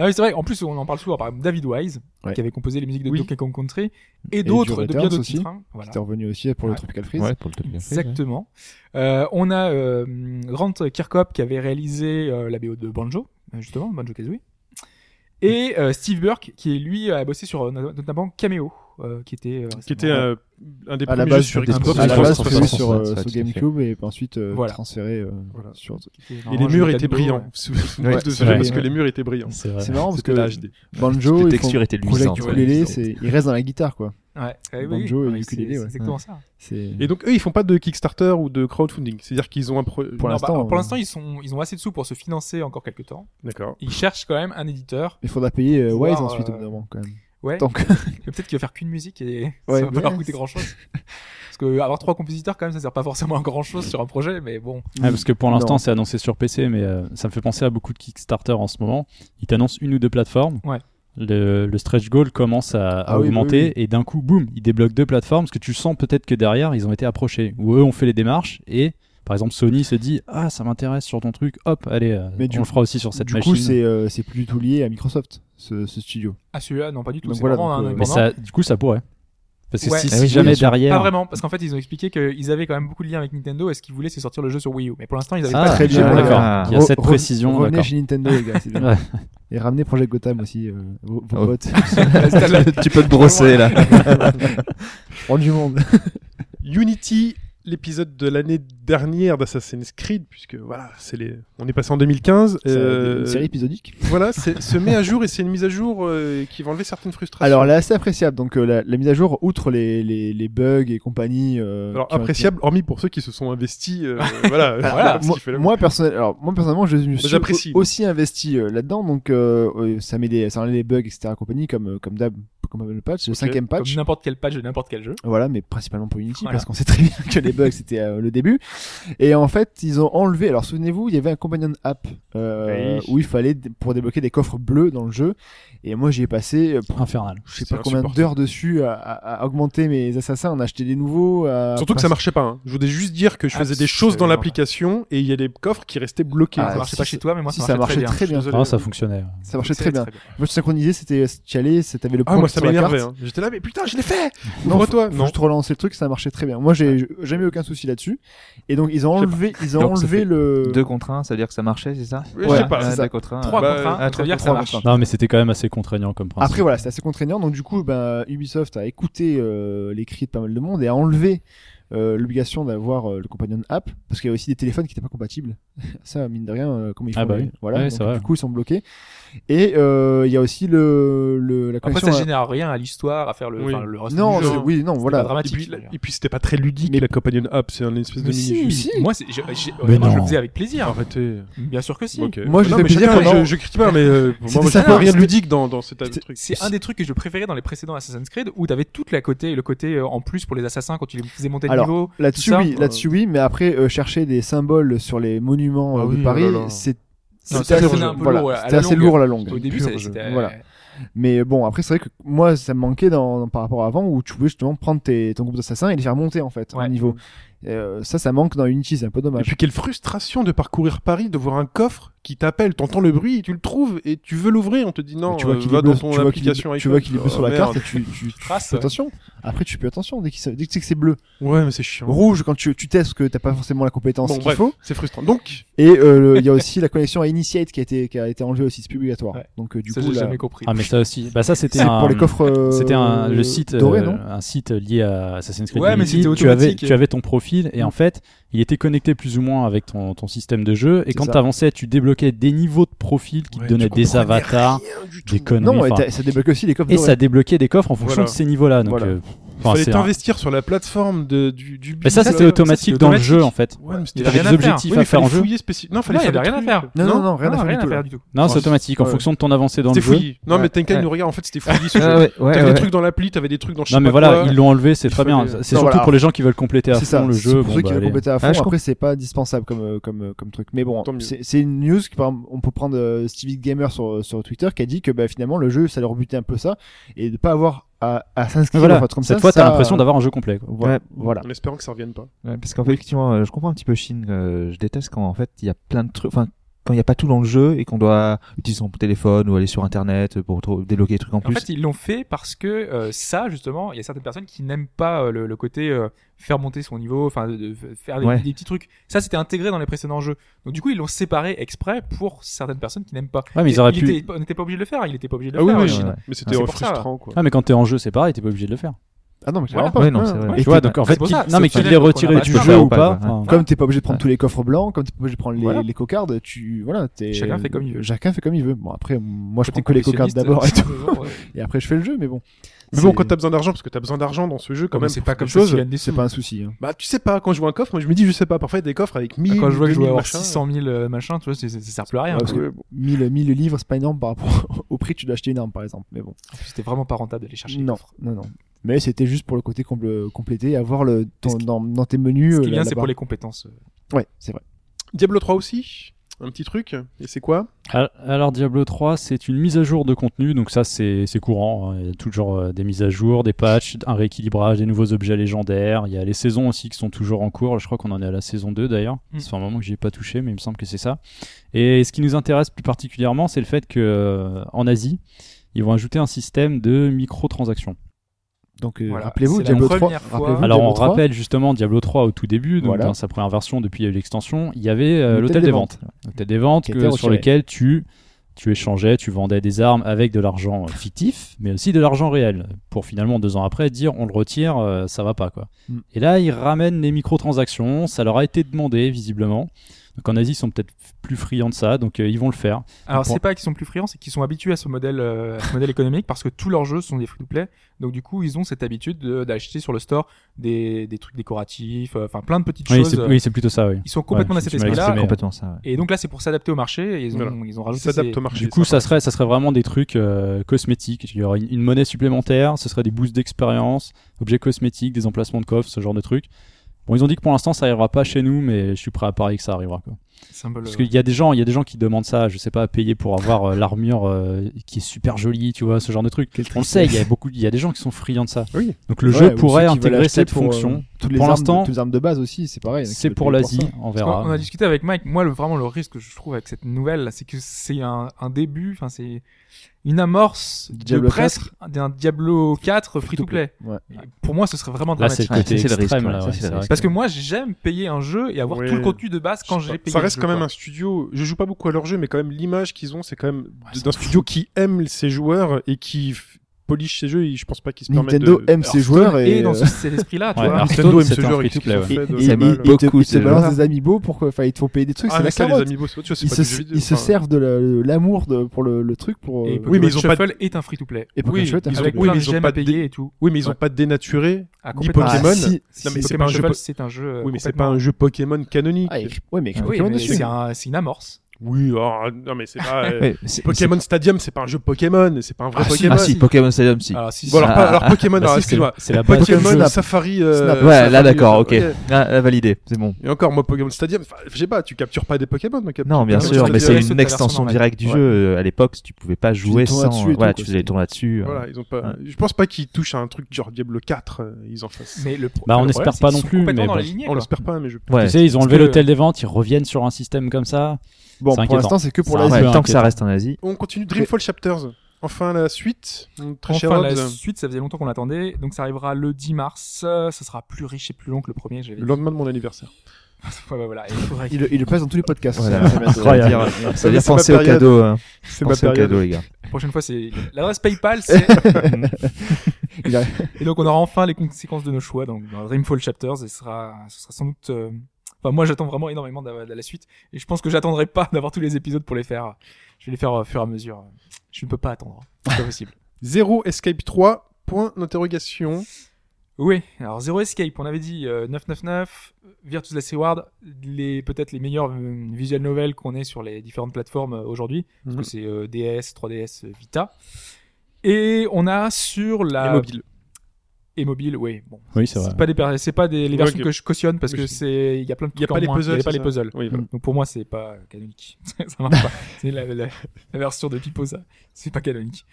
D: Ah oui, c'est vrai. En plus, on en parle souvent. Par exemple, David Wise,
F: Ouais.
D: qui avait composé les musiques de
C: Oui.
D: Donkey Kong Country, et, d'autres, de bien
F: Returns
D: d'autres
F: aussi,
D: titres. hein. Voilà.
F: Qui était revenu aussi pour le
D: Ouais.
F: Tropical Freeze.
G: Ouais, pour le Tokyo Freeze, ouais.
D: Exactement. Euh, on a euh, Grant Kirkhope qui avait réalisé euh, la BO de Banjo, euh, justement, Banjo Kazooie. Et euh, Steve Burke qui, lui, a bossé sur euh, not- notamment Cameo, euh, qui était. euh,
C: Qui était
D: récemment-
C: euh, un des
F: À la
C: premiers jeux
F: base,
C: sur
F: c'était-
C: Xbox.
F: à la
G: sur
F: base,
G: Xbox
F: prévu
G: 360,
F: sur, euh,
G: ouais,
F: sur
G: tout à fait.
F: GameCube et puis ensuite euh,
D: Voilà.
F: transféré euh, sur.
D: qui était
C: Et
D: normalement
C: les murs
D: Nintendo,
C: étaient brillants.
D: ouais.
C: Souvenez-vous de ce
E: vrai.
C: jeu, parce que les murs étaient brillants.
E: C'est vrai.
F: C'est marrant parce que
C: C'était la HD.
F: Banjo,
G: Les
F: ils font
G: textures étaient
F: Project
G: luisantes.
F: Ukulele, c'est il reste dans la guitare quoi.
D: Ouais. Ouais, oui,
F: Banjo
D: oui.
F: et
D: Ouais, c'est-
F: ukulélé,
D: c'est
F: ouais.
D: exactement ça.
F: C'est
C: Et donc eux, ils font pas de Kickstarter ou de crowdfunding, c'est-à-dire qu'ils ont un pro...
F: Pour
D: Non,
F: l'instant, euh,
D: bah,
F: on-
D: pour l'instant, ils, sont, ils ont assez de sous pour se financer encore quelques temps.
C: D'accord.
D: Ils cherchent quand même un éditeur.
F: il faudra payer euh, Wise
D: Voir,
F: ensuite
D: euh,
F: au bout d'un moment quand même.
D: Ouais.
F: Donc
D: Mais peut-être qu'il va faire qu'une musique et <laughs>
F: Ouais,
D: ça va pas
F: mais-
D: leur coûter grand chose.
F: <laughs>
D: Parce que avoir trois compositeurs, quand même, ça sert pas forcément à grand chose sur un projet, mais bon.
E: Ouais, Ah, parce que pour
F: Non.
E: l'instant, c'est annoncé sur PC, mais euh, ça me fait penser à beaucoup de Kickstarter en ce moment. Ils t'annoncent une ou deux plateformes.
D: Ouais.
E: Le, le stretch goal commence à, à
F: Ah oui,
E: augmenter
F: oui,
E: et d'un coup, boum, ils débloquent deux plateformes parce que tu sens peut-être que derrière, ils ont été approchés. Ou eux ont fait les démarches et, par exemple, Sony se dit Ah, ça m'intéresse sur ton truc, hop, allez, euh,
F: Mais
E: on
F: du-
E: le fera aussi sur cette
F: du
E: machine.
F: coup, c'est euh, c'est plus du tout lié à Microsoft ce, ce studio.
D: Ah, celui-là, non, pas du tout.
F: Donc
D: C'est
F: voilà,
D: vraiment
F: donc,
D: un
F: euh,
E: Mais
D: indépendant.
E: ça, du coup, ça pourrait. Parce que
D: Ouais.
E: si,
D: Ah
E: si
G: oui,
E: jamais
G: bien sûr.
D: Pas
E: derrière.
D: vraiment, parce qu'en fait, ils ont expliqué qu'ils avaient quand même beaucoup de liens avec Nintendo et ce qu'ils voulaient, c'est sortir le jeu sur Wii U. Mais pour l'instant, ils avaient
E: Ah,
D: pas
F: très bien.
E: d'accord.
G: Ah.
E: Il y a
F: Re-
E: cette
F: re-
E: précision.
F: Revenez
E: D'accord.
F: chez Nintendo les gars, c'est bien.
E: Ouais.
F: Et ramenez Project Gotham aussi euh, vos, vos
G: Oh.
E: <laughs>
F: potes. <laughs>
G: tu peux te brosser là.
F: Prends du monde.
C: Unity, l'épisode de l'année dernière d'Assassin's Creed, puisque voilà, c'est les, on est passé en 2015.
F: C'est
C: euh,
F: Une série épisodique.
C: <laughs> Voilà, c'est- se met à jour et c'est une mise à jour euh, qui va enlever certaines frustrations.
F: Alors elle est assez appréciable donc euh, la, la mise à jour outre les, les, les bugs et compagnie. euh,
C: Alors,
F: qui ont été-
C: appréciable, hormis pour ceux qui se sont investis.
F: <laughs>
C: euh, voilà,
F: Voilà,
C: voilà, ce
F: moi,
C: qui fait la-
F: moi, personnel- alors, moi, personnellement, je me suis
C: j'apprécie.
F: au- aussi investi euh, là-dedans, donc euh, euh, ça met des, ça enlève les bugs, etc. compagnie, comme euh, comme d'hab, comme le patch, le
C: Ok,
F: cinquième
D: Comme
F: patch.
D: n'importe quel patch de n'importe quel jeu.
F: Voilà, mais principalement pour Unity,
D: Voilà.
F: parce qu'on sait très bien que les bugs c'était euh, le début. Et en fait, ils ont enlevé. Alors souvenez-vous, il y avait un companion app euh,
C: Oui.
F: où il fallait d- pour débloquer des coffres bleus dans le jeu. Et moi, j'y ai passé, euh,
E: Infernal.
F: je sais
C: C'est
F: pas combien
C: insupportable.
F: d'heures dessus à, à- à augmenter mes assassins, en acheter des nouveaux. à-
C: Surtout que ça marchait pas. hein. Je voulais juste dire que je
F: Ah,
C: faisais des choses dans
D: Absolument.
C: l'application et il y a des coffres qui restaient bloqués.
F: Ah,
D: ça marchait
F: si ça-
D: pas chez toi, mais moi
F: si,
D: ça marchait très bien.
F: très bien.
C: Je suis
E: Ah, ça fonctionnait.
F: Ça marchait très bien. Moi, je synchronisais, c'était tu y allais, c'est- t'avais le point
C: Ah, moi
F: sur
C: ça
F: la carte.
C: m'énervait. hein. J'étais là, mais putain, je l'ai fait
F: Non,
C: Ouvre-toi.
F: faut
C: Non.
F: juste relancer le truc, ça marchait très bien. Moi, j'ai jamais eu aucun souci là-dessus. Et donc, ils ont
C: Je sais
F: enlevé, ils ont
G: Donc, ça
F: enlevé
G: fait
F: le.
G: Euh, Deux contre un, ça veut dire que ça marchait, c'est ça
C: Je
F: Ouais. euh,
C: sais pas.
F: c'est
G: Un,
F: ça.
G: deux contre un.
D: 3
C: Bah,
D: contre 1,
G: euh,
D: ça veut dire que ça
G: trois
D: marche.
G: contre
E: Non, mais c'était quand même assez contraignant comme principe.
F: Après, voilà, c'était assez contraignant. Donc, du coup, ben, Ubisoft a écouté euh, les cris de pas mal de monde et a enlevé euh, l'obligation d'avoir euh, le compagnon app parce qu'il y avait aussi des téléphones qui n'étaient pas compatibles. <laughs> Ça, mine de rien, euh, comme ils font.
E: Ah bah
F: les-
E: oui.
F: Voilà.
E: Ouais,
F: donc,
E: c'est vrai.
F: Du coup, ils sont bloqués. Et euh, il y a aussi le, le la
D: Après,
F: connexion.
D: ça
F: à-
D: génère rien à l'histoire, à faire le,
C: Oui.
D: enfin, le reste
F: euh, Non,
D: du jeu.
F: c'est- oui, non,
D: pas
F: voilà.
D: dramatique.
C: Et puis,
D: je veux dire.
C: et puis, c'était pas très ludique
F: Mais-
C: la companion app, c'est un espèce de
F: Mais si,
C: mini-jeu.
F: si.
D: Moi, c'est- j'ai- j'ai-
E: Mais
D: moi, je le
E: non.
D: faisais avec plaisir.
C: Arrêtez.
D: Bien sûr que si.
C: Ok.
F: Moi, j'ai
C: Non,
F: fait
C: mais
F: plaisir
C: chacun,
F: pendant-
C: je, je critique pas, mais euh, pour
F: C'était
C: moi,
F: ça,
C: j'ai pas rien de
F: c'était-
C: ludique dans, dans cet
D: C'est-
C: truc.
D: C'est un des trucs que je préférais dans les précédents Assassin's Creed où t'avais toute la côté, le côté euh, en plus pour les assassins quand tu les faisais monter de
F: Alors,
D: niveau.
F: Là-dessus,
D: Tout ça,
F: oui,
D: euh,
F: là-dessus, oui, mais après, euh, chercher des symboles sur les monuments
C: Ah
F: euh, de
C: oui,
F: Paris,
C: oh là là.
F: c'est
D: Non,
F: c'était
D: ça devenait
F: assez-
D: un peu
F: voilà,
D: lourd, à la
F: c'était assez
D: longue.
F: lourd à la longue.
D: Au début,
C: pur
D: ça-
C: jeu.
D: c'était. euh,
F: Voilà. Mais euh, bon, après, c'est vrai que moi, ça me manquait dans, dans- par rapport à avant où tu pouvais justement prendre tes, ton groupe d'assassins et les faire monter en fait,
D: Ouais.
F: au niveau. Euh, ça, ça manque dans Unity, c'est un peu
C: Et
F: dommage.
C: puis quelle frustration de parcourir Paris, de voir un coffre qui t'appelle, t'entends le bruit, tu le trouves et tu veux l'ouvrir, on te dit non,
F: tu vois
C: euh,
F: qu'il est
C: va
F: bleu,
C: dans
F: tu
C: ton
F: vois qu'il est-
C: application
F: tu vois
C: iPhone.
F: qu'il est bleu sur
C: Oh,
F: la
C: merde.
F: carte et tu, tu, tu
D: Trace.
F: fais attention. Après, tu fais attention dès, qu'il se- dès que c'est que c'est bleu.
C: Ouais, mais c'est chiant.
F: Rouge, quand tu, tu testes que t'as pas forcément la compétence
C: Bon,
F: qu'il
C: bref,
F: faut.
C: c'est frustrant. Donc,
F: Et euh, le- il y a aussi la connexion à Initiate qui a été, qui a été enlevée aussi, c'est plus obligatoire.
D: Ouais.
F: Donc euh, du
D: Ça,
F: coup,
D: j'ai
F: là-
D: jamais compris.
E: Ah mais ça aussi. Bah ça c'était
F: c'est
E: un.
F: pour les coffres. euh,
E: C'était un, le site, euh,
F: doré, non
E: un site lié à Assassin's Creed.
D: Ouais, mais
E: Unity.
D: c'était
E: tu avais,
D: automatique.
E: tu avais ton profil et en fait, il était connecté plus ou moins avec ton, ton système de jeu. Et
F: C'est
E: quand
F: ça.
E: t'avançais, tu débloquais des niveaux de profil qui
C: Ouais,
E: te donnaient
C: tu
E: des
C: comprenais
E: avatars, des conneries.
F: Non, et
E: enfin,
F: t'as- ça débloque aussi les coffres
E: et
F: dorés.
E: ça débloquait des coffres en fonction
C: Voilà.
E: de ces niveaux-là. Donc,
F: Voilà.
E: euh,
C: il
E: enfin,
C: fallait
E: c'est un-
C: t'investir sur la plateforme de, du, du
E: Mais ça,
C: build.
E: c'était automatique dans le jeu en fait.
C: Ouais, mais
D: Il
C: c'était
D: y avait
E: T'avais
D: rien
E: des
D: à
E: objectifs
C: Oui,
E: à
C: mais
E: faire en
C: fallait
E: jeu.
C: fouiller spécifiquement. Non, fallait
D: Non, il y
C: faire
D: avait
C: des
D: rien à
C: trucs.
D: faire.
F: Non, non, non, rien à faire du tout, là.
D: du tout.
E: Non,
F: Ouais.
E: c'est automatique en
F: Ouais.
E: fonction de ton avancée dans le
C: C'était
E: jeu.
C: fouillis. Non, mais Tenkai
G: Ouais.
C: nous regarde, en fait, c'était fouillis ce
G: Ah
C: jeu.
G: ouais, ouais,
C: T'avais
G: ouais.
C: des trucs dans l'appli, t'avais des trucs dans je
E: Non
C: sais
E: mais
C: pas
E: voilà,
C: quoi.
E: ils l'ont enlevé, c'est très bien.
C: fallait-
E: C'est
F: Non,
E: surtout
F: voilà.
E: pour les gens qui veulent compléter à
F: C'est ça,
E: fond le
F: c'est
E: jeu.
F: Pour
E: Bon,
F: ceux
E: bah,
F: qui veulent
E: allez.
F: compléter à fond,
G: Ah, je
F: après c'est pas indispensable comme euh, comme euh, comme truc. Mais bon,
C: Tant mieux.
F: c'est c'est une news que par exemple, on peut prendre euh, Stevie Gamer sur sur Twitter qui a dit que bah, finalement le jeu ça leur butait un peu ça et de pas avoir à, à s'inscrire
E: Voilà.
F: en fait, comme
E: Cette
F: ça,
E: fois,
F: ça,
E: t'as l'impression d'avoir un jeu complet. quoi.
F: Voilà.
G: Ouais.
F: voilà.
C: En espérant que ça revienne pas.
G: Ouais, parce qu'en fait, effectivement, euh, je comprends un petit peu Chine. euh, je déteste quand en fait il y a plein de trucs. Enfin, quand il n'y a pas tout dans le jeu et qu'on doit utiliser son téléphone ou aller sur internet pour trou- débloquer des trucs en
D: En
G: plus.
D: fait, ils l'ont fait parce que euh, ça, justement, il y a certaines personnes qui n'aiment pas euh, le, le côté euh, faire monter son niveau, enfin, de, de faire des,
G: Ouais.
D: des petits trucs. Ça, c'était intégré dans les précédents jeux. Donc, du coup, ils l'ont séparé exprès pour certaines personnes qui n'aiment pas.
E: Ouais, mais
D: Et
E: ils auraient
D: il
E: pu.
D: était- on n'était pas obligé de le faire. Il n'était pas obligé de
C: Ah
D: le
C: oui,
D: faire.
C: oui,
D: euh,
G: ouais.
C: j'imagine. mais c'était
D: C'est
C: euh,
D: pour ça.
C: frustrant quoi.
E: Ah mais quand t'es en jeu, c'est pareil, t'es pas obligé de le faire.
F: Ah non mais
D: Voilà.
F: clairement pas.
G: Ouais, non, c'est vrai.
F: Et
E: Tu vois,
F: t'es-
E: donc en
D: C'est
E: fait,
D: pour
E: qu'il-
D: ça,
E: non
D: c'est
E: mais qu'il
D: peut-être
E: l'ait
D: qu'on a
E: retiré
D: pas
E: du
D: pu
E: jeu
D: faire
G: ou
E: ou
G: pas,
E: pas.
G: ouais.
E: enfin,
F: Comme t'es pas obligé de prendre tous les coffres blancs, comme t'es pas obligé de prendre les,
D: Voilà.
F: les cocardes, tu voilà, t'es-
D: Chacun fait comme il veut.
F: Chacun fait comme il veut. Bon après, moi je
D: côté
F: prends que les cocardes
D: collectionniste, euh,
F: d'abord et tout,
D: toujours, <laughs> ouais.
F: et après je fais le jeu, mais bon.
C: Mais bon,
F: C'est-
C: quand t'as besoin d'argent, parce que t'as besoin d'argent dans ce jeu quand
D: Comme
C: même,
D: c'est
C: pour
D: pas
C: faire
D: comme
C: des
D: ça
C: choses.
D: s'il gagne des
F: c'est
D: sous.
F: pas un souci. hein.
C: Bah tu sais pas, quand je vois un coffre, moi je me dis je sais pas, parfois il y a des coffres avec 1000
D: Quand je vois que je dois avoir
C: 600
D: 600 000 euh, machin, tu vois, c'est- c'est- ça sert plus à rien.
F: Ouais,
D: quoi.
F: parce que 1000, 1000 livres, c'est pas énorme par rapport <laughs> au prix que tu dois acheter une arme, par exemple. Mais bon.
D: En plus, C'était vraiment pas rentable d'aller chercher. les
F: Non,
D: coffres.
F: non, non. Mais c'était juste pour le côté compl- complété, avoir le, ton-
D: Ce qui-
F: dans, dans tes menus.
D: Ce qui
F: euh,
D: est bien,
F: la-
D: c'est
F: la
D: pour
F: barre.
D: les compétences. euh.
F: Ouais, c'est vrai.
C: Diablo 3 aussi, un petit truc. Et c'est quoi
E: Al- Alors Diablo 3, c'est une mise à jour de contenu, donc ça c'est c'est courant. hein. Il y a toujours euh, des mises à jour, des patchs, un rééquilibrage, des nouveaux objets légendaires. Il y a les saisons aussi qui sont toujours en cours. Je crois qu'on en est à la saison 2 d'ailleurs.
D: Mm.
E: C'est un moment que j'ai pas touché, mais il me semble que c'est ça. Et ce qui nous intéresse plus particulièrement, c'est le fait que euh, en Asie, ils vont ajouter un système de microtransactions.
F: Donc, euh,
D: Voilà,
F: rappelez-vous,
D: c'est la
F: Diablo 3.
D: première fois.
F: rappelez-vous,
E: Alors
F: Diablo
E: on
F: 3,
E: rappelle justement Diablo 3 au tout début, donc
F: Voilà.
E: dans sa première version depuis il y a eu l'extension, il y avait euh, l'hôtel des ventes. L'hôtel des ventes
F: Qui
E: que-
F: était
E: sur
F: retiré.
E: lequel tu, tu échangeais, tu vendais des armes avec de l'argent euh, fictif, mais aussi de l'argent réel, pour finalement deux ans après dire on le retire, euh, ça va pas quoi.
F: Mm.
E: Et là ils ramènent les microtransactions, ça leur a été demandé visiblement. Donc en Asie, ils sont peut-être plus friands de ça, donc euh, ils vont le faire.
D: Alors,
E: pour-
D: c'est pas qu'ils sont plus friands, c'est qu'ils sont habitués à ce modèle, euh, à ce modèle <laughs> économique parce que tous leurs jeux sont des free-to-play. Donc, du coup, ils ont cette habitude de- d'acheter sur le store des, des trucs décoratifs, euh, enfin plein de petites
E: Oui,
D: choses.
E: c'est oui, c'est plutôt ça, oui.
D: Ils sont complètement
E: Ouais,
D: dans cet
E: tu m'as
D: esprit-là.
E: exprimé.
G: complètement ça. ouais.
D: Et donc là, c'est pour s'adapter au marché. Et ils ont,
C: Voilà.
D: ils ont
C: Ils
D: rajouté.
C: s'adaptent
D: ces-
C: au marché.
E: Du coup, ça
C: paraît.
E: serait, ça serait vraiment des trucs euh, cosmétiques. Il y aurait une, une monnaie supplémentaire, ce serait des boosts d'expérience, objets cosmétiques, des emplacements de coffres, ce genre de trucs. Bon, ils ont dit que pour l'instant, ça arrivera pas chez nous, mais je suis prêt à parier que ça arrivera. Quoi.
D: symboles, euh.
E: Parce
D: ouais.
E: qu'il y a des gens, il y a des gens qui demandent ça, je sais pas, à payer pour avoir euh, l'armure euh, qui est super jolie, tu vois, ce genre de truc. On le sait, il y a beaucoup, il y a des gens qui sont friands de ça.
C: Oui.
E: Donc le
F: Ouais, ou
E: jeu
F: ceux
E: pourrait
F: qui veulent
E: intégrer
F: acheter
E: cette
F: pour, euh,
E: fonction.
F: toutes les
E: Pour
F: armes-
E: l'instant,
F: toutes les armes de base aussi, c'est pareil. il y en a qui
E: C'est
F: veulent
E: pour
F: payer
E: l'Asie,
F: ça.
E: on
D: Parce qu'on-
E: verra. hein.
D: On a discuté avec Mike. Moi, le, vraiment, le risque que je trouve avec cette nouvelle, là, c'est que c'est un, un début, enfin, c'est une amorce de
F: Diablo
D: presque d'un Diablo 4 free-to-play.
F: Ouais.
D: Pour moi, ce serait vraiment
E: Là, c'est
D: dramatique.
E: le côté
G: Ouais, ça, c'est le
E: extrême.
G: risque,
E: là,
G: ouais, ça,
E: ouais,
G: c'est
E: c'est
G: le
E: vrai
G: risque.
D: Parce que moi, j'aime payer un jeu et avoir
C: Ouais.
D: tout le contenu de base quand
C: Je sais
D: j'ai
C: pas.
D: payé.
C: Ça
D: le
C: reste
D: jeu,
C: quand même <laughs>
D: quoi.
C: un studio. Je joue pas beaucoup à leur jeu, mais quand même l'image qu'ils ont, c'est quand même
E: Ah,
D: c'est
C: d'un studio qui aime ses joueurs et qui f- polish ses jeux. Et je pense pas qu'ils se permettent
F: Nintendo
C: de. Ah,
F: aime ses joueurs et. euh, <laughs>
D: Et dans ce- cet
C: <laughs>
D: esprit-là, tu
E: Ouais,
D: vois.
E: alors,
C: Nintendo aime
E: c'est
C: ses
E: un
C: joueurs euh, et
E: free-to-play,
C: qu'est-ce qu'ils ont
E: ouais.
C: fait
F: et-
C: de
F: et-
C: ces
F: et-
C: balles
F: ils te,
G: Beaucoup,
F: ils te
G: ces
F: balancent
G: jeux-là.
F: des amiibo pour quoi enfin, ils te font payer des trucs,
C: Ah,
F: c'est la
C: mais ça, les
F: carotte.
C: amiibo, c'est autre chose, c'est
F: Ils
C: pas
F: se,
C: du jeu vidéo,
F: ils se
C: enfin.
F: servent de la- le- l'amour de- pour le, le truc pour. euh,
D: Et
C: Oui, mais ils ont pas
D: Shuffle est un free-to-play.
F: et
C: oui,
F: Pokémon
C: mais
F: Shuffle, t'as
C: ils
F: un
C: ont-
F: truc
D: Avec
F: de-
C: oui,
D: plein
C: mais
D: de
C: ils ont
D: gemmes
C: pas
D: à
C: de dé-
D: payer et tout.
C: Oui, mais ils ont
D: Ouais.
C: pas dénaturé.
D: Ah,
C: Ni
D: complètement.
C: Pokémon.
F: Ah, si,
D: Si,
C: Non, mais
D: si,
C: c'est
D: Pokémon
C: pas un jeu
D: Shuffle,
C: po-
D: c'est un jeu. euh,
C: Oui, mais c'est pas
D: complètement-
C: un jeu Pokémon canonique.
F: Ah, écrit- ouais, mais écrit
D: Oui,
F: Pokémon
D: mais
F: dessus.
D: c'est un- c'est une amorce.
C: Oui, alors, non, mais c'est pas. euh,
G: <laughs> Ouais, c'est-
C: Pokémon Stadium, c'est pas un jeu Pokémon, c'est pas un vrai
G: Ah, si,
C: Pokémon.
G: ah si, Pokémon Stadium, si.
D: Ah, si,
C: Bon, alors,
G: Ah,
C: pas-
G: ah,
C: alors
G: ah,
C: Pokémon,
E: Bah,
C: alors
E: si, c'est-
C: excuse-moi.
E: C'est la base.
F: Pokémon
C: Pokémon
F: Snap.
C: Safari. euh,
F: Snap.
G: ouais, là
C: Safari,
G: d'accord, ok.
C: ok.
G: Là, là, validé, c'est bon.
C: Et encore, moi, Pokémon Stadium, enfin, je sais pas, tu captures pas des Pokémon, donc
G: Non, bien
C: tu
D: mais
G: sûr,
C: captures
G: mais
C: des-
G: c'est
D: c'est
G: une
D: la version
G: extension
D: normale.
G: directe du
C: Ouais.
G: jeu. Euh, À l'époque, tu pouvais pas jouer
F: tournois
G: sans.
F: dessus et
G: Voilà,
F: tout,
G: tu
F: quoi,
G: faisais les tournois dessus. euh.
C: Voilà, ils ont pas.
G: Ouais.
C: Je pense pas qu'ils touchent à un truc genre Diablo 4, euh, ils en fassent.
D: Mais le pro-
E: Bah, on
D: le
E: espère
D: problème, c'est
E: pas
D: qu'ils
E: non
D: sont
E: plus,
D: complètement
E: mais
D: dans
E: bon.
D: la lignée,
C: On
D: quoi.
C: l'espère pas, mais je.
G: Ouais.
E: Tu sais, ils ont
D: parce
E: enlevé
D: que-
E: l'hôtel des ventes, ils reviennent sur un système comme ça.
F: Bon,
E: C'est
F: pour
E: inquiétant.
F: l'instant, c'est que pour
E: Ça
F: l'Asie.
E: reste-
G: Ouais,
E: peu
G: tant que ça
E: inquiétant.
G: reste en Asie.
C: On continue Dreamfall Chapters. Enfin, la suite, mon très cher hein,
D: Enfin, la
C: Hobbs.
D: suite, ça faisait longtemps qu'on l'attendait. Donc, ça arrivera le 10 mars. Euh, Ça sera plus riche et plus long que le premier. J'avais
C: Le lendemain de mon anniversaire.
D: Ouais, ouais, voilà. Et il
C: <laughs>
D: faudrait-
F: Il, il le passe dans tous les podcasts. Ça,
G: Voilà.
F: ça m'intéresse.
E: Incroyable.
G: C'est-à-dire- C'est-à-dire
C: c'est ma
G: penser au
C: période.
G: cadeau. hein.
C: C'est ma
G: Pensez au
C: période.
G: cadeau, les gars.
D: La prochaine fois, c'est l'adresse PayPal. c'est-
F: Il a-
D: et donc, on aura enfin les conséquences de nos choix dans, dans Dreamfall Chapters. Et ce sera, ce sera sans doute. euh, Enfin, moi, j'attends vraiment énormément de, de la suite. Et je pense que j'attendrai pas <laughs> d'avoir tous les épisodes pour les faire. Je vais les faire euh, au fur et à mesure. Je ne peux pas attendre. C'est pas possible.
C: Zero Escape 3, point d'interrogation.
D: Oui, alors Zero Escape, on avait dit euh, 999, Virtus Last Reward, les peut-être les meilleures euh, visual novels qu'on ait sur les différentes plateformes euh, aujourd'hui, parce
C: Mhm.
D: que c'est euh, DS, 3DS, euh, Vita. Et on a sur la
C: Et mobile.
D: et mobile, oui. Bon,
E: Oui, c'est vrai.
D: c'est pas des per- c'est pas des les
C: Ouais,
D: versions
C: ok.
D: que je cautionne parce
C: Oui,
D: que
C: je-
D: c'est il y a plein de
C: Il y a
D: trucs
C: pas
D: en
C: les
D: moins,
C: puzzles.
D: il y a pas
C: c'est
D: les
C: ça
D: puzzles.
G: Mm.
C: Oui, voilà.
D: Donc pour moi, c'est pas canonique. <laughs> ça marche
E: <laughs>
D: pas. C'est la, la- la version de Pipo, ça. C'est pas canonique.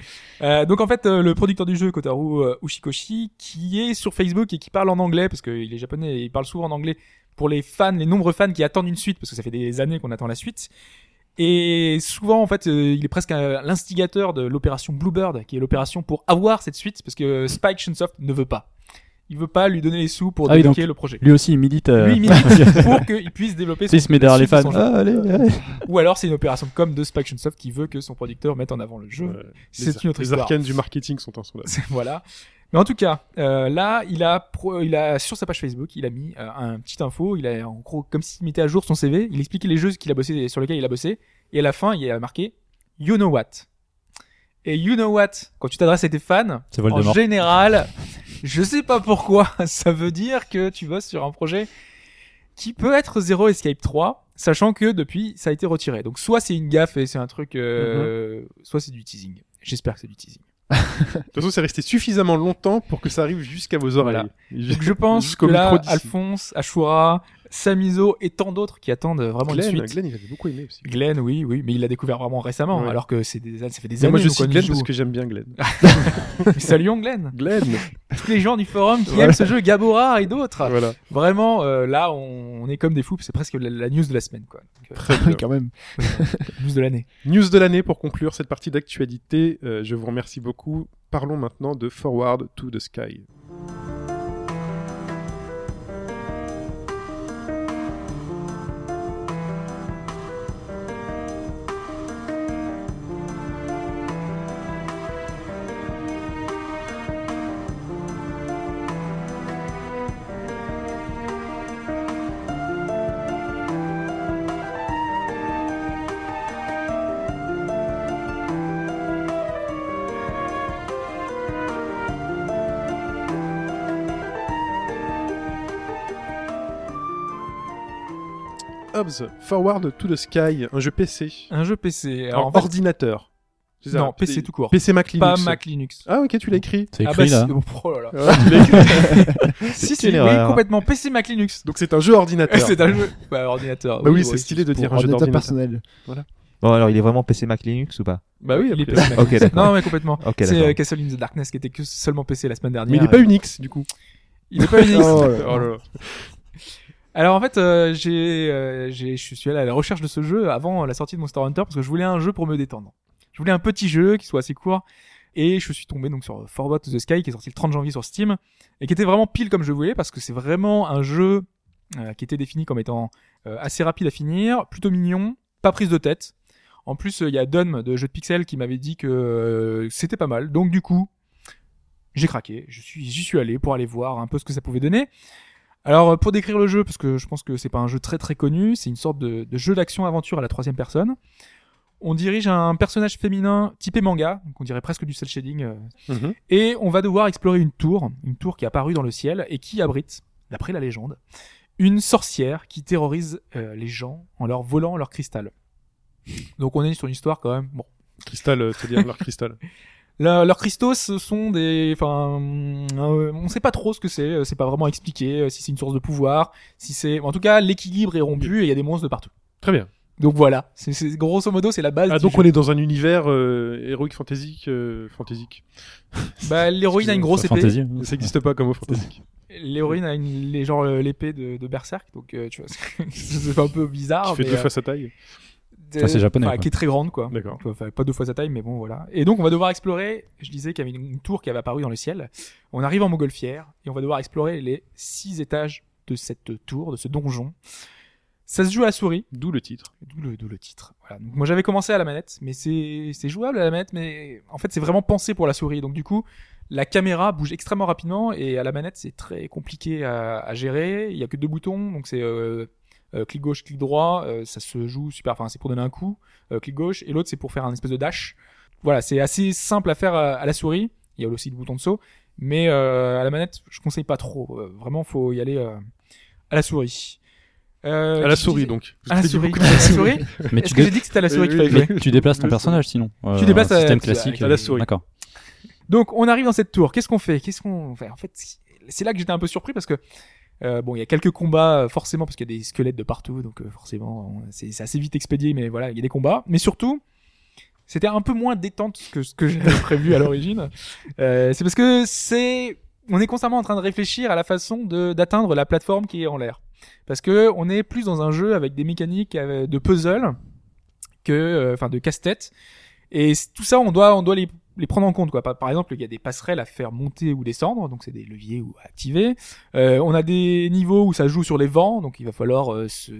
D: Euh, donc en fait, euh, le producteur du jeu, Kotaru euh, Ushikoshi, qui est sur Facebook et qui parle en anglais, parce qu'il est japonais et il parle souvent en anglais pour les fans, les nombreux fans qui attendent une suite, parce que ça fait des années qu'on attend la suite. Et souvent, en fait, euh, il est presque euh, l'instigateur de l'opération Bluebird, qui est l'opération pour avoir cette suite, parce que Spike Chunsoft ne veut pas. Il veut pas lui donner les sous pour
E: Ah oui,
D: débloquer le projet.
E: Lui aussi, il milite. euh,
D: Lui, il
E: <laughs>
D: milite pour qu'il puisse développer son
E: il se met derrière les
D: suite de
E: fans.
D: son jeu.
E: Ah, allez, allez.
D: Ou alors c'est une opération comme de Spike Chunsoft qui veut que son producteur mette en avant le jeu.
C: Euh, les
D: c'est
C: ar-
D: une autre
C: Les
D: histoire.
C: arcanes du marketing sont insondables.
D: <laughs> C'est- voilà. Mais en tout cas, euh, là, il a, pro- il a sur sa page Facebook, il a mis euh, un petit info. Il a en gros comme s'il mettait à jour son CV. Il expliquait les jeux qu'il a bossé, sur lesquels il a bossé. Et à la fin, il a marqué You know what. Et you know what, quand tu t'adresses à tes fans,
E: C'est
D: en
E: Voldemort.
D: général, je sais pas pourquoi, <laughs> ça veut dire que tu bosses sur un projet qui peut être Zero Escape 3, sachant que depuis, ça a été retiré. Donc soit c'est une gaffe et c'est un truc, euh,
C: Mhm.
D: soit c'est du teasing. J'espère que c'est
C: <laughs>
D: du teasing.
C: De toute façon, c'est resté suffisamment longtemps pour que ça arrive jusqu'à vos oreilles. <laughs>
D: Donc je pense que
C: Jusqu'au
D: là,
C: micro d'ici.
D: Alphonse, Ashura, Samizo et tant d'autres qui attendent vraiment
C: Glenn,
D: une suite.
C: Glenn, il avait beaucoup aimé aussi.
D: Glenn, oui, oui, mais il l'a découvert vraiment récemment,
C: Ouais.
D: alors que c'est des, ça fait des
C: Mais
D: années
C: moi, je
D: nous, qu'on
C: cite
D: y
C: Glenn
D: joue.
C: parce que j'aime bien Glenn.
D: Mais <laughs> Saluons Glenn,
C: Glenn
D: tous les gens du forum qui aiment ce jeu, Gabora et d'autres.
C: <laughs> Voilà.
D: Vraiment, euh, là, on, on est comme des fous. C'est presque la, la news de la semaine, quoi. Donc, euh,
F: Oui, quand même.
D: news de l'année.
C: News de l'année pour conclure cette partie d'actualité. Euh, je vous remercie beaucoup. Parlons maintenant de Forward to the Sky. Hobbs, Forward to the Sky, un jeu PC.
D: Un jeu PC. Alors,
C: Alors,
D: en fait,
C: ordinateur. C'est ça,
D: non,
C: c'est-
D: PC tout court.
C: PC Mac
D: pas
C: Linux.
D: Mac Linux.
C: Ah, ok, tu l'as écrit.
E: C'est
D: Ah
E: écrit
D: bah,
E: là.
D: si- oh là là.
C: Ah, tu l'as écrit.
D: Si,
G: une
D: si, oui,
G: erreur.
D: complètement PC Mac Linux.
C: <laughs> Donc c'est un jeu ordinateur.
D: <laughs> C'est un jeu. Bah, ordinateur.
C: Bah oui, c'est
D: ouais.
C: stylé de
F: Pour
C: dire un jeu
F: ordinateur
C: d'ordinateur.
F: personnel.
G: Bon, alors il est vraiment PC Mac Linux
D: <laughs>
G: ou pas
C: Bah oui,
D: Il est
C: après.
D: PC Mac
G: Ok,
D: Linux.
G: d'accord.
D: Non, mais complètement.
G: Ok,
D: c'est
G: d'accord.
D: euh, Castle in the Darkness qui était que seulement PC la semaine dernière.
C: Mais il est pas Unix, du coup.
D: Il est pas <laughs>
F: <laughs>
D: Unix.
F: Oh là là.
C: Oh là là.
D: Alors en fait, euh, j'ai, euh, j'ai- je suis allé à la recherche de ce jeu avant la sortie de Monster Hunter parce que je voulais un jeu pour me détendre. Je voulais un petit jeu qui soit assez court et je suis tombé donc sur Forward to the Sky qui est sorti le 30 janvier sur Steam et qui était vraiment pile comme je voulais parce que c'est vraiment un jeu euh, qui était défini comme étant euh, assez rapide à finir, plutôt mignon, pas prise de tête. En plus, euh, il y a Dom de Jeux de Pixel qui m'avait dit que euh, c'était pas mal. Donc du coup, j'ai craqué. Je suis, j'y suis allé pour aller voir un peu ce que ça pouvait donner. Alors euh, pour décrire le jeu, parce que je pense que c'est pas un jeu très très connu, c'est une sorte de, de jeu d'action-aventure à la troisième personne. On dirige un personnage féminin typé manga, donc on dirait presque du cel shading, euh,
C: Mhm.
D: et on va devoir explorer une tour, une tour qui est apparue dans le ciel et qui abrite, d'après la légende, une sorcière qui terrorise euh, les gens en leur volant leur cristal. Donc on est sur une histoire quand même, bon,
C: Cristal, euh, c'est-à-dire leur cristal.
D: le- leurs cristaux, ce sont des, enfin, euh, on sait pas trop ce que c'est. euh, C'est pas vraiment expliqué euh, si c'est une source de pouvoir, si c'est, en tout cas, l'équilibre est rompu et il y a des monstres de partout.
C: Très bien.
D: Donc voilà, c'est c'est- grosso modo, c'est la base.
C: Ah,
D: du
C: donc
D: jeu.
C: on est dans un univers euh, héroïque fantaisique. euh, fantaisique.
D: Bah, l'héroïne a une grosse épée.
E: Fantasy.
C: <laughs> Ça n'existe pas comme mot fantaisique.
D: L'héroïne a une, les, genre euh, l'épée de, de Berserk, donc euh, tu vois, <laughs> c'est- c'est un peu bizarre.
C: qui fait
D: mais,
C: deux
D: euh,
C: fois sa taille.
D: de-
E: Enfin, c'est japonais,
D: enfin,
E: quoi.
D: qui est très grande, quoi.
C: D'accord.
D: Enfin, pas deux fois sa taille, mais bon, voilà. Et donc, on va devoir explorer. Je disais qu'il y avait une une tour qui avait apparu dans le ciel. On arrive en montgolfière et on va devoir explorer les six étages de cette tour, de ce donjon. Ça se joue à la souris,
C: D'où le titre.
D: d'où le, d'où le titre. Voilà. Donc, moi, j'avais commencé à la manette, mais c'est c'est jouable à la manette, mais en fait, c'est vraiment pensé pour la souris. Donc, du coup, la caméra bouge extrêmement rapidement et à la manette, c'est très compliqué à, à gérer. Il y a que deux boutons, donc c'est euh, euh, clic gauche, clic droit. euh, ça se joue super. Enfin, c'est pour donner un coup euh, clic gauche, et l'autre c'est pour faire un espèce de dash. Voilà, c'est assez simple à faire à, à la souris. Il y a aussi le bouton de saut, mais euh, à la manette, je conseille pas trop. Euh, vraiment, faut y aller euh, à la souris. Euh,
C: à la
D: je
C: souris,
D: disais-
C: donc. Je
D: À la
C: t'ai dit
D: souris.
C: beaucoup.
D: À la souris.
E: Mais
D: Est-ce
E: tu,
D: que
E: dé-
D: j'ai dit que c'était à la souris
C: Oui,
D: qu'il fallait
C: oui,
D: jouer
E: mais tu déplaces ton
C: Le-
E: personnage sinon. Euh,
D: Tu déplaces,
E: un système
D: euh,
E: classique.
C: à la souris.
E: D'accord.
D: Donc, on arrive dans cette tour. Qu'est-ce qu'on fait Qu'est-ce qu'on fait En fait, c'est là que j'étais un peu surpris parce que euh, bon, il y a quelques combats euh, forcément parce qu'il y a des squelettes de partout, donc euh, forcément on- c'est c'est assez vite expédié, mais voilà, il y a des combats. Mais surtout, c'était un peu moins détente que ce que j'avais prévu
C: <laughs>
D: à l'origine. Euh, c'est parce que c'est on est constamment en train de réfléchir à la façon de d'atteindre la plateforme qui est en l'air, parce que on est plus dans un jeu avec des mécaniques euh, de puzzle que euh, enfin de casse-tête. Et c- tout ça, on doit, on doit les, les prendre en compte. Quoi. Par, par exemple, il y a des passerelles à faire monter ou descendre, donc c'est des leviers ou à activer. Euh, on a des niveaux où ça joue sur les vents, donc il va falloir euh, se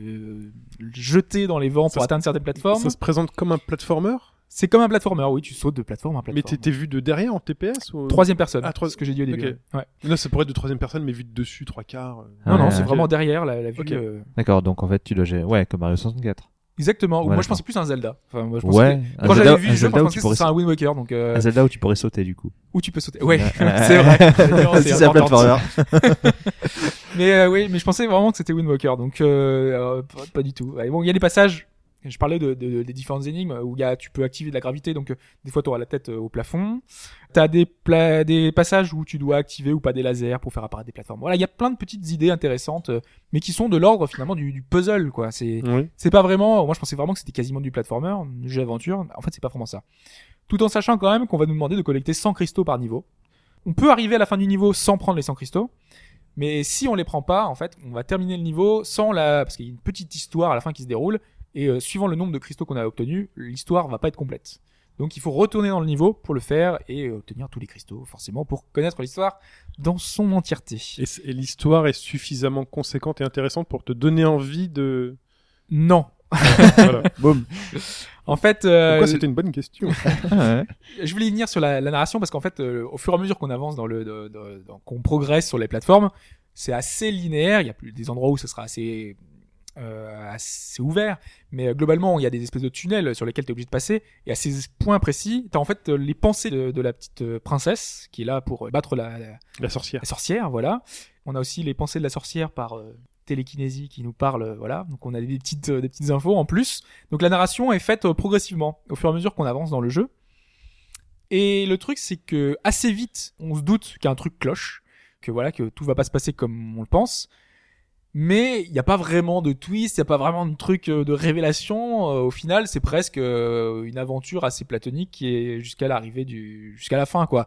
D: jeter dans les vents
C: Ça
D: pour
C: se-
D: atteindre certaines
C: <laughs>
D: plateformes.
C: Ça se présente comme un platformer,
D: C'est comme un platformer, oui, tu sautes de plateforme à
C: mais
D: plateforme.
C: t'étais vu de derrière en TPS ou...
D: Troisième personne,
C: Ah, trois-
D: ce que j'ai dit au début.
C: ok.
D: ouais.
C: Non, ça pourrait être de troisième personne, mais vu de dessus, trois quarts. euh.
D: Non, non,
G: Ah Ouais,
D: c'est
G: ok.
D: vraiment derrière la, la vue.
C: Ok.
D: euh,
G: D'accord, donc en fait tu dois gérer. Ouais, comme Mario 64.
D: Exactement. Ou moi,
G: Ouais,
D: je
G: d'accord.
D: pensais plus à un Zelda. Enfin, moi, Bah, je pensais
G: Ouais,
D: que-
G: un
D: Quand
G: Zelda-
D: j'avais vu
G: un
D: le jeu,
G: Zelda
D: je
G: où
D: pensais
G: tu
D: que ce
G: pourrais- Ah,
D: serait un Wind Waker, donc euh,
G: Un Zelda où tu pourrais sauter du coup.
D: où tu peux sauter. Ouais,
G: Euh,
D: <laughs> c'est
G: <laughs>
D: vrai. <laughs> Non,
G: C'est un
D: important.
G: platformer.
D: Mais euh, oui, mais je pensais vraiment que c'était Wind Waker, donc euh, euh, pas, pas du tout. Et bon, il y a des passages. Je parlais de, de- des différentes énigmes où il y a, tu peux activer de la gravité, donc euh, des fois tu auras la tête euh, au plafond. T'as des pla- des passages où tu dois activer ou pas des lasers pour faire apparaître des plateformes. Voilà, il y a plein de petites idées intéressantes, euh, mais qui sont de l'ordre finalement du, du puzzle, quoi. C'est
C: Oui.
D: c'est pas vraiment. Moi, je pensais vraiment que c'était quasiment du platformer, du jeu d'aventure. En fait, c'est pas vraiment ça. Tout en sachant quand même qu'on va nous demander de collecter 100 cristaux par niveau. On peut arriver à la fin du niveau sans prendre les 100 cristaux, mais si on les prend pas, en fait, on va terminer le niveau sans la. Parce qu'il y a une petite histoire à la fin qui se déroule, et euh, suivant le nombre de cristaux qu'on a obtenus, l'histoire va pas être complète. Donc il faut retourner dans le niveau pour le faire et euh, obtenir tous les cristaux, forcément, pour connaître l'histoire dans son entièreté.
C: Et, c- et l'histoire est suffisamment conséquente et intéressante pour te donner envie
D: <laughs>
C: de.
D: Non.
C: voilà.
F: Boum.
D: En fait, euh,
C: Pourquoi c'était une bonne question
G: Ah ouais.
D: je voulais y venir sur la, la narration parce qu'en fait, euh, au fur et à mesure qu'on avance dans le, de- de- dans- qu'on progresse sur les plateformes, c'est assez linéaire. Il y a plus des endroits où ça sera assez, euh, assez ouvert, mais euh, globalement, il y a des espèces de tunnels sur lesquels tu es obligé de passer. Et à ces points précis, t'as en fait euh, les pensées de, de la petite euh, princesse qui est là pour euh, battre la, la-
C: La sorcière.
D: la sorcière, voilà. On a aussi les pensées de la sorcière par euh, télékinésie qui nous parle, euh, voilà. Donc on a des petites, euh, des petites infos en plus. Donc la narration est faite euh, progressivement au fur et à mesure qu'on avance dans le jeu. Et le truc c'est que assez vite, on se doute qu'un truc cloche, que voilà, que tout va pas se passer comme on le pense. Mais il n'y a pas vraiment de twist, il n'y a pas vraiment de truc euh, de révélation. Euh, Au final, c'est presque euh, une aventure assez platonique qui est jusqu'à l'arrivée du, jusqu'à la fin, quoi.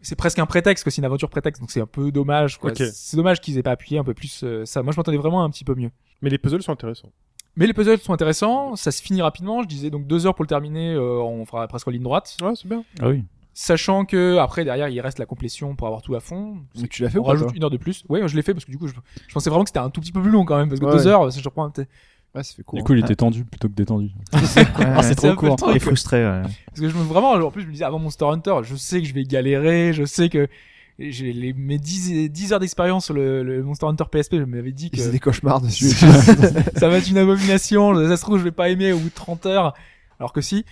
D: C'est presque un prétexte, que c'est une aventure prétexte, donc c'est un peu dommage, quoi.
C: Ok.
D: C'est dommage qu'ils aient pas appuyé un peu plus euh, ça. Moi, je m'entendais vraiment un petit peu mieux.
C: Mais les puzzles sont intéressants.
D: Mais les puzzles sont intéressants, ça se finit rapidement. Je disais donc deux heures pour le terminer, euh, on fera presque en ligne droite.
C: Ouais, c'est bien.
E: Ah oui.
D: Sachant que après derrière il reste la complétion pour avoir tout à fond.
F: Mais tu l'as fait
D: On
F: ou pas toi
D: rajoute une heure de plus. Ouais, je l'ai fait parce que du coup je, je pensais vraiment que c'était un tout petit peu plus long quand même parce que
F: Ouais,
D: deux
F: ouais.
D: heures, ça je reprends un petit-
F: Ouais, ça fait court.
E: Du coup, il était tendu plutôt que détendu.
G: Ah,
D: <laughs> c'est un peu le truc.
G: Et frustré. ouais.
D: Parce que je me, vraiment, en plus, je me disais, avant Monster Hunter, je sais que je vais galérer, je sais que j'ai les, mes 10, 10 heures d'expérience sur le, le Monster Hunter PSP, je m'avais dit
F: Il
D: que
F: faisait des cauchemars dessus.
D: ça va être une abomination, ça se trouve, je vais pas aimer au bout de 30 heures, alors que si.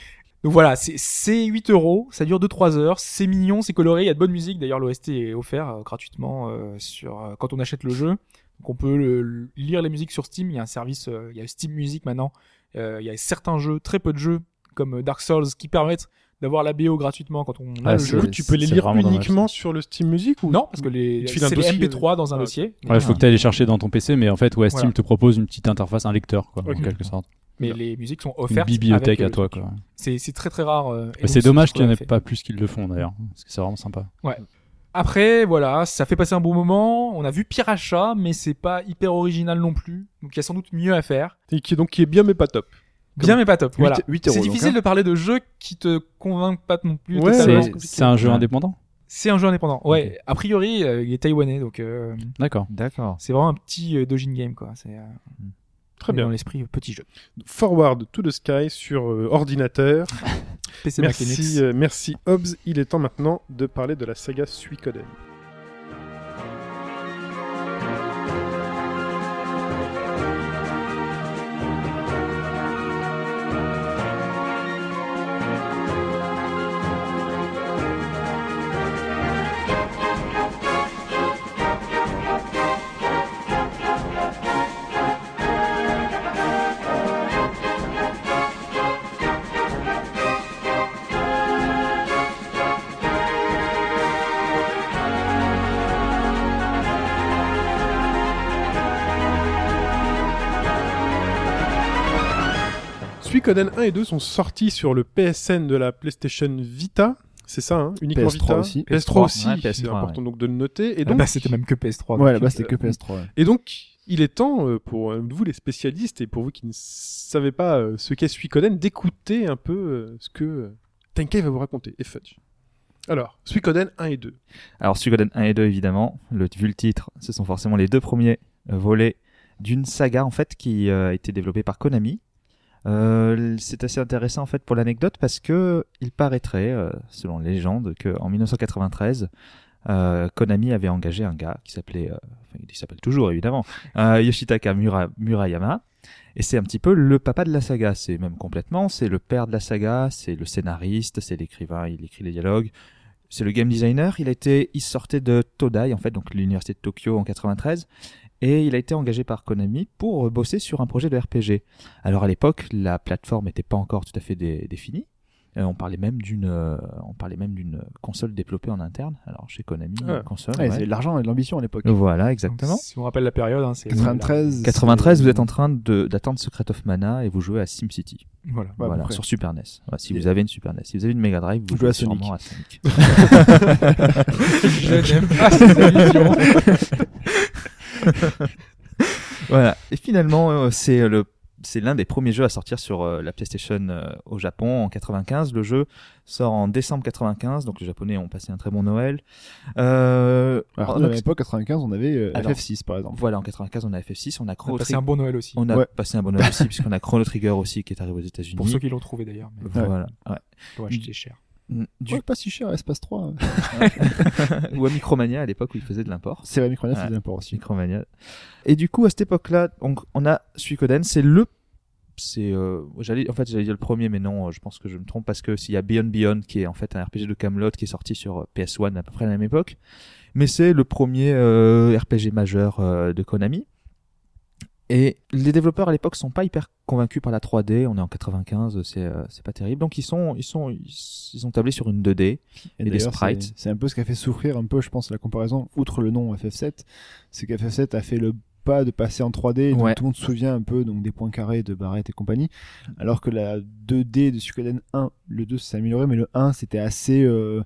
D: Donc voilà, c'est- c'est 8 euros, ça dure 2-3 heures, c'est mignon, c'est coloré, il y a de bonne musique, d'ailleurs l'OST est offert euh, gratuitement euh, sur, euh, quand on achète le jeu. Donc on peut le- le- lire les musiques sur Steam, il y a un service, euh, il y a Steam Music maintenant, Euh, il y a certains jeux, très peu de jeux, comme euh, Dark Souls, qui permettent d'avoir la BO gratuitement quand on a
E: Ah,
D: le
E: c'est-
D: jeu.
C: Tu peux les
E: c'est
C: lire
E: vraiment dommage,
C: uniquement sur le Steam Music ou
D: Non, parce que les,
C: Il te
D: c'est
C: file un
D: les
C: dossier,
D: MP3 dans un
C: ah,
D: dossier.
E: Ouais, il faut que tu ailles les chercher dans ton PC, mais en fait, ouais, Steam
D: Voilà.
E: te propose une petite interface, un lecteur, quoi, en
C: Ok.
E: quelque sorte.
D: Mais les musiques sont
E: Une
D: offertes. avec
E: bibliothèque
D: le-
E: à toi, quoi.
D: C'est c'est très très rare. euh, et
E: Mais
D: donc,
E: c'est dommage qu'il n'y en ait
D: fait.
E: pas plus qu'ils le font, d'ailleurs. Parce que c'est vraiment sympa.
D: Après, voilà, ça fait passer un bon moment. On a vu Piracha, mais c'est pas hyper original non plus. Donc il y a sans doute mieux à faire.
C: Et qui, donc qui est bien mais pas top.
D: Bien, mais pas top. Voilà.
F: Huit- huit euros,
D: C'est
F: donc,
D: difficile
F: hein.
D: de parler de jeux qui te convainquent pas non plus.
C: Ouais,
D: totalement.
E: C'est- C'est un jeu
G: Ouais.
E: indépendant
D: C'est un jeu indépendant. Ouais. A priori, euh, il est taïwanais, donc euh,
E: D'accord.
G: D'accord.
D: c'est vraiment un petit euh, Dojin game, quoi. C'est euh,
C: Très
D: on est
C: bien.
D: dans l'esprit euh, petit jeu.
C: Forward to the Sky sur euh, ordinateur.
D: PC Mac Linux.
C: Merci, euh, merci Hobbs. Il est temps maintenant de parler de la saga Suikoden. Suikoden 1 et 2 sont sortis sur le PSN de la PlayStation Vita. C'est ça, hein uniquement
F: PS3
C: Vita.
F: aussi.
C: PS3 aussi,
G: Ouais,
C: c'est
G: PS3,
C: important donc de le noter. Et
D: Ah
C: donc,
D: bah, c'était même que PS3.
F: ouais, bah,
D: donc,
F: là-bas, c'était que
D: euh,
F: PS3. ouais.
C: Et donc, il est temps, euh, pour euh, vous les spécialistes et pour vous qui ne savez pas euh, ce qu'est Suikoden, d'écouter un peu euh, ce que euh, Tenkei va vous raconter, et Fudge. Alors, Suikoden 1 et 2.
G: Alors, Suikoden 1 et 2, évidemment, le, vu le titre, ce sont forcément les deux premiers euh, volets d'une saga, en fait, qui euh, a été développée par Konami. Euh, c'est assez intéressant, en fait, pour l'anecdote, parce que il paraîtrait, euh, selon la légende, qu'en 1993, euh, Konami avait engagé un gars qui s'appelait, euh, enfin, il s'appelle toujours, évidemment, euh, Yoshitaka Mura- Murayama. Et c'est un petit peu le papa de la saga, c'est même complètement, c'est le père de la saga, c'est le scénariste, c'est l'écrivain, il écrit les dialogues, c'est le game designer. Il a été, il sortait de Todai en fait, donc l'université de Tokyo en 93, et il a été engagé par Konami pour euh, bosser sur un projet de RPG. Alors à l'époque, la plateforme n'était pas encore tout à fait dé- définie. Euh, on parlait même d'une, euh, on parlait même d'une console développée en interne. Alors chez Konami,
C: Ah.
G: une console.
F: Ouais,
G: ouais. Oh.
F: Ils avaient de l'argent et de l'ambition à l'époque.
G: Voilà, exactement.
D: Si on rappelle la période, hein, c'est
F: 93.
G: 93, vous
F: Euh,
G: êtes en train de- d'attendre Secret of Mana et vous jouez à SimCity.
D: Voilà.
F: Ouais, à peu
G: voilà,
F: près.
G: sur Super NES. Ouais, si vous avez une Super NES, si vous avez une Mega Drive, vous
F: Vous jouez à
G: jouez
F: Sonic.
G: sûrement à Sonic. <laughs>
D: Je Ah, n'aime pas cette allusion.
G: Voilà. Et finalement, euh, c'est le c'est l'un des premiers jeux à sortir sur euh, la PlayStation euh, au Japon en 95. Le jeu sort en décembre 95, donc les Japonais ont passé un très bon Noël. Euh,
F: Alors,
G: en
F: nous, à
G: oct-
F: l'époque, 95, on avait euh,
G: Alors.
F: FF6, par exemple.
G: voilà, en 95, on a FF6, on a
D: On
G: Chrono
D: a passé
G: Trigger.
D: un bon Noël aussi.
G: On a
F: Ouais.
G: passé un bon Noël aussi, puisqu'on a Chrono Trigger aussi qui est arrivé aux États-Unis.
D: Pour ceux qui l'ont trouvé d'ailleurs, mais
G: Voilà. Ouais.
D: ils l'ont acheté cher.
G: Mm, Du...
F: Ouais, pas si cher, Espace 3.
G: <laughs> Ou à Micromania à l'époque où ils faisaient de l'import.
F: C'est vrai, Micronet
G: Ouais.
F: faisait l'import aussi.
G: Micromania. Et du coup, à cette époque-là, on, on a Suikoden, c'est le c'est euh, j'allais en fait j'allais dire le premier mais non euh, je pense que je me trompe parce que s'il y a Beyond Beyond qui est en fait un RPG de Camelot qui est sorti sur euh, PS1 à peu près à la même époque mais c'est le premier euh, RPG majeur euh, de Konami Et les développeurs à l'époque sont pas hyper convaincus par la 3D. On est en 95, c'est euh, c'est pas terrible. Donc ils sont ils sont ils, ils ont tablé sur une 2D. Et des
F: d'ailleurs,
G: sprites.
F: c'est- C'est un peu ce qui a fait souffrir un peu, je pense, la comparaison, outre le nom FF7, c'est qu'FF7 a fait le pas de passer en 3D, donc
G: Ouais.
F: tout le monde se souvient un peu donc des points carrés de Barrett et compagnie, alors que la 2D de Suikoden 1, le 2 s'est amélioré, mais le 1 c'était assez euh,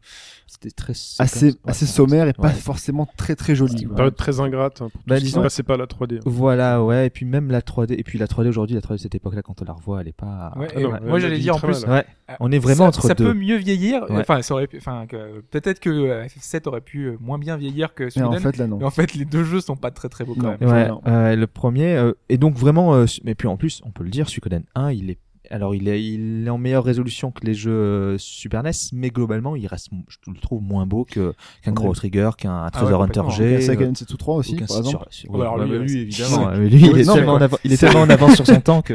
G: C'était très
F: assez
G: séquence- ouais,
F: assez sommaire et pas
G: Ouais.
F: forcément très très joli.
C: Une
F: quoi.
C: période très ingrate hein, pour
G: Bah,
C: tout ce qui
G: disons-
C: passait pas à la 3D. hein.
G: Voilà, ouais. Et puis même la 3D. Et puis la 3D aujourd'hui, la 3D de cette époque-là, quand on la revoit, elle est pas.
D: Ouais,
C: Ah
D: et
C: non,
D: moi,
C: on l'a
D: j'allais
C: dit
D: dire en
C: très
D: plus,
C: mal.
G: Ouais. On est vraiment
D: ça,
G: entre
D: ça
G: deux.
D: peut mieux vieillir.
G: Ouais.
D: Enfin, ça aurait pu- enfin, que- peut-être que euh, FF7 aurait pu euh, moins bien vieillir que
F: Mais
D: Suikoden.
F: en fait là non.
D: mais en fait, les deux jeux sont pas très très beaux quand
F: Non.
D: même.
G: Ouais,
F: Non.
G: euh, le premier. euh, et donc vraiment, euh, su- mais puis en plus, on peut le dire, Suikoden 1, il est, alors il est, il est en meilleure résolution que les jeux euh, Super NES, mais globalement, il reste, je le trouve moins beau que qu'un
F: Ouais.
G: Chrono Trigger, qu'un Treasure Hunter
D: Ah complètement.
G: G.
F: Aucun
G: euh,
F: Seiken Setsu 3 aussi
G: aucun
F: par
G: site
F: exemple.
G: sur- sur-
D: Oh, alors,
G: ouais,
D: lui,
G: ouais,
D: lui,
G: ouais.
D: évidemment.
G: Ouais, mais lui, il
F: Oui,
G: est
F: non, mais
G: tellement
F: quoi.
G: en avant- il est tellement en avance sur son temps que.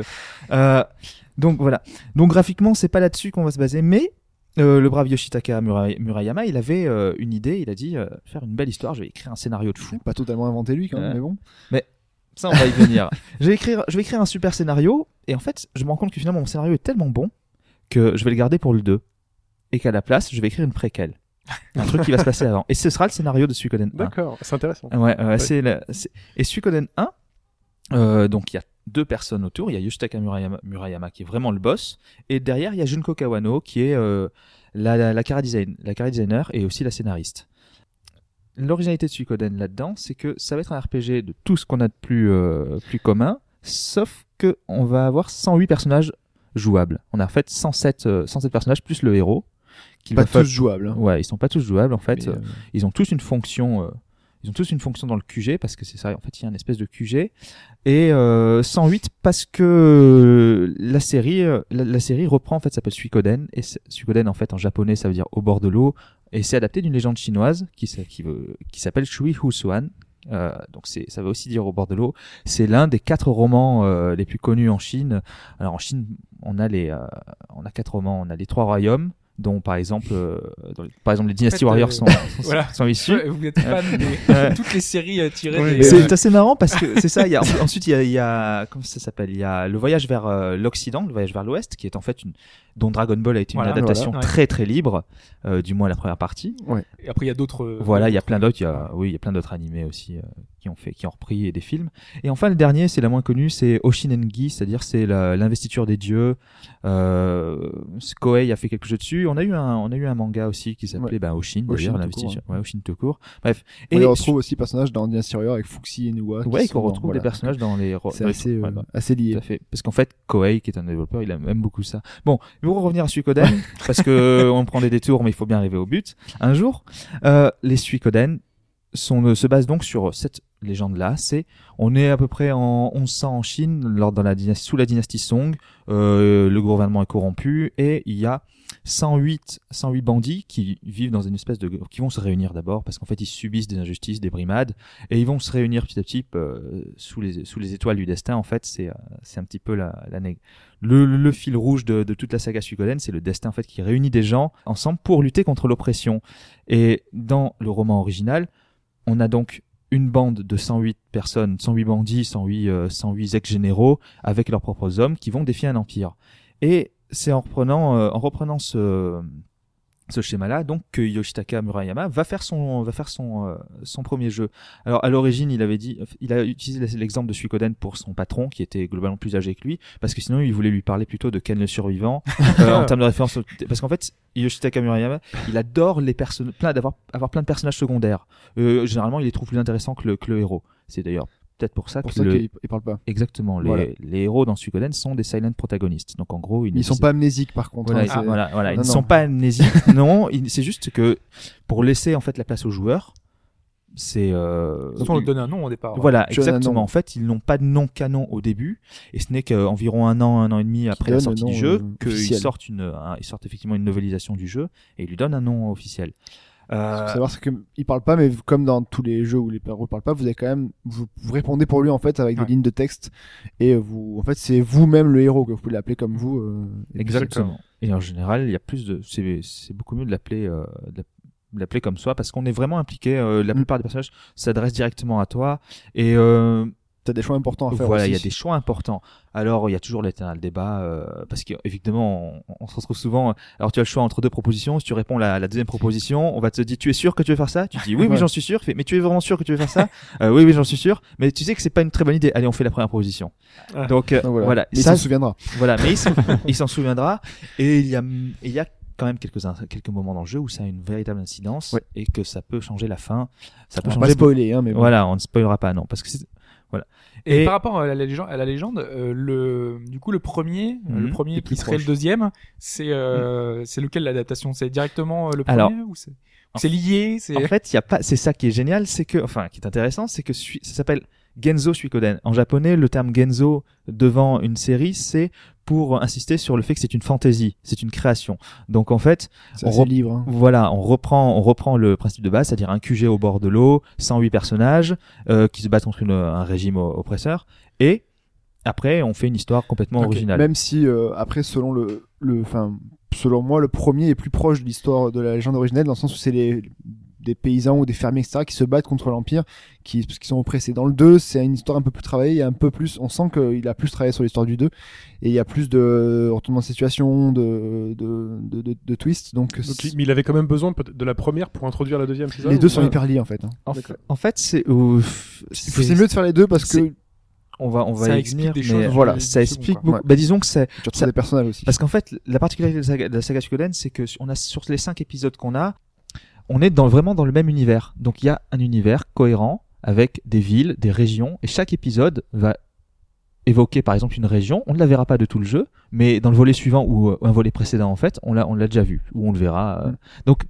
G: Euh, donc voilà. Donc graphiquement, c'est pas là-dessus qu'on va se baser, mais euh, le brave Yoshitaka Murai- Murayama, il avait euh, une idée. Il a dit euh, faire une belle histoire. Je vais écrire un scénario de fou.
F: Pas totalement inventé lui quand même,
G: Ouais.
F: mais bon.
G: Ça, on va
D: <laughs>
G: y venir. je, vais écrire, je vais écrire un super scénario, et en fait, je me rends compte que finalement, mon scénario est tellement bon que je vais le garder pour le 2. Et qu'à la place, je vais écrire une préquelle. Un truc qui va se passer avant. Et ce sera le scénario de Suikoden 1.
C: D'accord, c'est intéressant.
G: Ouais, ouais, c'est la- c'est- Et Suikoden 1, euh, donc il y a deux personnes autour. Il y a Yoshitaka Murayama, Murayama qui est vraiment le boss. Et derrière, il y a Junko Kawano qui est euh, la, la, la cara design, la cara designer et aussi la scénariste. L'originalité de Suikoden là-dedans, c'est que ça va être un RPG de tout ce qu'on a de plus, euh, plus commun, sauf que on va avoir 108 personnages jouables. On a en fait 107, euh, 107 personnages plus le héros. qu'il
F: Pas
G: va fa-
F: tous jouables. hein.
G: Ouais, ils sont pas tous jouables en fait.
F: Mais, euh,
G: Ils ont tous une fonction. euh, ils ont tous une fonction dans le QG parce que c'est ça. En fait, il y a une espèce de QG et euh, 108 parce que euh, la série, euh, la, la série reprend en fait ça s'appelle Suikoden et c'est- Suikoden en fait en japonais ça veut dire au bord de l'eau et c'est adapté d'une légende chinoise qui s'a- qui veut- qui s'appelle Shui Husuan. Euh, donc c'est ça veut aussi dire au bord de l'eau. C'est l'un des quatre romans euh, les plus connus en Chine. Alors en Chine, on a les, euh, on a quatre romans. On a les trois royaumes dont par exemple, euh, dans les- par exemple les Dynasty
D: fait,
G: Warriors
D: euh,
G: sont, sont,
D: <laughs> voilà.
G: sont issus.
D: Ouais, Vous êtes fan
G: Ouais.
D: de <laughs> toutes les séries euh, tirées
C: Oui,
D: des-
C: mais
D: euh,
G: C'est assez marrant parce que c'est ça. Il y a, <laughs> ensuite, il y a, il y a- comment ça s'appelle Il y a le voyage vers euh, l'Occident, le voyage vers l'Ouest, qui est en fait une dont Dragon Ball a été
D: Voilà,
G: une adaptation
D: voilà. Ouais.
G: très très libre, euh, du moins la première partie.
D: Et après, il y a d'autres. euh,
G: Voilà, il y a
D: d'autres-
G: plein d'autres. il y a- Oui, il y a plein d'autres animés aussi euh, qui ont fait, qui ont repris et des films. Et enfin, le dernier, c'est la moins connue, c'est Oshinengi, c'est-à-dire c'est la- l'investiture des dieux. Euh, Koei a fait quelques jeux dessus. On a eu un, on a eu un manga aussi qui s'appelait
F: Ouais.
G: bah, Oshin,
F: Oshin
G: d'ailleurs,
F: tout
G: l'investiture.
D: hein.
G: Ouais, Oshin tout court. Bref.
F: On les
G: sur-
F: retrouve aussi personnages dans Dynasty Warrior avec Fuxi et Nuwa. qui
G: Ouais,
F: sont
G: qu'on
F: dans-
G: retrouve
F: voilà.
G: les personnages dans les. ro-
F: C'est
G: dans les-
F: assez, euh,
G: Ouais, bah,
F: assez
G: tout
F: lié.
G: à fait. Parce qu'en fait, Koei, qui est un développeur, il aime même beaucoup ça. Bon, pour revenir à Suikoden, parce que euh, on prend des détours, mais il faut bien arriver au but. Un jour, euh, les Suikoden sont, euh, se basent donc sur cette légende-là. C'est, on est à peu près en 1100 en Chine, lors, dans la dynastie, sous la dynastie Song. Euh, le gouvernement est corrompu et il y a 108, 108 bandits qui vivent dans une espèce de, qui vont se réunir d'abord parce qu'en fait ils subissent des injustices, des brimades et ils vont se réunir petit à petit euh, sous les sous les étoiles du destin. En fait, c'est euh, c'est un petit peu la, la nég- le, le- le fil rouge de, de toute la saga Suikoden, c'est le destin en fait qui réunit des gens ensemble pour lutter contre l'oppression. Et dans le roman original, on a donc une bande de 108 personnes, 108 bandits, 108 euh, 108 ex-généraux avec leurs propres hommes qui vont défier un empire. Et c'est en reprenant euh, en reprenant ce ce schéma-là, donc que Yoshitaka Murayama va faire son va faire son euh, son premier jeu. Alors à l'origine, il avait dit, il a utilisé l'exemple de Suikoden pour son patron, qui était globalement plus âgé que lui, parce que sinon il voulait lui parler plutôt de Ken
F: <laughs>
G: le survivant euh, en termes de référence, au- parce qu'en fait Yoshitaka Murayama, il adore les personnes, plein d'avoir avoir plein de personnages secondaires. Euh, généralement, il les trouve plus intéressants que le, que le héros. C'est d'ailleurs peut-être pour ça
F: Pour
G: que
F: ça
G: le-
F: qu'ils ils parlent pas.
G: exactement les,
F: Voilà.
G: les héros dans Suikoden sont des silent protagonistes. Donc en gros,
F: Ils sont pas amnésiques par contre.
G: voilà,
F: hein,
G: ils,
F: c'est-
G: ah, voilà, voilà, ils
F: Non,
G: ne
F: non.
G: sont
F: <laughs>
G: pas amnésiques. non, il- c'est juste que pour laisser en fait la place aux joueurs, c'est euh,
D: De toute façon, on leur donne un nom au départ.
G: voilà
F: Je donne un nom.
G: exactement. En fait, ils n'ont pas de nom canon au début, et ce n'est qu'environ un an, un an et demi après la
F: donne le
G: sortie du
F: nom,
G: jeu
F: euh,
G: qu'ils
F: officiel.
G: sortent une, un- ils sortent effectivement une novelisation du jeu et ils lui donnent un nom officiel.
F: Parce que
G: Euh,
F: savoir c'est que ils parlent pas, mais comme dans tous les jeux où les héros parlent pas, vous avez quand même vous, vous répondez pour lui en fait avec
D: Ouais.
F: des lignes de texte et euh, vous en fait c'est vous-même le héros que vous pouvez l'appeler comme vous. euh, et puis
G: Exactement. Et en général, il y a plus de, c'est c'est beaucoup mieux de l'appeler, euh, de l'app- de l'appeler comme soi parce qu'on est vraiment impliqué. euh, la
F: Mm.
G: plupart des personnages s'adressent directement à toi et euh,
F: t'as
G: t'as-
F: des choix importants à faire.
G: Voilà,
F: aussi.
G: il y a des choix importants. Alors, il y a toujours l'éternel débat, euh, parce qu'évidemment, on, on se retrouve souvent. euh, Alors, tu as le choix entre deux propositions. Si tu réponds la, la deuxième proposition, on va te dire Tu es sûr que tu veux faire ça Tu dis Oui, oui,
F: Ouais.
G: j'en suis sûr. Fait, mais tu es vraiment sûr que tu veux
F: <laughs>
G: faire ça Euh, Oui, oui, j'en suis sûr. Mais tu sais que c'est pas une très bonne idée. Allez, on fait la première proposition.
C: Ah.
G: Donc, euh,
F: Donc
G: voilà.
F: Mais
G: Ça,
F: il s'en souviendra.
G: voilà, mais il s'en- <laughs> il s'en souviendra. Et il y a, il y a quand même quelques, quelques moments dans le jeu où ça a une véritable incidence
F: Ouais.
G: et que ça peut changer la fin. Ça peut
F: On va pas
G: changer.
F: spoiler, hein, mais bon.
G: Voilà, on ne spoilera pas, non, parce que c'est- voilà.
D: Et,
G: Et
D: par rapport à la légende, à la légende euh, le, du coup, le premier, euh, le
G: Mhm.
D: premier
G: Le
D: qui
G: plus
D: serait
G: proche.
D: le deuxième, c'est euh, c'est lequel l'adaptation C'est directement euh, le premier
G: Alors.
D: ou c'est ou c'est lié C'est
G: en fait, il y a pas. C'est ça qui est génial, c'est que, enfin, qui est intéressant, c'est que sui- ça s'appelle Genzo Suikoden. En japonais, le terme Genzo devant une série, c'est pour insister sur le fait que c'est une fantaisie, c'est une création. Donc en fait,
F: Ça,
G: on
F: c'est
G: rep-
F: le livre. hein.
G: Voilà, on reprend, on reprend le principe de base, c'est-à-dire un QG au bord de l'eau, 108 personnages euh, qui se battent contre une- un régime o- oppresseur, et après on fait une histoire complètement
C: Ok,
G: originale.
F: Même si euh, après, selon le, le, enfin, selon moi, le premier est plus proche de l'histoire de la légende originelle dans le sens où c'est les des paysans ou des fermiers etc qui se battent contre l'empire qui, qui sont oppressés dans le 2 c'est une histoire un peu plus travaillée et un peu plus on sent qu'il a plus travaillé sur l'histoire du 2 et il y a plus de retournement de situation de de, de, de, de twist donc
C: Donc,
F: c'est-
C: il- mais il avait quand même besoin peut-être de la première pour introduire la deuxième, c'est ça
F: les
C: ou
F: deux sont
C: pas
F: hyper liés en fait hein.
G: En,
C: d'accord.
G: en fait, c'est ouf, c'est-
F: c'est mieux de faire les deux parce que
G: c'est-
F: tu
G: on va on va
D: Ça
G: y
D: explique
G: venir,
D: des
G: mais
D: choses.
F: voilà,
D: euh,
G: ça
D: du
G: explique
D: second, quoi.
G: beaucoup.
F: Ouais.
G: Bah disons que c'est
F: retrouves
G: ça-
F: des personnages aussi
G: Parce qu'en fait, la particularité de la saga, de la saga Suikoden, c'est que sur- on a sur les cinq épisodes qu'on a, on est dans, vraiment dans le même univers. Donc il y a un univers cohérent avec des villes, des régions, et chaque épisode va évoquer par exemple une région. On ne la verra pas de tout le jeu, mais dans le volet suivant ou euh, un volet précédent en fait, on l'a on l'a déjà vu ou on le verra. euh.
F: Mm.
G: Donc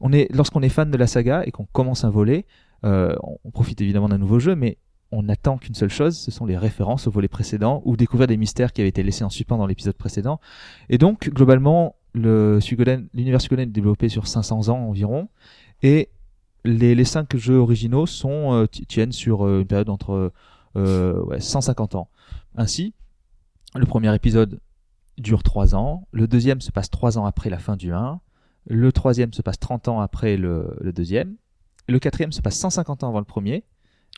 G: on est lorsqu'on est fan de la saga et qu'on commence un volet, euh, on- on profite évidemment d'un nouveau jeu, mais on n'attend qu'une seule chose, ce sont les références au volet précédent ou découvrir des mystères qui avaient été laissés en suspens dans l'épisode précédent. Et donc, globalement, le Suikoden- l'univers Suikoden est développé sur 500 ans environ. Et les, les cinq jeux originaux sont, euh, ti- tiennent sur euh, une période entre euh, ouais, 150 ans. Ainsi, le premier épisode dure 3 ans, le deuxième se passe 3 ans après la fin du 1, le troisième se passe 30 ans après le, le deuxième, le quatrième se passe 150 ans avant le premier,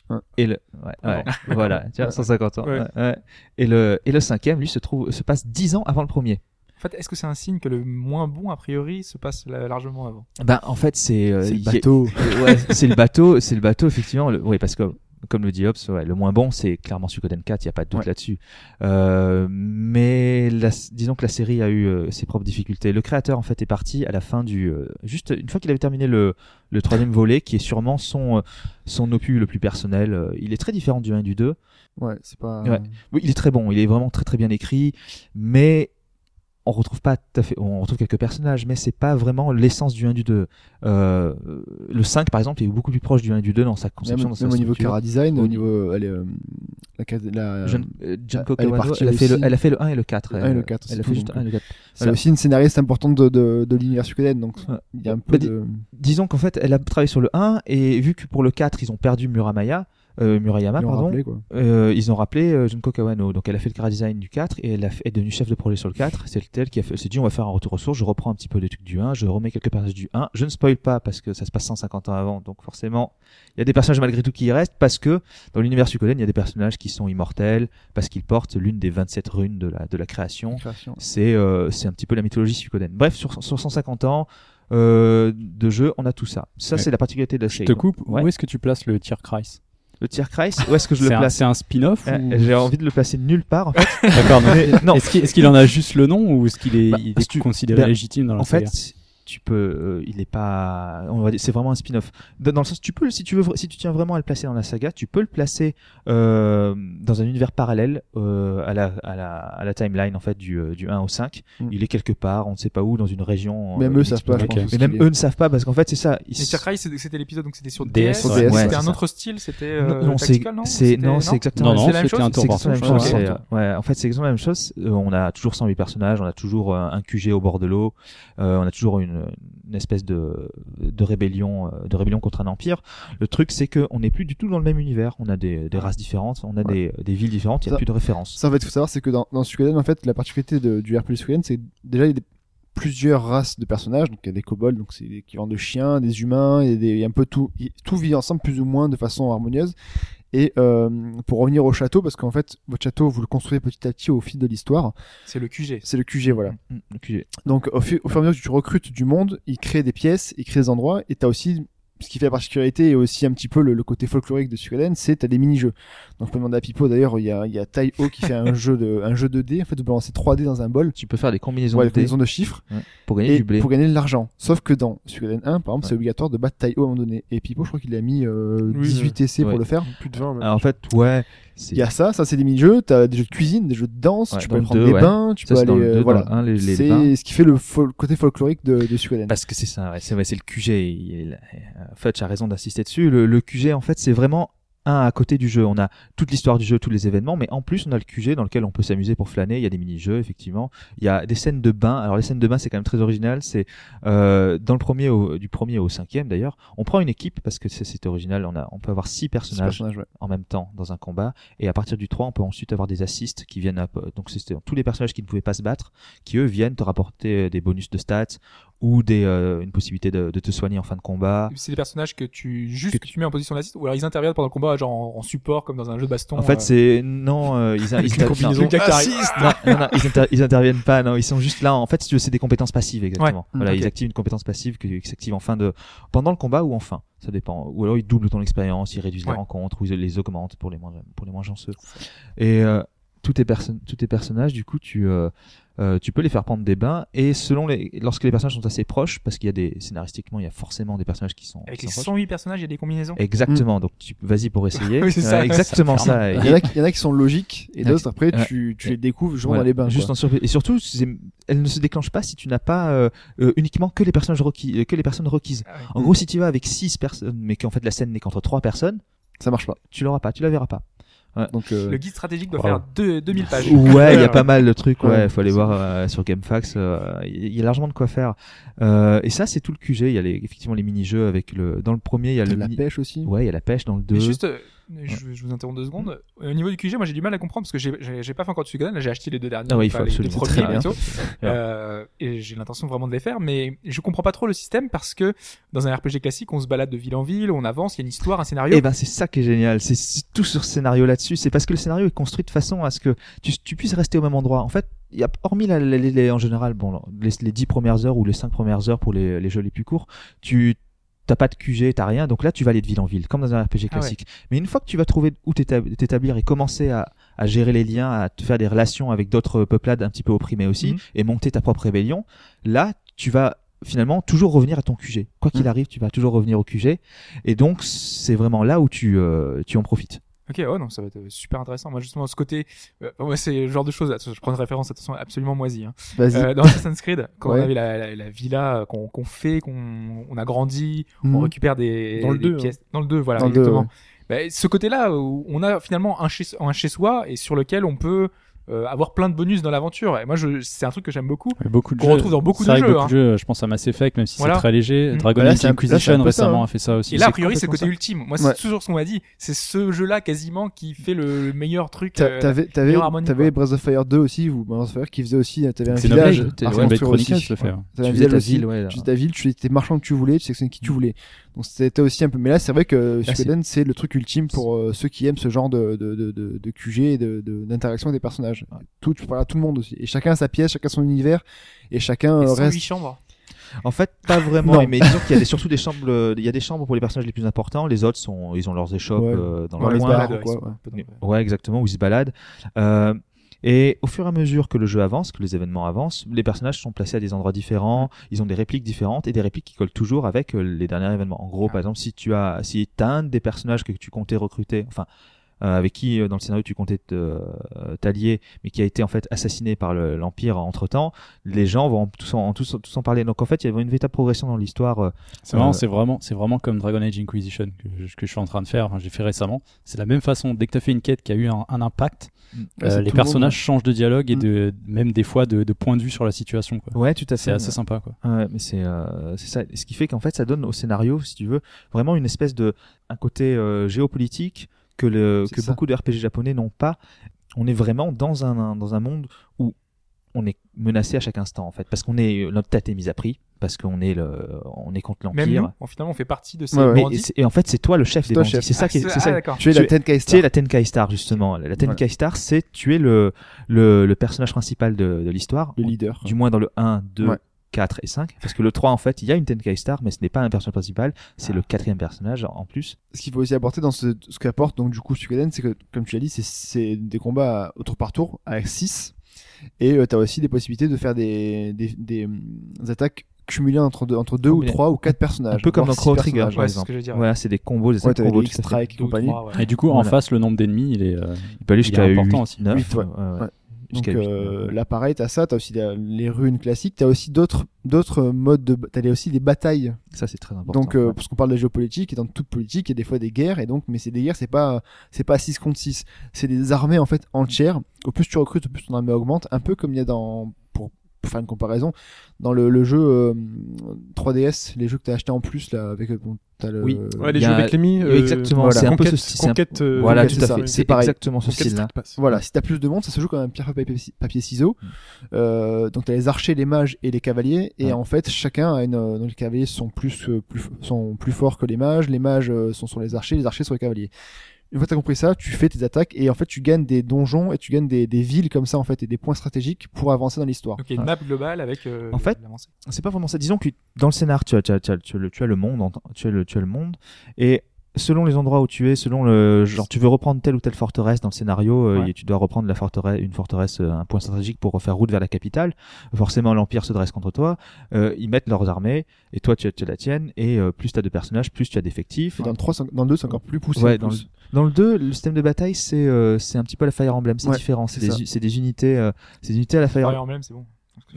F: Hein.
G: et le... Ouais, ouais, voilà, tu vois, 150 ans.
C: Ouais.
G: ouais, ouais. Et, le, et le cinquième, lui, se, trouve, se passe 10 ans avant le premier.
D: En fait, est-ce que c'est un signe que le moins bon, a priori, se passe la- largement avant
G: Ben, en fait, c'est euh,
F: c'est le
G: il y a-
F: bateau
G: ouais, <laughs> c'est
F: <laughs>
G: le bateau, c'est le bateau effectivement. Le- oui, parce que comme le dit Hobbes, ouais, le moins bon, c'est clairement Suikoden 4, il n'y a pas de doute
F: Ouais.
G: là-dessus. Euh, mais la- disons que la série a eu euh, ses propres difficultés. Le créateur en fait est parti à la fin du euh, juste une fois qu'il avait terminé le,
F: <laughs>
G: le troisième volet, qui est sûrement son euh, son opus le plus personnel. Euh, Il est très différent du 1 et du 2.
F: ouais c'est pas
G: Ouais. Oui, il est très bon, il est vraiment très très bien écrit, mais on retrouve pas tout à fait, on retrouve quelques personnages, mais c'est pas vraiment l'essence du 1 du 2. Euh, le 5 par exemple est beaucoup plus proche du 1 du 2 dans sa
F: même,
G: conception, dans sa
F: même au niveau
G: structure.
F: cara design au
G: Au
F: niveau elle est, euh, la, case- la
G: Jeune- euh, Junko
F: elle est
G: Kawano,
F: partie
G: elle a, fait le,
F: aussi.
G: elle a fait le 1 et le 4.
F: Le
G: elle-
F: 1 et le 4,
G: elle
F: c'est
G: a
F: tout,
G: fait juste
F: donc. euh.
G: le 1 et le 4.
F: c'est
G: voilà.
F: aussi une scénariste importante de, de, de l'univers suédois donc
G: Ouais.
F: il y a un peu
G: Bah, dis-
F: de
G: Disons qu'en fait, elle a travaillé sur le 1 et vu que pour le 4, ils ont perdu Muramaya, euh, Murayama,
F: ils l'ont
G: pardon,
F: rappelé, quoi.
G: Euh, ils ont rappelé euh, Junko Kawano. Donc elle a fait le chara design du 4 et elle a fait- est devenue chef de projet sur le 4. C'est elle qui a fait, elle s'est dit on va faire un retour aux sources, je reprends un petit peu des trucs du 1, je remets quelques personnages du 1. Je ne spoil pas parce que ça se passe 150 ans avant, donc forcément il y a des personnages malgré tout qui y restent parce que dans l'univers Suikoden il y a des personnages qui sont immortels parce qu'ils portent l'une des 27 runes de la, de la création.
F: Création.
G: C'est euh, c'est un petit peu la mythologie Suikoden. Bref, sur, sur 150 ans euh, de jeu, on a tout ça. Ça
E: Ouais.
G: c'est la particularité de la
E: Je
G: série.
E: te coupe,
G: Ouais.
E: où est-ce que tu places le Tier Christ
G: Le Tier Christ, où est-ce que je le
E: C'est un-
G: place
E: C'est
G: <laughs>
E: un spin-off
G: Euh,
E: ou-
G: J'ai envie de le placer nulle part. en fait.
E: D'accord, donc, <laughs>
G: Mais non,
E: Est-ce qu'il est-ce qu'il en a juste le nom ou est-ce qu'il est,
G: Bah,
E: il est
G: parce que-
E: considéré
G: ben,
E: légitime dans la
G: en
E: saga
G: fait tu peux euh, il est pas on va dire c'est vraiment un spin-off dans dans le sens tu peux si tu veux si tu tiens vraiment à le placer dans la saga tu peux le placer euh, dans un univers parallèle euh, à, la, à la à la timeline en fait du, euh, du 1 au 5
F: Mm.
G: il est quelque part on ne sait pas où dans une région
F: même
G: euh,
F: eux savent pas je
E: ok.
F: pense, où
G: mais
F: ce
G: même
F: qu'il est.
G: eux ne savent pas parce qu'en fait c'est ça ils
D: Et
G: s-
D: Tier Rise, c'était- c'était l'épisode, donc c'était sur DS.
E: DS,
F: sur
E: ouais.
F: DS,
G: ouais.
D: C'était
G: c'est
D: un
G: ça.
D: autre style, c'était euh,
G: non, c'est
D: tactical, non
G: c'est
D: C'était-
G: non c'est exactement
E: Non, non,
D: c'est la même
E: c'était
D: chose,
E: un
G: c'est
E: tour par
G: exactement la même
E: tour,
G: chose.
E: je
G: c'est,
E: crois.
G: euh, ouais, en fait, c'est exactement la même chose. Euh, on a toujours 108 personnages, on a toujours euh, un QG au bord de l'eau, euh, on a toujours une, une espèce de, de rébellion, euh, de rébellion contre un empire. Le truc, c'est que on n'est plus du tout dans le même univers. On a des, des races différentes, on a des, des villes différentes. Il n'y a
F: Ça-
G: plus de références.
F: ça en fait faut savoir c'est que dans, dans Suikoden en fait la particularité de- du RPG Suikoden c'est que déjà il y a des- plusieurs races de personnages. Donc il y a des kobolds, donc c'est l'équivalent de chiens, des humains, et des, il y a un peu tout. il- Tout vit ensemble plus ou moins de façon harmonieuse. Et euh, pour revenir au château, parce qu'en fait, votre château, vous le construisez petit à petit au fil de l'histoire.
D: C'est le QG.
F: C'est le QG, voilà.
G: Mm, ok, j'ai-
F: Donc au, fu- au fur et à mesure que tu recrutes du monde, il crée des pièces, il crée des endroits, et t'as aussi ce qui fait la particularité et aussi un petit peu le, le côté folklorique de Suikoden, c'est t'as des mini-jeux. Donc on peut demander à Pipo d'ailleurs, il y a, il y a Tai Ho qui fait
G: <laughs>
F: un jeu de un jeu 2D, en fait de balancer 3D dans un bol,
G: Tu peux faire des combinaisons
F: ouais, des
G: de dés
F: combinaisons de chiffres,
G: pour gagner
F: et
G: du blé.
F: pour gagner de l'argent. Sauf que dans Suikoden 1, par exemple, c'est
G: Ouais.
F: obligatoire de battre Tai Ho à un moment donné. Et Pipo, je crois qu'il a mis euh,
C: Oui,
F: 18 essais
G: ouais.
F: pour le faire.
C: Plus de 20 même.
G: Ah, en fait, ouais. c'est-
F: Il y a ça, ça c'est des mini-jeux, t'as des jeux de cuisine, des jeux de danse,
G: Ouais,
F: tu
G: dans
F: peux aller
G: le
F: prendre
G: deux,
F: des
G: ouais.
F: bains, tu peux
G: ça, c'est
F: aller...
G: dans le
F: euh,
G: deux, dans
F: voilà.
G: le un, les, les vins.
F: C'est ce qui fait le fol- côté folklorique de, de Suikoden.
G: Parce que c'est ça, ouais, c'est ouais, c'est le QG. il- il- euh, Fudge a raison d'insister dessus. Le, le QG, en fait, c'est vraiment un à côté du jeu. On a toute l'histoire du jeu, tous les événements, mais en plus, on a le QG dans lequel on peut s'amuser pour flâner. Il y a des mini-jeux, effectivement. Il y a des scènes de bain. Alors, les scènes de bain, c'est quand même très original. C'est euh, dans le premier, au- du premier au cinquième, d'ailleurs. On prend une équipe parce que c'est- c'est original. On, a, on peut avoir six
F: Ce
G: personnages
F: personnage, ouais.
G: en même temps dans un combat. Et à partir du 3, on peut ensuite avoir des assists qui viennent. à- Donc, c'est tous les personnages qui ne pouvaient pas se battre, qui eux viennent te rapporter euh, des bonus de stats ou des, euh, une possibilité de, de te soigner en fin de combat.
D: C'est des personnages que tu juste
G: Que
D: que tu mets en position d'assist ou alors ils interviennent pendant le combat genre en, en support comme dans un jeu de baston.
G: En fait, c'est. Non, euh,
D: <laughs>
G: ils,
D: Avec
G: ils,
D: euh, une
G: inter-
D: combinaison.
G: non,
D: Le gars qui arrive.
G: non, non, non, ils, inter- ils interviennent pas, non, ils sont juste là. En fait, si tu veux, c'est des compétences passives, exactement.
D: Mm,
G: Voilà,
D: ok.
G: ils activent une compétence passive que- qui, s'active en fin de. pendant le combat ou en fin. Ça dépend. Ou alors ils doublent ton expérience, ils réduisent
D: Ouais.
G: les rencontres ou ils les augmentent pour les moins, pour les moins chanceux. Et euh, tous, tes perso- tous tes personnages, du coup, tu. euh, euh, tu peux les faire prendre des bains et selon les lorsque les personnages sont assez proches parce qu'il y a des scénaristiquement il y a forcément des personnages qui sont,
D: avec
G: qui
D: les
G: sont proches.
D: 108 personnages, il y a des combinaisons.
G: exactement donc tu vas-y pour essayer
D: Mm. <laughs> Oui, c'est ça.
G: exactement ça,
F: Il y, en a, qui- il y en a qui sont logiques et
G: Ouais.
F: d'autres après
G: Ouais.
F: tu, tu les découvres genre
G: Voilà,
F: dans les bains.
G: Juste
F: quoi.
G: en surprise. Et surtout, c'est- elle ne se déclenche pas si tu n'as pas euh, euh, uniquement que les personnages requis, euh, que les personnes requises.
D: Ah ouais.
G: En gros, si tu vas avec 6 personnes, mais qu'en fait la scène n'est qu'entre 3 personnes,
F: Ça marche pas.
G: tu l'auras pas, tu la verras pas.
F: Donc euh,
D: Le guide stratégique doit
E: Wow.
D: faire deux- 2000 pages.
G: Ouais, il y a pas mal de trucs. Ouais,
F: Ouais.
G: faut aller voir euh, sur GameFAQs. euh, Il y a largement de quoi faire. Euh, et ça, c'est tout le QG. Il y a les, effectivement les mini-jeux avec le. Dans le premier, il y a
F: t'as
G: le.
F: de la
G: mini-
F: pêche aussi.
G: Ouais, il y a la pêche dans le 2.
D: Mais juste, euh, je, je vous interromps deux secondes. Au niveau du QG, moi j'ai du mal à comprendre parce que j'ai- j'ai j'ai pas fait encore de Suikoden, là j'ai acheté les deux derniers.
G: Ah ouais, il
D: enfin,
G: faut
D: les deux
G: absolument.
D: premiers
G: C'est
D: bientôt.
G: très bien.
D: Euh, et j'ai l'intention vraiment de les faire, mais je comprends pas trop le système parce que dans un RPG classique, on se balade de ville en ville, on avance, il y a une histoire, un scénario.
F: Eh
G: Et ben c'est ça qui est génial, c'est c'est tout sur ce scénario là-dessus, c'est parce que le scénario est construit de façon à ce que tu, tu puisses rester au même endroit. En fait, il y a, hormis la- la- la- les- en général, bon, les, les 10 premières heures ou les 5 premières heures pour les, les jeux les plus courts, tu t'as pas de QG, t'as rien, donc là tu vas aller de ville en ville, comme dans un RPG
D: Ah ouais.
G: classique. Mais une fois que tu vas trouver où t'étab- t'établir et commencer à, à gérer les liens, à te faire des relations avec d'autres peuplades un petit peu opprimées aussi,
D: Mhm.
G: et monter ta propre rébellion, là tu vas finalement toujours revenir à ton QG. Quoi
D: Mhm.
G: qu'il arrive, tu vas toujours revenir au QG. Et donc, c'est vraiment là où tu, euh, tu en profites.
D: Ok, ouais, non, ça va être euh, super intéressant. Moi, justement, ce côté, euh, moi, c'est le genre de choses. Attends, je prends une référence, attention, absolument moisie. hein.
F: Vas-y.
D: Euh, dans
F: <laughs>
D: Assassin's Creed, quand
F: Ouais.
D: on avait la, la, la villa euh, qu'on qu'on fait, qu'on on a grandi, on
F: Mhm.
D: récupère des,
C: Dans le
D: des
C: deux, hein.
D: pièces. Dans le 2, voilà,
F: Dans le deux,
D: exactement.
F: ouais.
D: Bah, ce côté-là, où on a finalement un chez, un chez soi et sur lequel on peut euh, avoir plein de bonus dans l'aventure. Et moi, je, c'est un truc que j'aime beaucoup.
E: Mais beaucoup de
D: Qu'on
E: jeux-
D: retrouve dans beaucoup
E: c'est
D: de
E: vrai que
D: jeux, hein.
E: beaucoup de jeux. Je pense à Mass Effect, même si
D: Voilà.
E: c'est très léger.
D: Mm.
E: Dragon
F: Bah là,
E: Age
F: c'est un- là, c'est un
E: Inquisition
F: peu ça,
E: récemment
F: hein.
E: a fait ça aussi.
D: Et là, a
E: C'est-
D: priori, c'est le côté
G: complètement
D: ultime. Moi,
F: Ouais.
D: c'est toujours ce qu'on m'a dit. C'est ce jeu-là quasiment qui fait le meilleur truc.
F: T'a-
D: euh,
F: T'avais t'avais
D: meilleure harmonie,
F: t'avais
D: quoi.
F: Breath of Fire 2 aussi ou Breath of Fire qui faisait aussi hein, t'avais un
E: c'est
F: village.
E: Xenoblade.
F: à
E: Xenoblade
F: construire aussi.
E: Chronicles le fait. ouais.
F: T'avais un
G: faisais
F: village
G: ta
F: aussi.
G: ville, ouais, là.
F: Tu faisais ta ville, tu étais marchand que tu voulais, tu sélectionnais qui tu voulais. Donc c'était aussi un peu. Mais là, c'est vrai que
G: c'est-
F: Suikoden, c'est le truc ultime pour euh, ceux qui aiment ce genre de, de, de, de, de QG et de- de- d'interaction avec des personnages.
G: Ouais.
F: Tout, tu parles à tout le monde aussi. Et chacun a sa pièce, chacun son univers, et chacun
D: et
F: euh,
D: 108
F: reste.
D: chambres.
G: En fait,
F: <laughs>
G: pas vraiment.
F: Non.
G: Mais disons qu'il y a des- surtout des chambres. euh, Il y a des chambres pour les personnages les plus importants. Les autres sont, ils ont leurs échoppes
F: Ouais.
G: euh, dans
F: Dans
G: leur
F: les
G: coin.
F: bars,
D: ouais,
F: ou quoi,
D: ils sont
F: ouais.
D: un peu dans-
G: Ouais, exactement, où ils se baladent. Euh, et au fur et à mesure que le jeu avance, que les événements avancent, les personnages sont placés à des endroits différents, ils ont des répliques différentes et des répliques qui collent toujours avec euh, les derniers événements. En gros, par exemple, si tu as, si t'as un des personnages que tu comptais recruter, enfin, euh, avec qui euh, dans le scénario tu comptais te, euh, t'allier, mais qui a été en fait assassiné par le- l'Empire entre temps, les gens vont tous en, tous, en- tous en parler. Donc en fait, il y a une véritable progression dans l'histoire. euh,
E: C'est marrant,
G: Euh,
E: c'est vraiment, c'est vraiment comme Dragon Age Inquisition que je, que je suis en train de faire. hein, J'ai fait récemment. C'est la même façon. Dès que tu as fait une quête qui a eu un, un impact,
F: Ouais,
E: euh,
F: c'est tout le
E: les
F: monde.
E: personnages changent de dialogue et
F: Mm.
E: de, même des fois de, de point de vue sur la situation. quoi.
G: Ouais, tout à fait.
E: C'est assez sympa. Quoi.
G: Ouais, mais c'est euh, c'est ça. Ce qui fait qu'en fait, ça donne au scénario, si tu veux, vraiment une espèce de un côté euh, géopolitique que le
F: C'est
G: que
F: ça.
G: beaucoup de RPG japonais n'ont pas. On est vraiment dans un, un- dans un monde où on est menacé à chaque instant en fait parce qu'on est euh, notre tête est mise à prix parce qu'on est le on est contre
D: Même
G: l'empire.
D: nous, on- finalement, on fait partie de ces
F: Ouais, ouais.
G: Mais-
D: bandits.
G: et, et en fait, c'est toi le chef
F: C'est
G: des
F: toi le
G: bandits.
F: chef.
G: C'est ça
D: Ah,
G: qui est, c'est
D: ah,
G: ça-
D: d'accord.
F: Tu es
G: Tu
F: la
G: es-
F: Tenkai
G: Tu es
F: Star.
G: la Tenkai Star, justement. La Tenkai Star, c'est tu es le, le, le personnage principal de, de l'histoire,
F: Le leader.
G: du moins dans le 1, 2,
F: Ouais.
G: 4 et 5. Parce que le 3, en fait, il y a une Tenkai Star, mais ce n'est pas un personnage principal, c'est
F: Ah.
G: le quatrième personnage en plus.
F: ce qu'il faut aussi apporter dans ce, ce qu'apporte donc du coup Suikoden, c'est que comme tu l'as dit, c'est- c'est des combats au tour par tour à 6 et tu as aussi des possibilités de faire des, des, des, hum, attaques cumulées entre deux, entre deux ou
G: Combinées.
F: trois ou quatre personnages.
G: Un peu comme
F: voire
G: dans
F: six
G: Chrono Trigger,
F: personnages.
G: par
D: Ouais, c'est ce
G: exemple.
D: que je veux dire.
G: Voilà, c'est des combos, des
F: Ouais,
G: 5
F: t'avais
G: combos,
F: les
G: tout ça fait.
F: X-Strike et
D: Deux ou
F: compagnie.
D: trois, ouais.
E: Et du coup, en
G: Voilà.
E: face, le nombre d'ennemis, il est. euh,
G: Il peut aller
E: Il est
G: jusqu'à 8,
E: important aussi.
G: 9.
F: Huit, ouais. Ouais. Donc euh, là pareil, t'as ça, t'as aussi la- les runes classiques, t'as aussi d'autres d'autres modes de, t'as les- aussi des batailles
G: Ça, c'est très important.
F: Donc, euh,
G: ouais.
F: parce qu'on parle de la géopolitique, et dans toute politique, il y a des fois des guerres, et donc, mais c'est des guerres, c'est pas, c'est pas 6 contre 6. C'est des armées, en fait, entières. Au plus tu recrutes, au plus ton armée augmente. Un peu comme il y a dans, pour, pour faire une comparaison, dans le, le jeu euh, 3DS, les jeux que t'as acheté en plus, là, avec, euh, bon, t'as le,
G: Oui.
C: Ouais, les
G: Il y
C: jeux
G: a-
C: avec les mi, euh,
G: Exactement,
F: voilà.
G: c'est un peu
C: Conquête-
G: ce style. c'est un-
C: Conquête, euh,
G: Voilà,
F: Conquête,
G: tout
F: c'est
G: à
F: ça,
G: fait.
F: oui.
G: C'est
F: C'est pareil.
G: exactement ce
C: Conquête
G: style-là.
C: Street Pass.
F: Voilà, si t'as plus de monde, ça se joue comme un pierre, papier, papier ciseaux. Euh, donc t'as les archers, les mages et les cavaliers. Et
G: Mm. Ouais.
F: en fait, chacun a une. euh, Donc les cavaliers sont plus, euh, plus, sont plus forts que les mages. Les mages euh, sont sur les archers, les archers sur les cavaliers. Une fois que t'as compris ça, tu fais tes attaques et en fait tu gagnes des donjons et tu gagnes des, des villes comme ça en fait et des points stratégiques pour avancer dans l'histoire.
D: Donc il y a une
F: Voilà.
D: map globale avec. euh,
G: En fait,
D: l'avancée.
G: c'est pas vraiment ça. Disons que dans le scénar, tu as, tu as- tu as- tu as le, tu as le monde, en- tu as le, tu as le monde, et selon les endroits où tu es, selon le genre, tu veux reprendre telle ou telle forteresse dans le scénario, euh,
D: Ouais.
G: et tu dois reprendre la forteresse, une forteresse, euh, un point stratégique pour refaire route vers la capitale. Forcément, l'empire se dresse contre toi. Euh, ils mettent leurs armées, et toi, tu as, tu as la tienne. Et euh, plus tu as de personnages, plus tu as d'effectifs.
F: Et dans le 3, c'est- dans le 2, c'est encore plus poussé.
G: Ouais,
F: en
G: dans le,
F: plus.
G: dans le 2, le système de bataille, c'est euh, c'est un petit peu la Fire Emblem, c'est
F: Ouais,
G: différent. C'est
F: c'est ça.
G: des, c'est des unités, euh, c'est des unités à la Fire
D: Fire
G: Emblem.
D: Emblem, c'est bon.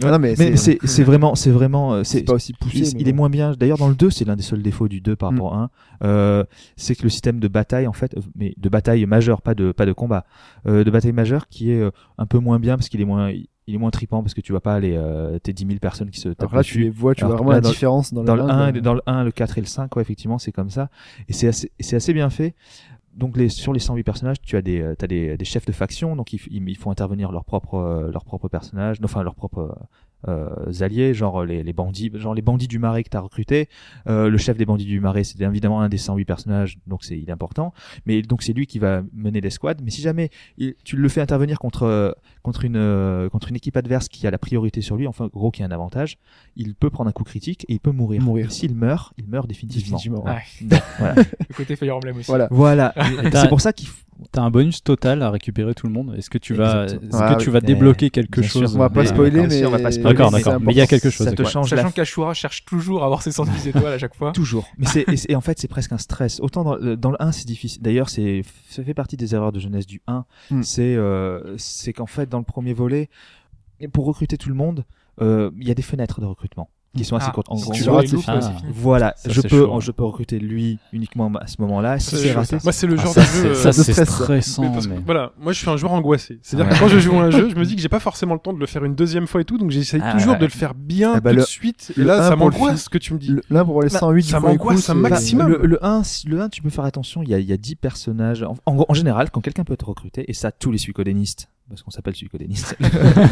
F: Ah non, mais, c'est
G: Mais
F: <laughs>
G: c'est c'est vraiment, c'est vraiment, euh,
F: c'est
G: c'est
F: pas aussi poussé.
G: il,
F: mais
G: il est
F: bon.
G: moins bien. D'ailleurs, dans le 2, c'est l'un des seuls défauts du 2 par
F: Mm.
G: rapport au 1. Euh, c'est que le système de bataille, en fait, euh, mais de bataille majeure, pas de, pas de combat, euh, de bataille majeure qui est euh, un peu moins bien parce qu'il est moins, il est moins tripant parce que tu vois pas les, euh, tes 10 000 personnes qui se tapent
F: Alors là, tu
G: dessus.
F: les vois, tu vois
G: Alors
F: vraiment
G: là,
F: la
G: dans-
F: différence dans,
G: Dans
F: le
G: le,
F: un,
G: 1,
F: dans-
G: dans le 1, le 4 et le 5, ouais, effectivement, c'est comme ça. Et c'est assez, et c'est assez bien fait. Donc les, sur les 108 personnages, tu as des, euh, t'as des, des chefs de faction, donc ils, f- ils, ils font intervenir leurs propres, euh, leurs propres personnages, non, enfin leurs propres euh, alliés, genre les, les bandits, genre les bandits du marais que t'as recrutés. Euh, le chef des bandits du marais, c'est évidemment un des 108 personnages, donc c'est il est important. Mais donc c'est lui qui va mener l'escouade. Mais si jamais il- tu le fais intervenir contre euh, contre une euh, contre une équipe adverse qui a la priorité sur lui, enfin gros qui a un avantage, il peut prendre un coup critique et il peut mourir.
F: Mourir.
G: Et S'il meurt, il meurt définitivement.
F: Définitivement,
D: ouais.
G: voilà.
D: Le côté Fire Emblem
F: <laughs>
D: aussi.
F: Voilà.
G: Voilà.
E: Et t'as-
G: C'est pour ça qu'il faut-
E: T'as un bonus total à récupérer tout le monde. Est-ce que tu vas, est-ce
G: Exactement.
F: Ah
E: que tu
F: oui.
E: vas
G: Mais
E: débloquer quelque
G: bien sûr,
E: chose
F: On va pas
E: Mais-
F: spoiler,
G: Bien
F: mais
G: sûr, on va pas spoiler,
E: D'accord,
G: mais
E: d'accord.
F: c'est
E: Mais il y a
F: important.
E: quelque chose.
G: ça te
E: ouais.
G: change la
D: Sachant qu'Ashura cherche toujours à avoir ses
G: <laughs>
D: 112 étoiles à chaque fois.
G: Toujours. Mais c'est, et c'est- et en fait, c'est presque un stress. Autant dans, le- dans le 1, c'est difficile. D'ailleurs, c'est, ça fait partie des erreurs de jeunesse du 1.
E: Hmm.
F: Mm.
G: C'est, euh, c'est qu'en fait, dans le premier volet, et pour recruter tout le monde, euh, il y a des fenêtres de recrutement qui sont assez
D: Ah,
G: courtes. En
D: si
G: gros,
D: tu
F: gros,
D: vois les
F: c'est
D: loups,
G: Ah.
E: fini.
D: c'est fini.
G: voilà,
E: Ça,
G: je
E: c'est
G: peux,
E: chaud, hein.
G: je peux recruter lui uniquement à ce moment-là. Si
C: Ça,
G: c'est
C: je-
G: raté,
C: Moi, c'est le
E: Ah,
C: genre
E: ça,
C: de jeu.
E: c'est-
C: euh,
E: ça,
F: de
E: c'est
F: stress.
E: stressant.
C: Mais parce que,
E: mais-
C: Voilà, moi je suis un joueur angoissé. C'est-à-dire
G: Ouais.
C: que quand je joue à un jeu, je me dis que j'ai pas forcément le temps de le faire une deuxième fois et tout, donc j'essaye
G: Ah,
C: toujours
G: ouais.
C: de le faire bien
F: Ah bah,
G: ben
C: tout
F: le-
C: de suite. Et
F: le
C: là,
F: un
C: ça
F: pour le
C: m'angoisse
F: film.
C: ce que tu me dis.
F: Le- Là, pour les
G: Bah,
F: 108,
C: ça
F: du premier
C: m'angoisse
F: coup,
C: un
F: c'est-
C: maximum.
G: Le, le 1, si- le 1, tu peux faire attention, il y a, il y a 10 personnages. En, en, en général, quand quelqu'un peut te recruter, et ça, tous les suicodénistes, parce qu'on s'appelle suicodénistes,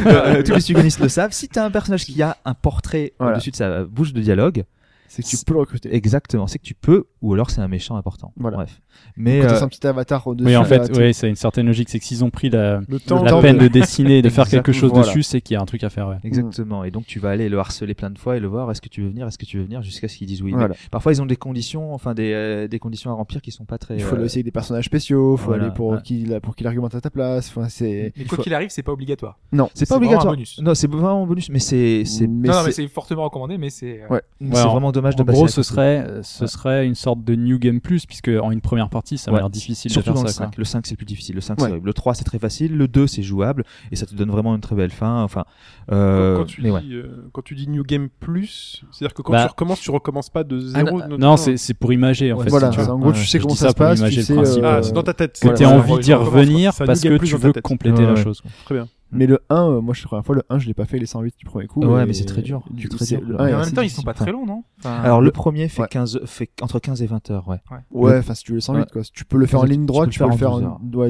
G: euh, tous les suicodénistes le savent, si tu as un personnage qui a un portrait
F: Voilà.
G: au-dessus de sa bouche de dialogue,
F: C'est que tu peux le recruter.
G: exactement, c'est que tu peux, ou alors c'est un méchant important.
F: Voilà.
G: Bref. Mais
F: Quand t'as
G: euh,
F: un petit avatar au-dessus.
E: Oui, en
F: là,
E: fait,
F: tu-
E: ouais, c'est une certaine logique. C'est que s'ils ont pris la,
F: Le
E: la
F: temps, le temps
E: peine de, dessiner et de faire
G: Exactement,
E: quelque chose
G: voilà.
E: dessus, c'est qu'il y a un truc à faire. ouais.
G: Exactement. Et donc tu vas aller le harceler plein de fois et le voir. Est-ce que tu veux venir Est-ce que tu veux venir Jusqu'à ce qu'ils disent oui. Mais
F: Voilà.
G: parfois ils ont des conditions, enfin des, euh, des conditions à remplir qui sont pas très.
F: Il faut
G: euh,
F: aller aussi avec des personnages spéciaux, faut
G: voilà,
F: aller pour
G: ouais.
F: qu'il pour qu'il argumente à ta place. Enfin, c'est
D: Mais
G: il
D: quoi
G: faut-
D: qu'il arrive, c'est pas obligatoire.
G: c'est
D: c'est
G: pas obligatoire.
D: vraiment un bonus.
G: Non, c'est vraiment un bonus, mais c'est c'est
F: mais
D: Non, non, mais
F: c'est-
D: c'est fortement recommandé, mais c'est. euh,
F: Ouais.
G: c'est
E: Ouais, en-
G: vraiment dommage de
E: En
G: passer.
E: gros,
G: à
E: ce
G: côté.
E: serait, euh, ce
G: Ouais.
E: serait une sorte de New Game Plus, puisque en une première partie, ça m'a
G: Ouais.
E: l'air difficile de
G: Surtout
E: faire
G: dans le
E: ça.
G: 5. Le 5, c'est le plus difficile. Le 5,
F: Ouais.
G: c'est horrible. Le 3, c'est très facile. Le 2, c'est jouable. Et ça te donne vraiment une très belle fin. Enfin, euh,
C: Quand tu,
G: mais ouais.
C: dis, euh, quand tu dis New Game Plus, c'est-à-dire que quand
E: Bah.
C: tu recommences, tu recommences pas de
E: quoi.
C: zéro.
E: Ah, non, c'est c'est pour imager, en
G: Ouais,
E: fait.
F: voilà,
E: si tu veux.
F: c'est- en gros,
G: Ouais,
F: tu
G: je
F: sais
E: dis
F: comment
E: ça
F: ça se
E: pour
F: passe,
E: imager
F: tu
E: le
F: sais.
E: principe.
F: euh,
C: Ah, c'est dans ta tête.
E: que
C: c'est-
E: t'aies
C: voilà.
E: envie d'y
C: Ouais,
E: revenir
C: c'est un
E: parce
C: New Game
E: que
C: Plus
E: tu
C: dans ta
E: veux
C: tête.
E: compléter la
G: Ouais,
E: chose.
C: Très bien.
F: Mais le 1, euh, moi, je la première fois, le 1, je l'ai pas fait les 108 du premier coup.
G: Ouais,
F: et-
G: mais c'est très dur.
F: Du
G: C'est
F: coup,
G: très
F: c'est-
G: dur.
F: ouais,
D: mais en
F: c'est
D: même temps, ils
F: difficile.
D: sont pas très longs, non Enfin,
G: Alors le premier fait,
F: Ouais.
G: 15, fait entre 15 et 20 heures, ouais.
F: Ouais, enfin si tu veux le 108
G: Ouais.
F: quoi. Si tu peux le faire en
G: Tu- tu
F: ligne
G: peux
F: droite,
G: le
F: tu peux le
G: faire
F: faire
G: en
F: en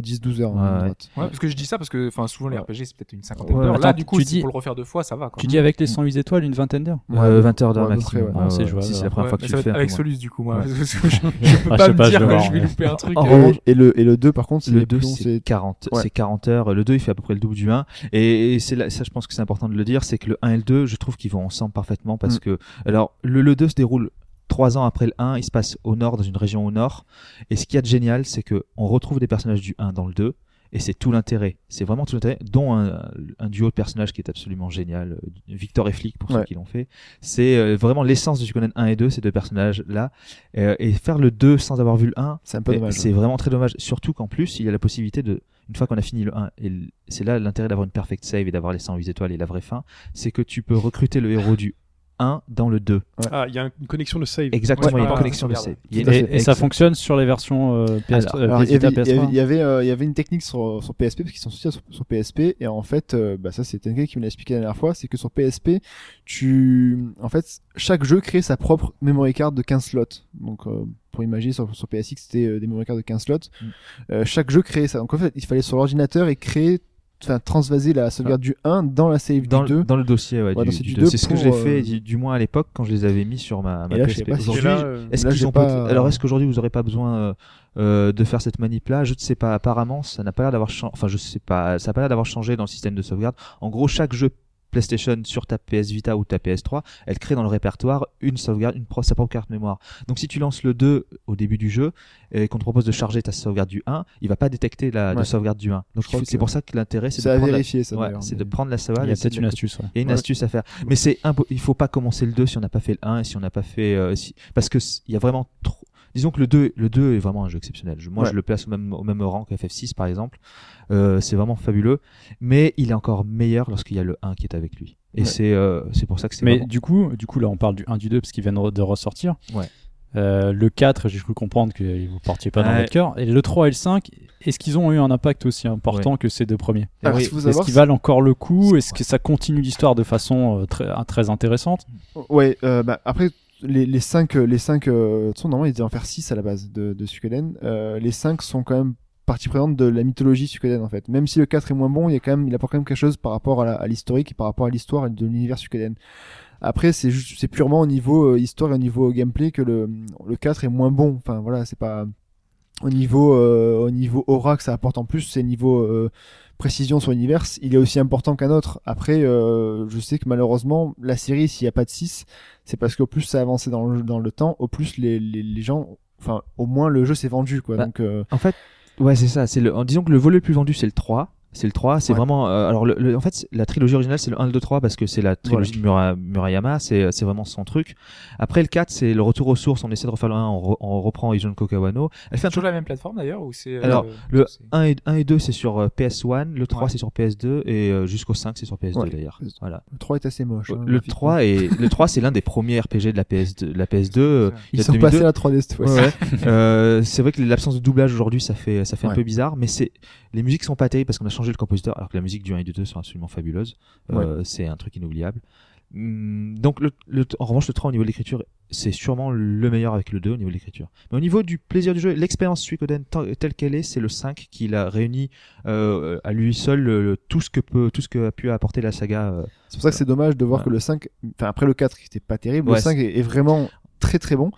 F: 10-12 heures. en
G: Ouais,
F: ligne
G: ouais.
F: droite.
D: ouais, parce que je dis ça parce que enfin souvent les RPG c'est peut-être une cinquantaine
G: Ouais.
D: d'heures. Là
E: Attends,
D: du coup
E: tu
D: si
E: dis-
D: pour le refaire deux fois ça va. Quoi.
E: Tu dis avec les 108 étoiles une vingtaine d'heures
G: Euh, 20 heures d'heure
F: Ouais, à peu près,
G: maximum.
F: ouais.
G: Ouais,
E: Ah, c'est
G: ouais,
E: jouable,
G: Si c'est
E: ouais.
G: la première
D: Ouais,
G: fois que
D: mais
G: tu
D: ça
G: le
D: va
G: fais.
D: être avec
G: pour moi.
D: Solus du coup moi.
G: Ouais.
D: Parce que je, je peux
E: Ah,
D: pas
E: je sais
D: me
E: pas, je
D: dire
E: vais
D: que
E: voir,
D: je vais
E: ouais.
D: louper un truc.
G: En
F: Et-
G: revanche,
F: Et le et le 2 par contre, c'est
G: Le
F: les
G: 2,
F: plus longs,
G: c'est 40,
F: Ouais.
G: c'est 40 heures. Le 2, il fait à peu près le double du 1. Et, et c'est là, ça, je pense que c'est important de le dire, c'est que le 1 et le 2, je trouve qu'ils vont ensemble parfaitement parce
F: Mm.
G: que, alors, le, le 2 se déroule 3 ans après le 1, il se passe au nord, dans une région au nord. Et ce qu'il y a de génial, c'est que on retrouve des personnages du 1 dans le 2. Et c'est tout l'intérêt. C'est vraiment tout l'intérêt, dont un, un duo de personnages qui est absolument génial. euh, Victor et Flick, pour ceux
F: Ouais.
G: qui l'ont fait. C'est euh, vraiment l'essence de Suikoden 1 et 2, ces deux personnages-là. Euh, et faire le 2 sans avoir vu le 1,
F: c'est un peu
G: et
F: dommage.
G: C'est vraiment très dommage. Surtout qu'en plus, il y a la possibilité de, une fois qu'on a fini le 1, et l- c'est là l'intérêt d'avoir une perfect save et d'avoir les 108 étoiles et la vraie fin, c'est que tu peux recruter le héros du 1 dans le 2.
C: Ah, il y a un- une connexion de save.
G: Exactement,
D: Ouais,
G: il y a
D: ah,
G: une connexion de
D: regarde.
G: save.
F: Tout
G: Il y a-
F: à
E: Et,
F: fait.
E: et ça
G: Exact-
E: fonctionne sur les versions euh, PS,
G: Alors,
E: euh,
F: Alors, il y
E: Vita,
F: avait, il y
E: PS3.
F: avait- il y avait, euh, il y avait une technique sur, sur PSP parce qu'ils sont sortis sur, sur PSP et en fait euh, bah ça c'est quelqu'un qui me l'a expliqué la dernière fois c'est que sur PSP tu en fait chaque jeu crée sa propre memory card de 15 slots donc euh, pour imaginer sur, sur PSX c'était euh, des memory cards de 15 slots
G: Mm.
F: Euh, chaque jeu créait ça donc en fait il fallait sur l'ordinateur et créer enfin transvaser la sauvegarde du 1 dans la save
G: dans,
F: du 2
G: dans le dossier ouais,
F: Ouais,
G: du,
F: dans ce
G: du
F: du
G: 2.
F: deux
G: C'est ce que
F: pour,
G: j'ai
F: euh,
G: fait, du, du moins à l'époque, quand je les avais mis sur ma, ma
F: Et là, je sais
G: PSP.
F: pas si-
C: Et
G: Aujourd'hui,
C: là, euh,
G: Est-ce
F: Là,
G: qu'ils
F: j'ai
G: ont
F: pas-
G: peut-être- Alors, est-ce qu'aujourd'hui vous aurez pas besoin euh, euh, de faire cette manip là Je ne sais pas. Apparemment, ça n'a pas l'air d'avoir changé. Enfin, je sais pas. Ça n'a pas l'air d'avoir changé dans le système de sauvegarde. En gros, chaque jeu PlayStation sur ta PS Vita ou ta PS3, elle crée dans le répertoire une sauvegarde, une pro, sa propre carte mémoire. Donc, si tu lances le 2 au début du jeu et qu'on te propose de charger ta sauvegarde du 1, il va pas détecter la de
F: Ouais.
G: sauvegarde du 1. Donc,
F: crois
G: il faut-
F: que-
G: c'est pour ça que l'intérêt, c'est
F: c'est
G: de,
F: à
G: prendre la...
F: vérifier ça
G: ouais,
F: d'ailleurs,
G: c'est
F: mais-
G: de prendre la sauveille.
E: Il y a
G: et c'est
E: peut-être
G: de
E: une
G: la-
E: astuce. ouais.
G: il y a une
F: Ouais.
G: astuce à faire. Mais c'est impo- il faut pas commencer le 2 si on n'a pas fait le 1 et si on n'a pas fait euh, si- parce que s- il y a vraiment trop disons que le 2 le 2 est vraiment un jeu exceptionnel. Je- moi
F: Ouais.
G: je le place au même au même rang que FF6 par exemple. Euh, c'est vraiment fabuleux mais il est encore meilleur lorsqu'il y a le 1 qui est avec lui. Et
F: Ouais.
G: c'est euh, c'est pour ça que c'est
E: Mais
G: vraiment-
E: du coup, du coup, là, on parle du 1 du 2 parce qu'ils viennent re- de ressortir.
G: Ouais.
E: Euh, le 4, j'ai cru comprendre que vous partiez pas dans
G: Ouais.
E: votre cœur. Et le 3 et le 5, est-ce qu'ils ont eu un impact aussi important que ces deux premiers
G: Ah oui,
F: il faut
E: Est-ce
F: savoir,
E: qu'ils valent encore le coup Est-ce
G: Ouais.
E: que ça continue l'histoire de façon euh, très, euh, très intéressante
F: Ouais, euh, bah, après, les, les cinq, euh, les cinq, euh, de toute façon, normalement, ils devaient en faire six à la base de, de Suikoden. Euh, les cinq sont quand même partie prenante de la mythologie Suikoden, en fait. Même si le 4 est moins bon, il y a quand même, il apporte quand même quelque chose par rapport à la- à l'historique et par rapport à l'histoire et de l'univers Suikoden. Après, c'est juste, c'est purement au niveau euh, histoire et au niveau gameplay que le, le 4 est moins bon. Enfin, voilà, c'est pas, au niveau, euh, au niveau aura que ça apporte en plus, c'est niveau, euh, précision sur l'univers, il est aussi important qu'un autre. Après, euh, je sais que malheureusement, la série, s'il n'y a pas de 6, c'est parce qu'au plus ça a avancé dans le, dans le temps, au plus les, les, les gens, enfin, au moins le jeu s'est vendu, quoi.
G: Bah,
F: Donc, euh,
G: En fait, ouais, c'est ça. C'est le, en- disons que le volet le plus vendu, c'est le 3. C'est le 3, c'est
F: Ouais.
G: vraiment. euh, alors, le, le- en fait, c'est- la trilogie originale, c'est le 1, le 2, 3, parce que c'est la trilogie de Mura- Murayama, c'est c'est vraiment son truc. Après, le 4, c'est le retour aux sources, on essaie de refaire le 1, on, re- on reprend Ijon Kokawano. Elle fait un
D: Toujours
G: truc.
D: la même plateforme d'ailleurs ou c'est euh,
G: Alors, le
D: c'est-
G: 1 et, 1 et 2, c'est sur euh, PS1, le 3,
D: Ouais.
G: c'est sur PS2, et euh, jusqu'au 5, c'est sur PS2
F: Ouais.
G: d'ailleurs. Voilà.
F: le 3 est assez moche. hein,
G: Le
F: graphiquement.
G: 3, est, le 3 c'est l'un des premiers RPG de la PS2. La PS2 euh,
F: ils
G: date
F: sont
G: 2002.
F: passés à la 3D cette fois.
G: Ouais, ouais. Euh, c'est vrai que l'absence de doublage aujourd'hui, ça fait, ça fait un
F: Ouais.
G: peu bizarre, mais c'est, les musiques sont pas terribles parce qu'on a changé le compositeur, alors que la musique du 1 et du 2 sont absolument fabuleuses. Euh, c'est un truc inoubliable. Hum, Donc, le, le- en revanche, le 3 au niveau de l'écriture, c'est sûrement le meilleur avec le 2 au niveau de l'écriture. Mais au niveau du plaisir du jeu, l'expérience Suikoden tant- telle qu'elle est, c'est le 5 qui l'a réuni euh, à lui seul le- le- tout ce que peut, tout ce que a pu apporter la saga. euh,
F: C'est pour ça que c'est dommage de voir
G: Ouais.
F: que le 5, enfin après le 4 qui était pas terrible,
G: Ouais,
F: le 5 est, est vraiment très très bon.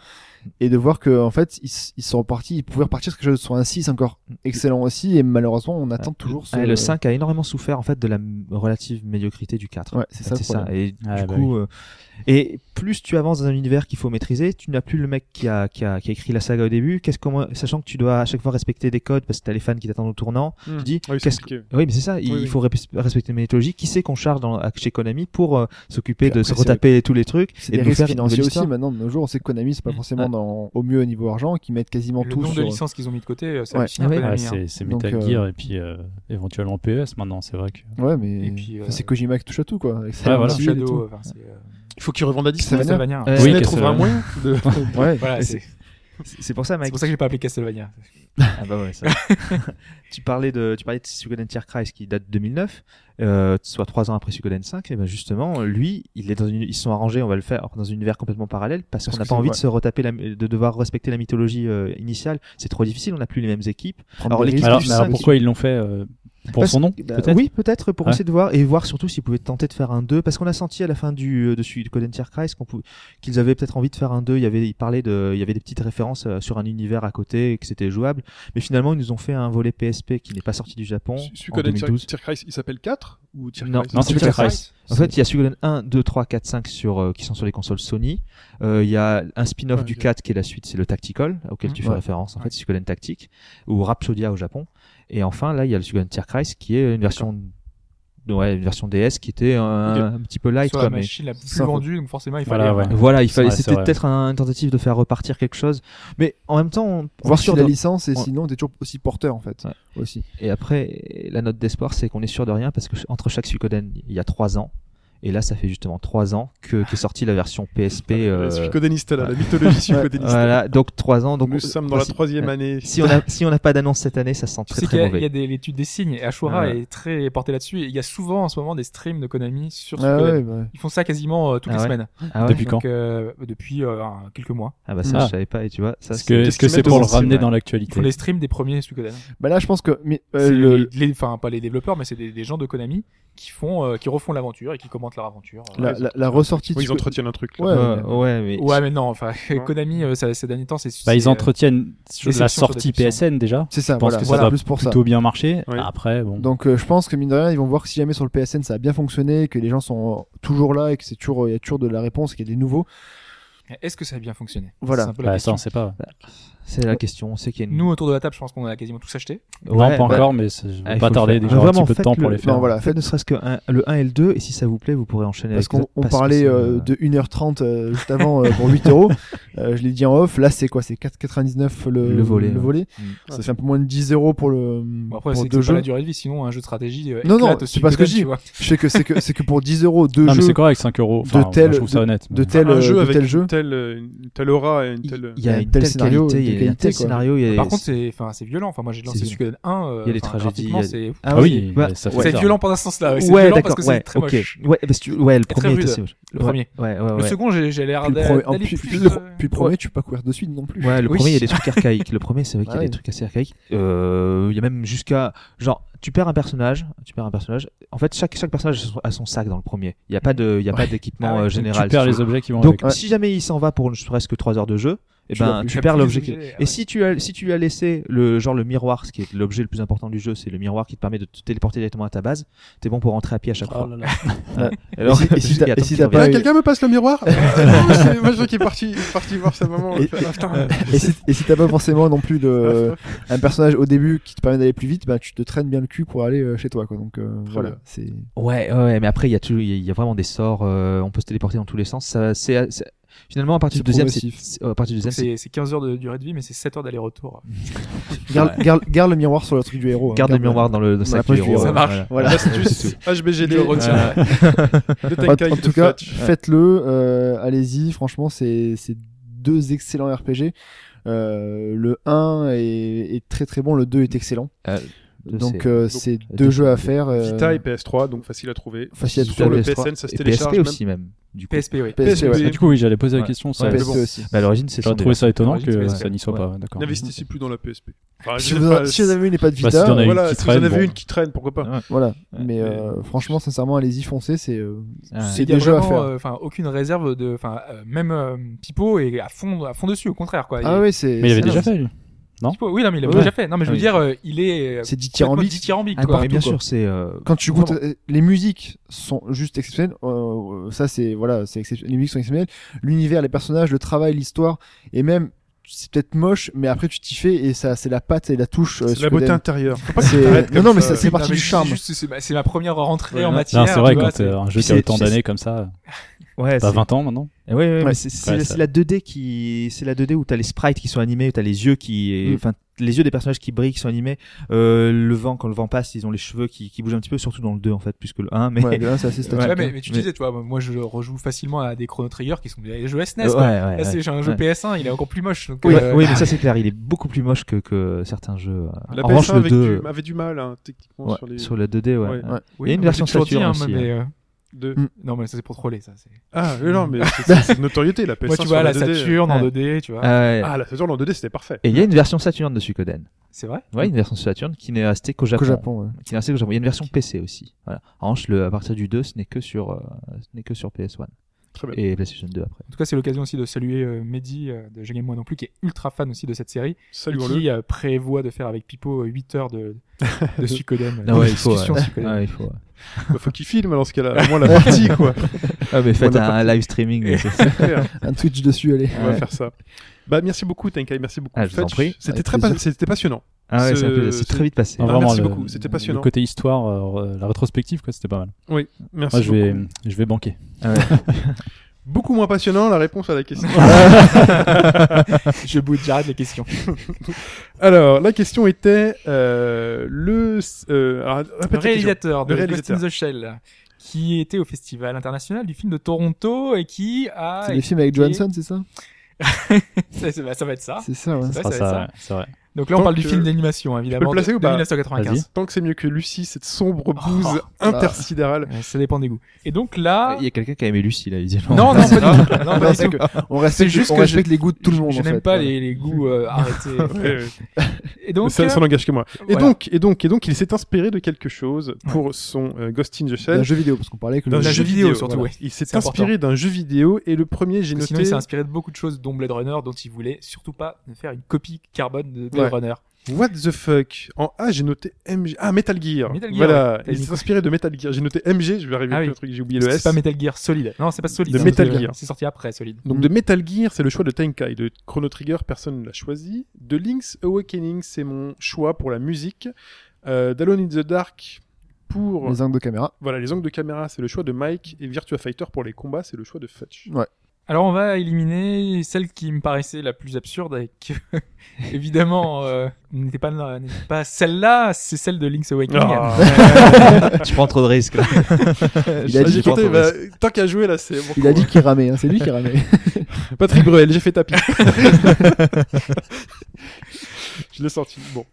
F: Et de voir que en fait ils, s- ils sont repartis, ils pouvaient repartir sur quelque chose sur un 6 encore excellent aussi. Et malheureusement, on attend toujours ce.
G: Mm. Ouais, Ah, le 5 a énormément souffert en fait de la m- relative médiocrité du 4.
F: Ouais, c'est ça
G: C'est
F: le
G: ça.
F: problème.
G: Et
E: Ah,
G: du
E: bah
G: coup, euh, et plus tu avances dans un univers qu'il faut maîtriser, tu n'as plus le mec qui a, qui a, qui a écrit la saga au début. Qu'est-ce comment, sachant que tu dois à chaque fois respecter des codes parce que t'as les fans qui t'attendent au tournant.
C: Hmm.
G: Je dis,
C: Ah oui, c'est
G: qu'est-ce
C: compliqué.
G: Oui, mais c'est ça. Il
C: Oui, oui.
G: faut rep- respecter une méthodologie. Qui c'est qu'on charge dans, à- chez Konami pour euh, s'occuper
F: Puis
G: de se
F: après, c'est-
G: retaper tous les trucs
F: C'est
G: et
F: des
G: de nous
F: risques
G: faire une
F: financiers
G: nouvelle
F: aussi
G: histoire
F: maintenant de nos jours. On sait que Konami c'est pas
G: Mm.
F: forcément
G: Ah.
F: dans, au mieux au niveau argent, qui mettent quasiment
D: le
F: tout
D: nombre
F: sur.
D: de licences qu'ils ont mis de côté, euh, c'est
F: Ouais.
D: hallucinant,
G: Ah ouais.
D: Konami,
E: Ouais,
D: hein.
E: c'est c'est
F: Donc,
E: Metal
F: euh,
E: Gear et puis euh, éventuellement PES maintenant, c'est vrai que.
F: Ouais, mais
D: Et puis,
F: enfin,
D: euh,
F: c'est Kojima qui touche à tout quoi. avec
E: Ouais,
F: Silent
E: voilà.
F: Hill et
D: Shadow,
F: tout.
D: enfin, c'est, euh,
C: Il faut qu'ils revendent à 10
F: Castlevania.
D: Castlevania.
G: Euh,
E: Oui,
C: Disney trouvera
F: <laughs>
E: Castlevania.
C: moyen de.
F: Ouais.
D: Voilà,
F: Et
D: c'est-
G: C'est c'est pour ça,
D: C'est
G: Mike.
D: pour ça que j'ai pas appelé Castlevania.
G: Ah bah ouais, ça. <laughs> tu parlais de tu parlais de Suikoden Tier Crisis qui date de 2009, euh, soit trois ans après Suikoden 5. Et ben justement, lui, il est dans une, ils se sont arrangés, on va le faire dans un univers complètement parallèle parce,
F: Parce
G: qu'on n'a
F: que
G: pas
F: c'est-
G: envie
F: ouais.
G: de se retaper, la- de devoir respecter la mythologie euh, initiale. C'est trop difficile, on n'a plus les mêmes équipes. Alors, l'équipe
E: Alors,
G: du
E: mais alors
G: cinq-
E: pourquoi ils l'ont fait euh, Pour
G: Parce-
E: son nom
G: bah,
E: peut-être
G: Oui, peut-être pour
E: Ouais.
G: essayer de voir et voir surtout s'ils pouvaient tenter de faire un 2 parce qu'on a senti à la fin du euh, de celui de Coden Tier Crisis qu'on pou- qu'ils avaient peut-être envie de faire un 2, il y avait ils parlaient de il y avait des petites références euh, sur un univers à côté et que c'était jouable, mais finalement ils nous ont fait un volet PSP qui n'est pas sorti du Japon en
C: Suikoden
G: 2012.
C: Tier Crisis, il s'appelle 4 ou Tier
G: Non,
C: Crisis
E: non, c'est
G: Tier
E: Tier
G: Crisis. En fait, il y a Suikoden 1, 2, 3, 4, 5 sur, euh, qui sont sur les consoles Sony. Euh, Il y a un spin-off
C: Ouais,
G: du
C: ok.
G: 4 qui est la suite, c'est le Tactical, auquel tu fais
D: Ouais.
G: référence, en
D: Ouais.
G: fait, Suikoden Tactique, ou Rhapsodia au Japon. Et enfin, là, il y a le Suikoden Tier Crisis qui est une version, ouais, une version DS qui était un, un petit peu light,
D: Soit
G: quoi,
D: la
G: mais.
D: machine la plus
F: ça, faut-
D: vendue, donc forcément il fallait.
E: Voilà, ouais.
G: Voilà, il
E: C'est
G: fallait,
E: vrai, c'est
G: c'était
E: vrai.
G: peut-être un- une tentative de faire repartir quelque chose. Mais en même temps, on, on
F: Voir
G: est
F: sur
G: sûr
F: la
G: de-
F: licence et
G: on-
F: sinon t'es toujours aussi porteur en fait.
G: Ouais.
F: Aussi.
G: Et après, la note d'espoir, c'est qu'on est sûr de rien parce que ch- entre chaque Suikoden, il y a trois ans. Et là, ça fait justement trois ans que qu'est sortie la version
F: <laughs>
G: PSP. euh,
C: Ah, La Suikodeniste, là, la mythologie Suikodeniste.
G: voilà, donc trois ans. Donc euh,
C: Nous sommes dans la
G: si-
C: troisième
G: ouais.
C: année.
G: Si on a si on n'a pas d'annonce cette année, ça sent
D: Tu
G: très
D: sais
G: très
D: qu'il y a- il
G: mauvais.
D: y a des- l'étude des signes et Ashura
G: Ouais.
D: est très portée là-dessus. Et Il y a souvent en ce moment des streams de Konami sur
F: Ah
D: Suikoden.
F: ouais, bah ouais.
D: Ils font ça quasiment euh, toutes
G: Ah
D: les
G: ouais.
D: semaines.
G: Ah ouais
E: Depuis quand
D: Donc, euh, Depuis euh, un- quelques mois.
G: Ah bah ça,
E: Ah.
G: je savais pas. Et tu vois, ça.
E: Est-ce que
G: c'est-
E: est-ce que
C: Qu'est-ce
E: c'est
C: qu'ils
E: pour le
C: mettent dans
E: ramener
G: le
E: dans
D: Ils
E: l'actualité
D: font les streams des premiers Suikoden.
F: Bah là, je pense que mais, euh,
D: C'est
F: le-
D: les- les- Enfin, pas les développeurs, mais c'est des, des gens de Konami qui font, euh, qui refont l'aventure et qui commentent leur aventure. Euh,
F: la, la, la ressortie. de
C: Oui, ils
F: Suiko-
C: entretiennent un truc. là.
F: Ouais,
G: Ouais, ouais, mais
D: Ouais, mais non, enfin,
C: Non.
D: <laughs> Konami, euh, ça- ces derniers temps, c'est.
E: Bah,
D: c'est,
E: ils
D: euh,
E: entretiennent
D: déception
E: la
D: sur
E: sortie
D: déception.
E: PSN déjà.
F: C'est ça.
E: Je pense
F: voilà,
E: que ça
F: voilà,
E: doit
F: plus pour ça.
E: plutôt bien marché.
C: Oui.
E: Après, bon.
F: Donc euh, je pense que mine de rien, ils vont voir que si jamais sur le PSN ça a bien fonctionné, que les gens sont euh, toujours là et que c'est toujours il y a toujours de la réponse, qu'il y a des nouveaux.
D: euh, Est-ce que ça a bien fonctionné
F: Voilà.
D: C'est un peu la
E: Bah, ça,
D: question.
E: on sait pas.
G: c'est la question. On sait qu'il y a une.
D: Nous, autour de la table, je pense qu'on a quasiment tous acheté.
G: Ouais,
E: non, pas
G: bah,
E: encore, mais c'est- on
G: Ah,
E: va
G: il faut
E: pas
G: le
E: tarder
G: faire.
E: déjà
G: Vraiment,
E: un petit peu de
G: faites
E: temps pour
G: le-
E: les faire.
F: Non, voilà,
G: Faites ne serait-ce que un- le 1 et le 2, et si ça vous plaît, vous pourrez enchaîner.
F: Parce
G: avec
F: qu'on
G: les autres,
F: on
G: parce que
F: parlait
G: c'est,
F: euh, de 1h30 euh, juste avant euh, pour 8
G: <laughs>
F: euros. Euh, Je l'ai dit en off. Là, c'est quoi C'est 4,99 le,
G: Le volet,
F: Le
G: ouais.
F: volet.
G: Mm.
F: Ça fait un peu moins de 10 euros pour le
D: Bon, après,
F: pour
D: c'est que
F: deux
D: c'est pas la
F: jeux.
D: durée de vie, sinon un jeu de stratégie. euh,
F: Non, non,
D: éclate
F: c'est pas ce que je
D: Suikoden,
F: dis.
D: tu vois.
F: Je sais que c'est que c'est que pour 10 euros deux
E: Non, mais
F: jeux
E: c'est correct, 5 euros.
F: de
E: Enfin, moi,
F: tel-
E: je trouve ça honnête. mais-
F: de tel
C: un jeu
F: euh, de
C: avec
F: tel
C: une
F: jeu.
C: telle, euh, une telle aura et une telle. euh,
G: Il y a une telle
F: scénario,
G: qualité,
F: une
G: il y a un
F: qualité,
G: tel
F: quoi.
G: scénario. il y a-
D: Par contre, c'est enfin, c'est violent. Enfin, moi, j'ai lancé
G: C'est-
D: Suikoden 1. euh,
G: il y a les
D: enfin,
G: tragédies,
D: graphiquement,
G: il y a-
D: C'est
G: Ah
E: Ah
G: oui,
E: oui,
G: bah,
E: ça fait
D: c'est
E: bizarre.
D: violent pendant ce sens-là. ouais, Ah, C'est
G: ouais,
D: violent parce
G: d'accord,
D: que
G: ouais,
D: c'est très
G: ok.
D: moche.
G: Ouais, parce que, ouais, le
D: Et très
G: premier était
D: rude,
G: assez moche.
D: le
G: Ouais,
D: premier.
G: Ouais, ouais,
D: Le
G: ouais.
D: second, j'ai j'ai l'air
F: Puis le
D: d'a-
F: premier- en
D: d'aller
F: plus-
D: plus.
F: puis le-
D: euh,
F: puis le premier, tu peux pas courir dessus non plus.
G: Ouais, le
D: Oui.
G: premier, il y a des trucs archaïques. Le premier, c'est vrai qu'il y a
F: Ah oui.
G: des trucs assez archaïques. Euh, il y a même jusqu'à, genre, tu perds un personnage, tu perds un personnage. En fait, chaque, chaque personnage a son, a son sac dans le premier. Il n'y a pas de, il y a pas d'équipement
D: Ah ouais.
G: euh,
D: Donc,
G: général.
E: Tu perds
G: Donc,
E: les objets qui vont
G: Donc,
E: avec.
G: si jamais il s'en va pour ne serait-ce que 3 heures de jeu, eh
F: Tu l'as
G: ben,
F: plus.
G: tu
D: t'as
G: perds
D: plus
G: l'objet.
D: d'objets,
G: Et si tu as, si tu lui as laissé le, genre, le miroir, ce qui est l'objet le plus important du jeu, c'est le miroir qui te permet de te téléporter directement à ta base, t'es bon pour rentrer à pied à chaque
D: Ah
E: Oh
G: fois.
E: là là.
F: Et si- et si
G: <laughs> jusqu'à
F: t'as- et
G: temps
F: si
G: qu'il
F: t'as
G: revienne.
F: pas
C: Ah,
F: eu-
C: quelqu'un me passe
F: <laughs>
C: le miroir Ah, Non, mais c'est Machin qui est parti, parti voir sa maman.
F: Et-
C: Ah, putain.
F: <laughs> Et si, et si t'as pas forcément non plus
G: <laughs>
F: de, un personnage au début qui te permet d'aller plus vite, bah tu te traînes bien le cul pour aller euh, chez toi, quoi. Donc euh, voilà,
C: bien.
F: c'est.
G: Ouais, ouais, ouais, mais après, il y, a tout- il y a- il y a vraiment des sorts, euh, on peut se téléporter dans tous les sens. Ça, c'est, c'est- finalement, à partir
F: C'est
G: du deuxième, c'est,
F: progressif.
G: c'est- euh, à partir du deuxième, c'est,
D: C'est c'est 15 heures de durée de vie, mais c'est 7 heures d'aller-retour.
F: Garde, garde, garde le miroir sur le truc du héros. hein.
G: garde le miroir dans le, dans le
F: la
G: sac
F: poche
G: du
F: du
G: héros.
F: héros.
D: Ça marche.
F: Voilà. <laughs>
C: HBGD.
D: Je retiens.
C: <laughs> euh, de
F: Ah, En, en
C: Tenkai, de
F: tout cas,
C: Fudge.
F: faites-le, euh, allez-y. Franchement, c'est c'est deux excellents RPG. Euh, le 1 est, est très très bon, le 2 est excellent.
G: Deux,
F: Donc
G: c'est-
F: euh,
G: donc,
F: c'est
G: deux,
F: deux jeux à
G: c'est-
F: faire. euh,
C: Vita et PS3, donc facile à trouver.
F: facile à
G: Vita,
C: Sur le
G: PS3,
C: PSN, ça se
G: et
C: télécharge.
G: PSP
C: même.
G: aussi même. Du coup.
D: PSP, oui.
F: PSP, ouais.
C: PSP.
E: Et du coup, oui, j'allais poser la question. ça-
G: Ouais.
F: PSP
C: Mais bon.
F: aussi.
G: Mais à l'origine, c'est
E: J'aurais
G: sans
E: trouvé ça étonnant
D: Origins,
E: que
D: PSP.
E: ça n'y soit
G: Ouais.
E: pas. D'accord.
C: N'investissez plus dans la PSP. Enfin,
F: Si
C: je
F: vous,
C: sais pas,
F: si vous avez eu les pattes
E: Bah, si
F: Vita,
E: t'en as-
C: Voilà,
E: Qui
C: si vous en
E: traîne,
C: avez
E: bon.
C: une qui traîne, pourquoi pas
F: voilà.
G: Ouais.
F: Mais euh, franchement, sincèrement, allez-y, foncez. C'est euh,
G: Ah,
F: c'est
D: Il y a
F: des jeux à
D: vraiment,
F: faire.
D: euh, enfin, aucune réserve de, enfin, euh, même euh, Pipo est à fond, à fond dessus, au contraire, quoi.
F: Ah
D: Il-
F: oui, c'est.
E: Mais il avait
F: c'est-
E: déjà fait, lui.
D: Pipo- oui, non, mais il l'a
F: Ouais.
D: déjà fait. Non, mais je veux
G: Ah oui.
D: dire, euh, il est euh,
F: C'est
D: complètement
F: dithyrambique.
D: dithyrambique,
G: Ah,
D: quoi.
G: mais bien
F: partout,
G: sûr, c'est. euh,
F: Quand tu goûtes,
G: vraiment.
F: euh, les musiques sont juste exceptionnelles. Euh, ça, c'est voilà, c'est excep- les musiques sont exceptionnelles. L'univers, les personnages, le travail, l'histoire, et même c'est peut-être moche, mais après tu t'y fais et ça, c'est la patte et la touche. euh,
C: C'est la
F: Suikoden.
C: beauté intérieure. Faut pas que
F: C'est-
C: tu t'arrêtes
F: non,
C: comme
F: non, mais
C: ça.
F: ça, c'est parti
D: Non, mais
F: du
D: je dis
F: charme.
D: juste, c'est ma, c'est ma première rentrée
G: Ouais,
D: en
G: non.
E: Non,
D: matière.
E: c'est vrai,
D: tu vois,
E: quand
D: c'est-
E: euh, un jeu
G: Puis
E: qui a
G: c'est-
E: autant
G: c'est-
E: d'années comme ça,
G: Ouais,
E: t'as
G: c'est-
E: 20 ans maintenant.
G: Eh Ouais, ouais,
F: Ouais.
G: mais c'est, c'est
E: Ouais,
G: la,
E: ça-
G: c'est la 2D qui, c'est la 2D où t'as les sprites qui sont animés, où t'as les yeux qui,
F: Mm.
G: enfin, les yeux des personnages qui brillent, qui sont animés, euh, le vent, quand le vent passe, ils ont les cheveux qui, qui bougent un petit peu, surtout dans le 2 en fait, plus que le 1, mais <laughs>
F: Ouais, là, c'est assez
G: Ouais,
F: statique.
D: Ouais,
F: hein.
D: mais, mais tu
G: mais-
D: disais, tu vois, moi je rejoue facilement à des Chrono Trigger qui sont des jeux SNES.
G: Euh,
D: quoi.
G: ouais, ouais,
D: Là, c'est
G: ouais.
D: j'ai un jeu
G: Ouais.
D: PS1, il est encore plus moche. donc,
G: Oui,
D: euh,
G: oui, mais ça c'est clair, il est beaucoup plus moche que, que certains jeux. euh,
C: La
G: en revanche,
C: PS1
G: le
C: avec
G: 2,
C: du- avait du mal, hein, techniquement,
G: ouais,
C: sur les
G: sur la 2D, ouais.
C: Ouais.
D: oui,
G: il y a une
D: mais
G: version
D: c'est toujours
G: Saturn
D: dit, hein,
G: aussi,
D: mais, euh,
C: deux.
F: Mm.
D: Non, mais ça c'est pour troller, ça. c'est-
C: Ah, mais non, mais c'est- c'est c'est une notoriété, la PS1
D: Moi, tu
C: sur
D: vois, la
C: 2D.
D: Saturn en
G: Ouais.
D: 2D, tu vois.
G: Ah ouais.
C: Ah, la Saturn en 2D, c'était parfait.
G: Et il y a une version Saturn dessus, Coden.
D: C'est vrai
G: Ouais, une version Saturn qui n'est restée qu'au Japon.
F: Qu'au Japon, ouais.
G: Qui n'est restée qu'au Japon. Il y a une version PC aussi. Voilà. En revanche, le, à partir du 2, ce n'est que sur, euh, ce n'est que sur PS1
C: Très bien.
G: et PlayStation 2 après.
D: En tout cas, c'est l'occasion aussi de saluer euh, Mehdi euh, de Jeux Game Moi non plus, qui est ultra fan aussi de cette série. et
C: Saluons-le.
D: qui euh, prévoit de faire avec Pipo euh, 8 heures de, de Suikoden. de
G: Ah ouais, il faut.
D: discussion
G: ouais.
D: Suikoden.
G: Ouais, il faut ouais.
C: Bah, Faut qu'il filme, alors, ce cas-là. Au moins, la partie, quoi.
G: Ah, mais faites
F: Voilà,
G: un, un live streaming.
D: Et-
G: c'est ça.
F: Un Twitch dessus, allez.
C: On va faire ça. Bah, merci beaucoup, Tenkai. Merci beaucoup,
G: Ah, je vous en
C: Fetch.
G: prie.
C: C'était
F: Avec
C: très
F: plaisir.
C: pas- c'était passionnant.
G: Ah ouais, c'est un peu-
C: Ce-
G: c'est très vite passé.
E: Non,
C: Ah,
E: vraiment,
C: merci
E: le-
C: beaucoup, c'était passionnant.
E: Le côté histoire, euh, la rétrospective, quoi, c'était pas mal.
C: Oui, merci
E: Moi, je vais,
C: beaucoup.
E: je vais banquer.
C: Beaucoup moins passionnant, la réponse à la question.
D: <laughs> Je boude, j'arrête les questions.
C: alors, la question était euh, le... euh, alors, répète la
D: le
C: question.
D: réalisateur de
C: Le
D: Ghost in the Shell, qui était au Festival international du film de Toronto Ah, et qui a.
F: C'est les films avec
D: été-
F: Johansson, c'est ça
D: ça, <laughs> ça va- ça va être ça.
F: C'est ça, ouais.
D: Ça va,
E: Ce sera
D: ça va
E: ça,
D: être
E: ouais, c'est vrai.
D: Donc là, on
C: Tant
D: parle du
C: que-
D: film d'animation,
C: le
D: évidemment.
C: placer
D: de-
C: ou pas
D: de 1995.
C: Tant que c'est mieux que Lucie, cette sombre bouse
D: Oh.
C: intersidérale.
D: Euh, Ça dépend des goûts. Et donc là.
G: Euh, Il y a quelqu'un qui a aimé Lucie, là, évidemment.
D: Non, non, pas du tout. Non,
F: Non,
D: pas
F: c'est
D: du tout.
F: que on respecte,
D: juste
F: on
D: que
F: respecte les goûts de tout le monde.
D: Je
F: en
D: n'aime
F: fait.
D: pas
F: Voilà.
D: les, les goûts euh, arrêtés.
C: Ouais, ouais.
D: Et donc,
C: ça,
D: euh,
C: ça n'engage que moi. Et
D: voilà.
C: donc, et donc, et donc, il s'est inspiré de quelque chose pour son euh, Ghost in the Shell.
F: D'un jeu vidéo, parce qu'on parlait que
C: D'un
F: le
D: jeu vidéo, surtout, ouais.
C: Il s'est
D: C'est important.
C: inspiré d'un jeu vidéo et le premier, j'ai
D: Parce que
C: noté.
D: Sinon, il s'est inspiré de beaucoup de choses, dont Blade Runner, dont il voulait surtout pas faire une copie carbone de Blade
C: Ouais.
D: Runner.
C: What the fuck En A, j'ai noté MG. Ah, Metal Gear.
D: Metal Gear,
C: voilà,
D: ouais.
C: il s'est inspiré de Metal Gear. J'ai noté MG, je vais arriver
D: Ah
C: avec
D: oui.
C: le truc, j'ai oublié
D: Parce
C: le
D: que
C: S.
D: C'est pas Metal Gear Solid. Non, c'est pas Solid. hein,
C: De
D: c'est
C: Metal
D: sorti-
C: Gear.
D: C'est sorti après Solid.
C: Donc de Metal Gear, c'est le choix de Tenkai. De Chrono Trigger, personne ne l'a choisi. De Link's Awakening, c'est mon choix pour la musique. Euh, D'Alone in the Dark, pour...
F: les angles de caméra.
C: Voilà, les angles de caméra, c'est le choix de Mike. Et Virtua Fighter, pour les combats, c'est le choix de Fetch.
D: Alors on va éliminer celle qui me paraissait la plus absurde et qui <laughs> évidemment euh, n'était pas n'était pas celle-là, c'est celle de Link's Awakening. <laughs>
C: Ah.
G: <laughs> tu prends trop de risques, <laughs> là.
F: Il a
C: Ah, j'ai
F: dit,
G: pas
C: tenté,
G: entendu
C: bah, tant qu'à jouer là, c'est bon.
F: il a dit qu'il ramait, hein. c'est lui qui ramait.
C: <laughs>
F: <laughs>
C: Patrick Bruel, j'ai fait <laughs> tapis. je l'ai sorti. Bon.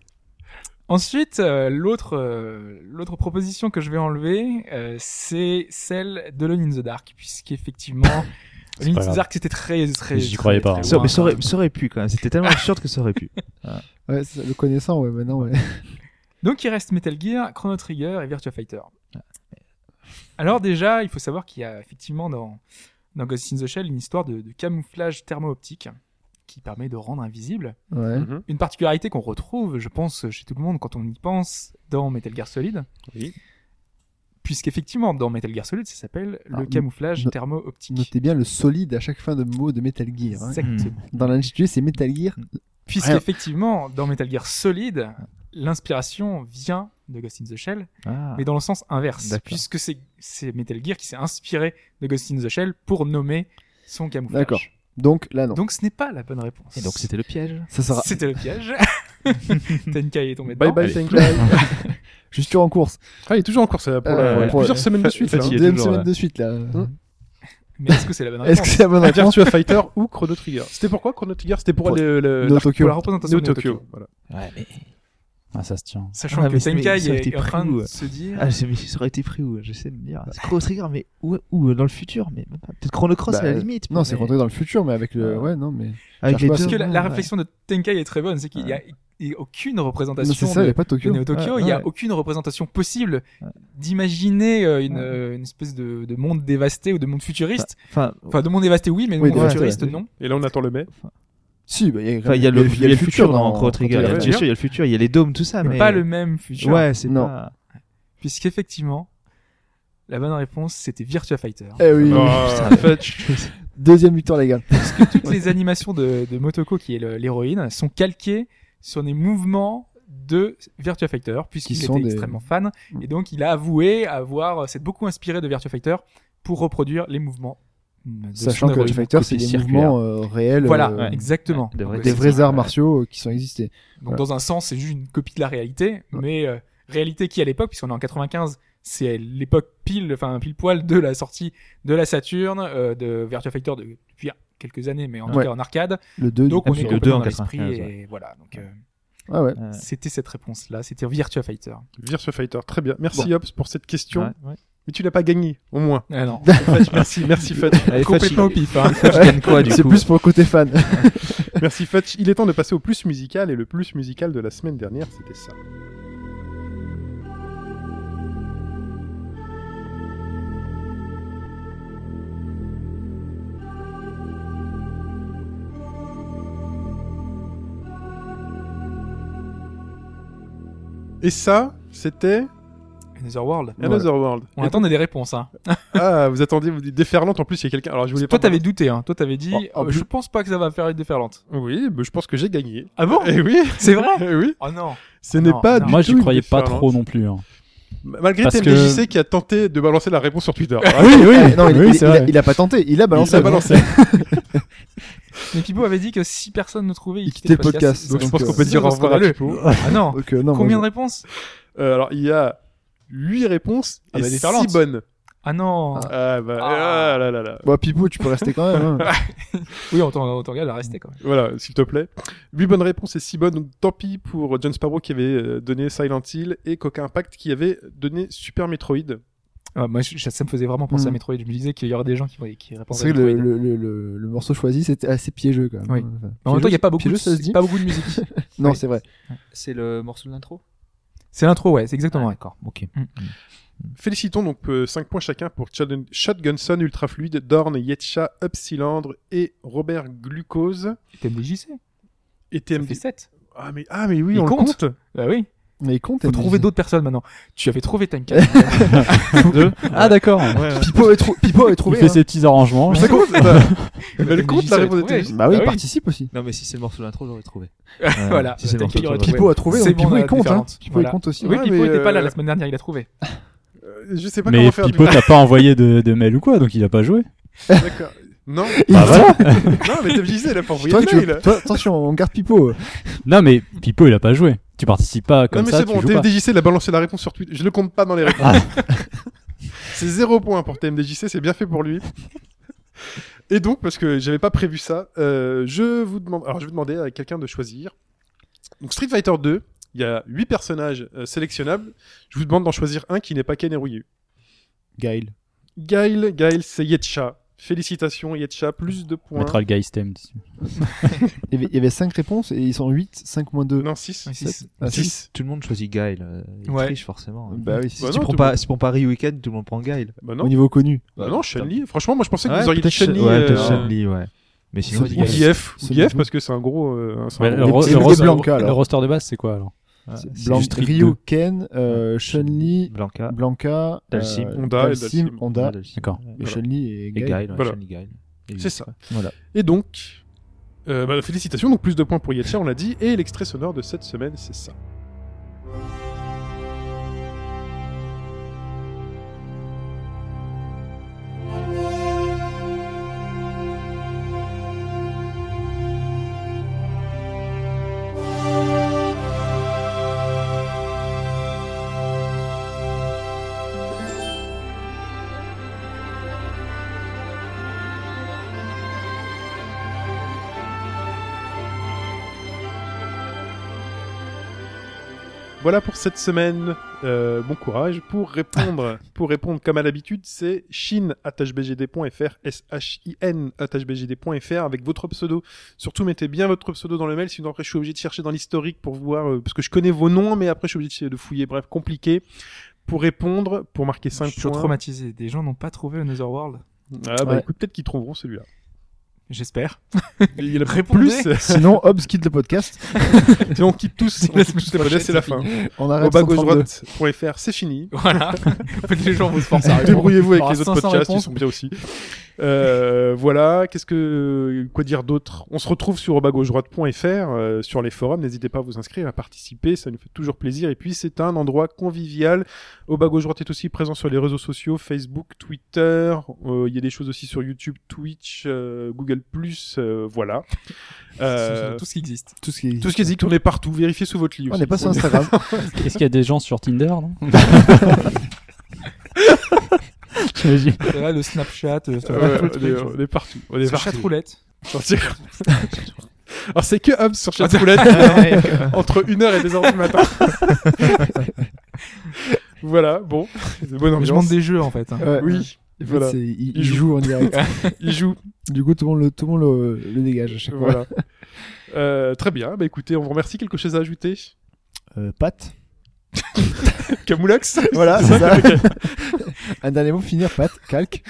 D: Ensuite, euh, l'autre euh, l'autre proposition que je vais enlever, euh, c'est celle de Lone in the Dark puisqu'effectivement
E: pas
D: Lone in the
E: grave.
D: Dark c'était très très
E: J'y
D: très-
E: croyais pas,
D: très
E: hein.
G: Ça-
D: loin.
G: mais ça aurait, ça aurait pu quand même. C'était tellement absurde que ça aurait <laughs> pu.
F: Ouais, c'est- le connaissant, ouais, maintenant, ouais.
D: Donc il reste Metal Gear, Chrono Trigger et Virtua Fighter. Alors déjà, il faut savoir qu'il y a effectivement dans, dans Ghost in the Shell une histoire de, de camouflage thermo-optique qui permet de rendre invisible.
F: ouais.
C: Mhm.
D: Une particularité qu'on retrouve, je pense, chez tout le monde quand on y pense, dans Metal Gear Solid.
C: Oui.
D: Puisqu'effectivement, dans Metal Gear Solid, ça s'appelle
F: Ah,
D: le camouflage
F: no-
D: thermo-optique.
F: Notez bien le solide à chaque fin de mot de Metal Gear. hein.
G: Hmm.
D: Exactement.
F: Dans l'intitulé, c'est Metal Gear.
D: Puisqu'effectivement, dans Metal Gear Solid, l'inspiration vient de Ghost in the Shell,
G: Ah.
D: mais dans le sens inverse,
G: D'accord.
D: puisque c'est c'est Metal Gear qui s'est inspiré de Ghost in the Shell pour nommer son camouflage.
F: D'accord. Donc là, non.
D: Donc ce n'est pas la bonne réponse.
G: Et donc, c'était le piège.
F: ça sera
D: c'était le piège. Tenkai est tombé
C: Bye
D: dedans.
C: bye,
G: Allez.
C: Tenkai.
G: <laughs>
F: Je suis toujours en course.
C: Ah, il est toujours en course là, pour la-
F: Euh,
C: pour
F: ouais.
C: plusieurs semaines de
G: Fa-
C: suite.
G: fa-
C: là, hein.
G: Il est
F: Deuxième
G: toujours,
F: semaine
G: ouais.
F: de suite là.
D: Mais est-ce que c'est la bonne
F: Est-ce que
D: réponse
F: c'est la bonne réponse
C: Virtua Fighter ou Chrono Trigger. C'était pourquoi Chrono Trigger C'était pour,
F: Pour-
C: le, le-
F: Neo
C: l'arc-
F: Tokyo.
D: Pour la représentation
C: Neo
D: de Neo
C: Tokyo.
D: Tokyo.
C: voilà.
G: Ouais, mais...
E: Ah, ça se tient.
D: Sachant
G: Ah,
D: que
G: mais c'est- mais
D: Tenkai
G: ça aurait
D: est,
G: été
D: est en train
G: pris où,
D: de
G: euh
D: se dire...
G: Ah, je sais, mais ça aurait été pris où J'essaie de me dire. C'est Chrono Trigger, mais où, où euh, Dans le futur, mais même pas. Peut-être Chrono Cross
F: Bah,
G: à la limite.
F: Non,
G: mais-
F: c'est rentré dans le futur, mais avec le.
G: Ah.
F: Ouais, non, mais.
G: Avec
F: Cherche
G: les
F: pas
G: deux.
D: Parce que la, la
G: ouais.
D: réflexion de Tenkai est très bonne, c'est qu'il n'y a, il y a aucune
F: Non,
D: représentation
F: c'est ça, il n'y
D: de,
F: a pas
D: de
F: Tokyo.
D: Neo Tokyo,
G: Ouais,
D: il n'y a
G: ouais.
D: aucune représentation possible
G: Ouais.
D: d'imaginer euh, une,
G: Ouais.
D: euh, une espèce de, de monde dévasté ou de monde futuriste.
G: Enfin,
D: Enfin, de monde dévasté, oui, mais de
F: Oui,
D: monde
F: dévasté,
D: futuriste,
F: ouais.
D: non.
C: Et là, on attend le mai.
F: Si, bah, il y a,
G: enfin, il y a le, il y a le futur dans Chrono Trigger.
C: Trigger.
G: Bien sûr, il y a le futur, il y a les dômes, tout ça,
D: Mais
G: Ah, mais.
D: pas le même futur.
G: Ouais, c'est
F: Non.
G: pas.
D: Puisqu'effectivement, la bonne réponse, c'était Virtua Fighter.
F: Eh oui,
C: Ah,
F: deuxième victoire, les gars.
D: Toutes les animations de, de Motoko, qui est le- l'héroïne, sont calquées sur les mouvements de Virtua Fighter, puisqu'il
F: Qui
D: était
F: sont des-
D: extrêmement fan.
F: Mm.
D: Et donc, il a avoué avoir, s'être beaucoup inspiré de Virtua Fighter pour reproduire les mouvements de
F: Sachant
D: son
F: que Jet
D: algorithme.
F: Fighter, c'est des
G: circulaire.
F: mouvements euh, réels.
D: Voilà,
F: euh,
D: exactement.
G: Ouais, de vrais-
D: Donc,
F: Des
D: c'est-
F: vrais arts martiaux euh, qui sont existés.
D: Donc dans un sens, c'est juste une copie de la réalité, mais euh, réalité qui à l'époque, puisqu'on est en 95, c'est l'époque pile, enfin pile poil de la sortie de la Saturn, euh, de Virtua Fighter de- depuis quelques années, mais en tout
F: Ouais.
D: cas en arcade.
F: Le 2,
D: Donc on est
G: le
D: complètement
G: deux en
D: dans l'esprit
G: 95,
D: et
G: ouais.
D: voilà. Donc euh,
F: Ah ouais.
G: Euh,
D: c'était cette réponse là, c'était Virtua Fighter.
C: Virtua Fighter, très bien. Merci Hobbs pour cette question.
G: <laughs> ouais, ouais.
C: Mais tu l'as pas gagné, au moins.
D: Ah <laughs> non,
C: Fetch, <laughs> merci, merci Fetch.
G: Allez,
D: complètement au
G: Fachi,
D: pif. hein.
G: Fachi gagne <laughs> quoi du
F: C'est
G: coup
F: plus pour le côté fan.
C: Merci Fetch. Il est temps de passer au plus musical et le plus musical de la semaine dernière, c'était ça. Et ça, c'était
D: Another World.
C: Another World.
D: On attendait des réponses. Hein.
C: Ah, Euh, vous attendiez, vous dites déferlante en plus, il y a quelqu'un. Alors je voulais
D: Toi
C: pas.
D: t'avais douté, hein. toi t'avais dit,
C: Oh, oh,
D: euh, je pense pas que ça va faire une déferlante.
C: Oui, mais je pense que j'ai gagné.
D: Ah bon
C: Eh oui, <laughs>
D: C'est vrai
C: eh oui.
D: <laughs> Oh non.
C: Ce n'est
D: Non,
C: pas
D: non.
C: du
E: Moi,
C: tout
E: j'y
C: une
E: croyais pas
C: déferlante.
E: trop non plus. hein.
C: Malgré
E: Parce
C: TMDJC
E: que-
C: qui a tenté de balancer la réponse sur Twitter.
F: oui, <laughs> oui. Eh, Non, il,
E: Oui,
F: il- il
E: c'est
F: a,
E: vrai.
F: il a pas tenté. Il a balancé.
C: Il
F: <laughs>
C: a balancé.
D: Mais Pipo avait dit que si personne ne trouvait, il quittait
F: Quittait
D: le podcast.
C: Donc, je
F: Donc,
C: pense
F: euh,
C: qu'on peut <laughs>
D: c'est
C: dire au
D: dans ce
C: revoir à
D: scandaleux.
C: Pipo.
D: Ah non.
F: Donc, euh, <laughs> non,
D: Combien de
F: moi,
D: réponses
C: Euh, alors, il y a 8 réponses
D: Ah
C: et
D: bah, des
C: 6
D: parlantes.
C: bonnes.
D: Ah non.
C: Ah, bah,
D: Ah.
C: ah là là là.
F: je- Bon, Pipou, tu peux rester quand
D: <laughs>
F: même. hein.
D: Oui, on t'en on t'en regarde à rester quand même.
C: Voilà, s'il te plaît. 8 bonnes réponses et 6 bonnes. Donc, tant pis pour John Sparrow qui avait euh, donné Silent Hill et Coca Impact qui avait donné Super Metroid.
D: Ah, moi, je- ça me faisait vraiment penser à
F: Mm.
D: Metroid. Je me disais qu'il y aurait des gens qui, qui répondraient
F: C'est
D: à
F: vrai que le,
D: Metroid.
F: le, le, le- le morceau choisi, c'était assez piégeux quand même.
D: Oui.
F: Enfin,
D: Mais en même temps, il n'y a pas beaucoup,
F: piégeux, ça se
D: de,
F: dit
D: pas beaucoup de musique.
F: Non,
D: Oui.
F: c'est vrai.
H: C'est le morceau de l'intro
D: C'est l'intro, ouais, c'est exactement. ouais.
G: D'accord, ok.
C: Félicitons donc 5 points chacun pour Shotgun- Shotgunson Ultrafluide, Dorn, Yetcha, Upsilandre et Robert Glucose.
D: TMDJC,
C: Et
D: ça
C: TMD.
D: fait 7.
C: Ah mais, ah, mais oui,
D: Il
C: on le
D: compte.
C: compte.
D: Bah oui,
F: Mais il compte.
D: faut
F: elle
D: trouver
F: dit.
D: d'autres personnes maintenant. Tu avais trouvé Tanka. <laughs>
E: Ah, d'accord.
F: Pipo avait, trou- Pipo avait
E: Il
F: trouvé.
E: fait
F: hein.
E: ses petits arrangements.
C: Ça compte bah, bah, le compte,
D: TMDJC
C: la
D: avait
C: réponse
D: trouvé.
C: était juste.
F: Bah oui,
D: Bah
F: il
D: oui.
F: participe aussi.
G: Non, mais si c'est le morceau de l'intro, j'aurais <laughs> trouvé. Euh,
D: Voilà,
G: Si c'est le
D: t'inquiète,
G: morceau de
D: il y aurait trouvé.
G: l'intro,
F: Pipo a trouvé,
D: C'est
F: donc
D: bon,
F: Pipo
D: on a
F: il
D: la
F: compte. Hein.
D: différence.
F: Pipo
D: Voilà.
F: il compte aussi.
D: Oui,
C: Ouais,
D: Pipo
C: mais,
D: n'était pas là
C: euh,
D: la semaine dernière, il a trouvé.
C: Euh, Je sais pas
E: Mais
C: comment faire.
E: Pipo,
C: du-
E: t'as pas envoyé de, de mail ou quoi, donc il a pas joué.
C: D'accord. Non,
E: <laughs>
C: Ah,
E: Bah
C: <laughs>
E: voilà.
C: non, mais t'es obligé, il a pas envoyé
F: Toi,
C: de
F: tu-
C: mail.
F: toi, attention, on garde Pipo.
E: Non, mais Pipo, il a pas joué. Tu participes pas comme
C: non, mais
E: ça,
C: c'est
E: tu
C: bon,
E: joues pas. Ah.
C: TMDJC, il a balancé la réponse sur Twitter. Je le compte pas dans les réponses. <laughs> c'est zéro point pour TMDJC, c'est bien fait pour lui. <laughs> Et donc, parce que j'avais pas prévu ça, euh, je vous demande. Alors, je vais demander à quelqu'un de choisir. Donc, Street Fighter 2, il y a 8 personnages euh, sélectionnables. Je vous demande d'en choisir un qui n'est pas Ken Ryu.
F: Gail.
C: Gail, Gail, c'est Yetcha. Félicitations, Yetcha, plus de
E: On
C: points.
E: mettra le guy stem dessus.
F: Il y avait- il y avait 5 réponses et ils sont 8, 5 moins 2.
C: Non, 6.
D: Ouais, six.
F: Ah, six.
C: Six.
G: Tout le monde choisit Guile. euh, Il
D: Ouais.
G: triche forcément. hein.
F: Bah oui, si.
C: Bah
G: Si tu
C: non,
G: prends
C: tout
G: pas, si tu prends Paris Weekend, tout le monde prend Guile.
C: Bah
F: Au
C: non,
F: niveau connu.
C: bah non Chun-Li. Franchement, moi je pensais que vous auriez dit
G: peut-être
C: Chun-Li.
G: Chun- ouais, peut-être
C: euh,
G: Chun-Li, ouais. Mais sinon,
F: Ou
G: c'est
C: Ou
G: Guile.
C: Guillef, ou
F: c'est
C: Guillef
F: bon.
C: parce que c'est un gros. euh, c'est un
E: Ouais,
C: gros-
E: le,
F: des petits-
E: ro- le
F: des
E: roster-
F: Blanca,
E: le
F: alors.
E: roster de base, c'est quoi alors
F: C'est
E: c'est
F: Blanc-
E: du Street
F: Ryoken, euh, Chun-Li,
G: Blanca.
F: Blanca, euh,
G: Dalsim.
C: Honda et
F: Dalsim,
C: Dalsim.
F: Honda,
G: Dalsim.
E: D'accord.
F: et
C: Voilà.
F: Chun-Li et
G: Et
F: Gail.
G: Guile, ouais,
C: Voilà.
G: Chun-Li, Guile. Et
C: C'est ça.
F: Voilà.
C: Et donc, euh, bah, félicitations, donc plus de points pour Yetcha, on l'a dit. Et l'extrait sonore de cette semaine, c'est ça. Voilà pour cette semaine. Euh, bon courage. Pour répondre, pour répondre comme à l'habitude, c'est shin.bgd.fr, S-H-I-N, bgd.fr avec votre pseudo. Surtout, mettez bien votre pseudo dans le mail, sinon après je suis obligé de chercher dans l'historique pour voir, euh, parce que je connais vos noms, mais après je suis obligé de- de fouiller. Bref, compliqué. Pour répondre, pour marquer
D: Je
C: 5
D: suis toujours
C: points.
D: traumatisé. Des gens n'ont pas trouvé Another World.
C: Ah bah
F: Ouais.
C: écoute, peut-être qu'ils trouveront celui-là.
D: J'espère.
C: Il
D: <laughs>
C: y en a
D: Répondez.
F: <laughs>
C: plus.
F: Sinon, Hobbs quitte le podcast.
C: Et on quitte tous, on
D: la
C: quitte
D: semaine
C: tous les podcasts, c'est la fin.
F: On
C: Au
F: arrête
C: bas
F: 132.
C: droite.fr, c'est fini.
D: Voilà. En fait, <laughs> les gens vont se forcer à
C: <laughs>
D: répondre.
C: Débrouillez-vous
D: Il
C: avec
D: y Ah, aura
C: les autres
D: 500
C: podcasts, ils
D: réponses.
C: sont bien aussi. Euh, voilà, qu'est-ce que quoi dire d'autre On se retrouve sur bagaugedroite.fr, euh, sur les forums, n'hésitez pas à vous inscrire, à participer, ça nous fait toujours plaisir. Et puis c'est un endroit convivial. Au bas gauche droite est aussi présent sur les réseaux sociaux, Facebook, Twitter. euh, Il y a des choses aussi sur YouTube, Twitch, euh, Google euh, voilà. Euh,
D: Tout ce qui existe.
F: Tout ce qui
C: tout ce qui existe, on est partout. Vérifiez sous votre lit.
F: On
C: aussi.
F: n'est pas sur Instagram.
E: Est-ce qu'il y a des gens sur Tinder non J'imagine.
D: <laughs> Là, le Snapchat, euh,
C: <laughs>
D: tout <laughs>
C: Ouais,
D: le
C: on, est,
D: truc.
C: on est partout. On est
D: Sur
C: partout.
D: chatroulette.
C: <laughs> Alors c'est que Hobbs sur chatroulette
G: <laughs>
C: entre 1h et 2h du matin. voilà, bon, bonne
D: Je demande
C: ambiance.
D: des jeux en fait. hein.
F: Ouais.
C: Oui,
F: En fait,
C: voilà.
F: c'est- il,
C: Il
F: il joue en direct.
C: il joue.
F: du coup, tout le monde le, tout le, monde le, le dégage à chaque fois.
C: Voilà. Euh, très bien, bah écoutez, on vous remercie. Quelque chose à ajouter
F: Euh, Pat.
C: Camoulox
F: Voilà, c'est ça. Un dernier mot, finir, Pat, calque.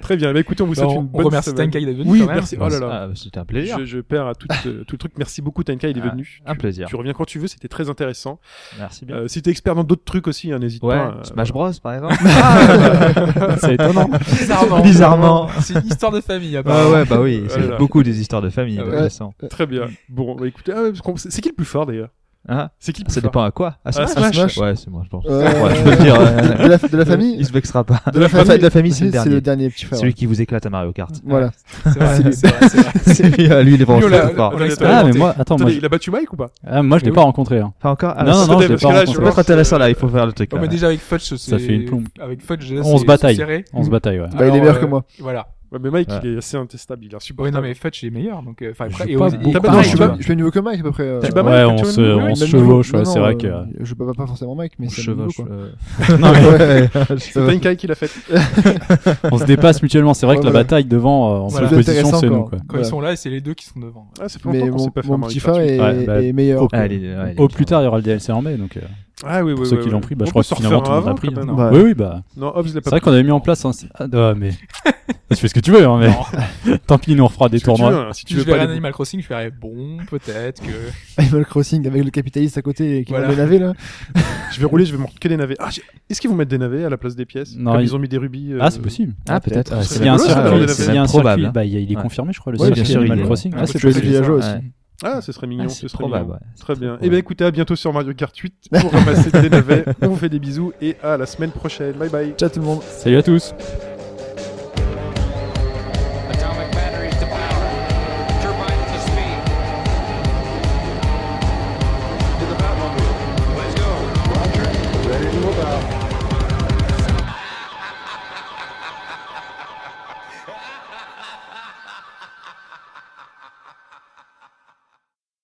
C: Très bien, bah écoutez, on vous
D: Bah,
C: souhaite
D: on,
C: une
D: on
C: bonne
D: remercie
C: semaine.
D: Tankai d'être venu
C: Oui,
D: quand même.
C: merci. Oh là là.
G: Ah, C'était un plaisir.
C: Je, je perds à tout, euh, tout le truc. Merci beaucoup, Tanka, il est
G: Ah,
C: venu.
G: Un plaisir.
C: Tu reviens quand tu veux, c'était très intéressant.
G: Merci bien.
C: Euh, si t'es expert dans d'autres trucs aussi, hein, n'hésite
G: Ouais, bah,
C: pas. euh,
G: Smash Bros par exemple. <laughs>
E: C'est étonnant.
D: Bizarrement.
G: Bizarrement.
D: <laughs> C'est une histoire de famille,
G: Ah
D: apparemment.
G: ouais, bah oui,
C: Voilà.
G: c'est beaucoup des histoires de famille, euh, de
D: Ouais.
G: toute façon.
C: euh, Très bien. Bon, bah écoutez, ah ouais, parce qu'on- c'est c'est qui le plus fort d'ailleurs
G: Hein
C: C'est qui le plus
G: Ça
C: fort
G: dépend à quoi À
C: Ah,
G: Smash
C: Smash.
G: Ouais, c'est moi, je pense.
F: Euh,
G: Ouais, je peux le dire. euh,
F: De la, de la famille
G: Il se vexera pas.
F: De la
G: famille- de la famille, c'est le
F: C'est
G: dernier.
F: le dernier petit frère.
G: Celui qui vous éclate à Mario <laughs> Kart.
F: Voilà.
D: C'est vrai, c'est vrai, c'est vrai.
G: <laughs> Lui, euh, lui, il est vraiment
D: Lui, on l'a-
G: très fort.
D: on l'a
E: Ah, mais
D: expérimenté.
E: moi, attends, moi,
C: Attendez,
E: je,
C: il a battu Mike ou pas
E: ah, moi, je l'ai
D: Mais
E: pas
D: oui.
E: rencontré. hein.
G: Pas encore Ah,
E: Non, non, non,
C: attendez,
E: je l'ai
C: parce
E: pas
C: que là,
E: rencontré.
C: je
G: C'est pas
C: lance,
G: très intéressant là, il faut faire le truc.
D: Non,
G: là.
D: mais déjà avec Fudge, c'est-
E: Ça fait une plombe.
D: Avec Fudge, là,
E: On
D: c'est-
E: se bataille.
D: c'est serré.
E: On se bataille, ouais.
F: Bah, il est
D: Alors,
F: meilleur
D: euh,
F: que moi.
D: Voilà.
C: Ouais, mais Mike,
G: Ouais.
C: il est assez instable, il est
D: Ouais, non,
C: insupportable.
D: mais Fudge il est meilleur. Donc, euh, enfin,
E: Je
D: après,
E: suis
D: et
E: pas
D: on-
E: beaucoup.
D: t'as pas
F: Non,
C: Mike,
F: je suis
D: tu
F: pas-
D: vois.
F: je suis au niveau que Mike à peu près. euh,
C: Tu bats
E: Ouais,
C: Mike,
E: on
C: tu vois,
E: se,
C: oui,
E: on
C: oui,
E: se
C: même niveau.
E: chevauche, ouais,
F: non,
E: c'est
F: non,
E: vrai
F: euh,
E: que.
F: Je bats pas forcément Mike, mais
G: On
F: c'est le niveau,
G: chevauche.
F: quoi.
G: euh, <laughs>
E: Non, mais
F: Ouais,
C: C'est Tenkai qui l'a fait.
E: on se dépasse mutuellement. C'est vrai
F: Ouais,
E: que la
F: voilà.
E: bataille devant, euh, en
D: Voilà.
E: seule position,
F: Intéressant,
E: c'est nous.
F: quoi.
E: Quoi.
D: Quand ils sont là, c'est les deux qui sont devant.
C: Ah, ça fait
F: mais
C: longtemps qu'on
F: mon,
C: s'est pas fait
F: mon
C: Mario
F: petit
C: Kart.
F: frère est,
E: Ouais, bah,
F: est meilleur.
E: au-
F: <laughs>
G: ah, il est- ouais, il est
E: Au
G: bien.
E: plus tard, il y aura le DLC en mai, donc euh,
C: Ah oui, oui,
E: pour
C: oui.
E: ceux
C: oui,
E: qui l'ont
C: oui.
E: pris, bah,
C: On
E: je crois
C: peut
E: que
C: s'en
E: finalement tout
C: refaire
E: le
C: un
E: monde l'a
C: avant,
E: pris.
C: quand
E: hein.
C: même.
F: Ouais.
E: Oui, oui, bah
C: Non, Hobbs l'a
E: c'est
C: pas
E: vrai
C: pris.
E: qu'on avait mis en place. un- Ah, ouais, <laughs> mais tu fais ce que tu veux, hein, mais <laughs> tant pis, il nous on refera des
C: Ce que tu
E: tournois.
C: veux, hein, Si
D: Si
C: tu
D: je
C: veux
D: verrais
C: pas.
D: un
C: les-
D: Animal Crossing, je ferais bon, peut-être
E: Ah,
D: que.
F: Animal Crossing avec le capitaliste à côté qui
D: Voilà.
F: va le laver là.
C: Je vais rouler, je vais monter que des navets. Ah, j'ai- Est-ce qu'ils vont mettre des navets à la place des pièces
E: Non,
C: Comme
E: ils-
C: ils ont mis des rubis. euh,
E: Ah, c'est possible.
G: Ah, peut-être. ouais,
C: Ce
G: c'est
E: S'il y a un
C: rigolo, ça,
E: circuit,
C: c'est
E: s'il y a
G: même
E: un
G: probable,
E: circuit,
G: hein.
E: bah, il y a- il est
G: Ouais.
E: confirmé, je crois, le
F: Ouais, bien
E: circuit
F: sûr, il
E: Animal
G: est-
E: Crossing.
F: Ah,
E: Ouais,
F: c'est
E: c'est
F: possible.
E: possible.
F: villageois aussi.
G: Ouais.
C: Ah, ce serait mignon.
G: Ah,
C: ce
G: C'est
C: serait
G: probable.
C: mignon.
G: ouais.
C: Très bien.
G: probable.
C: Et bien écoutez, à bientôt sur Mario Kart
E: <laughs>
C: 8 pour ramasser des navets. On vous fait des bisous et à la semaine prochaine. Bye bye.
F: Ciao tout le monde.
E: Salut à tous.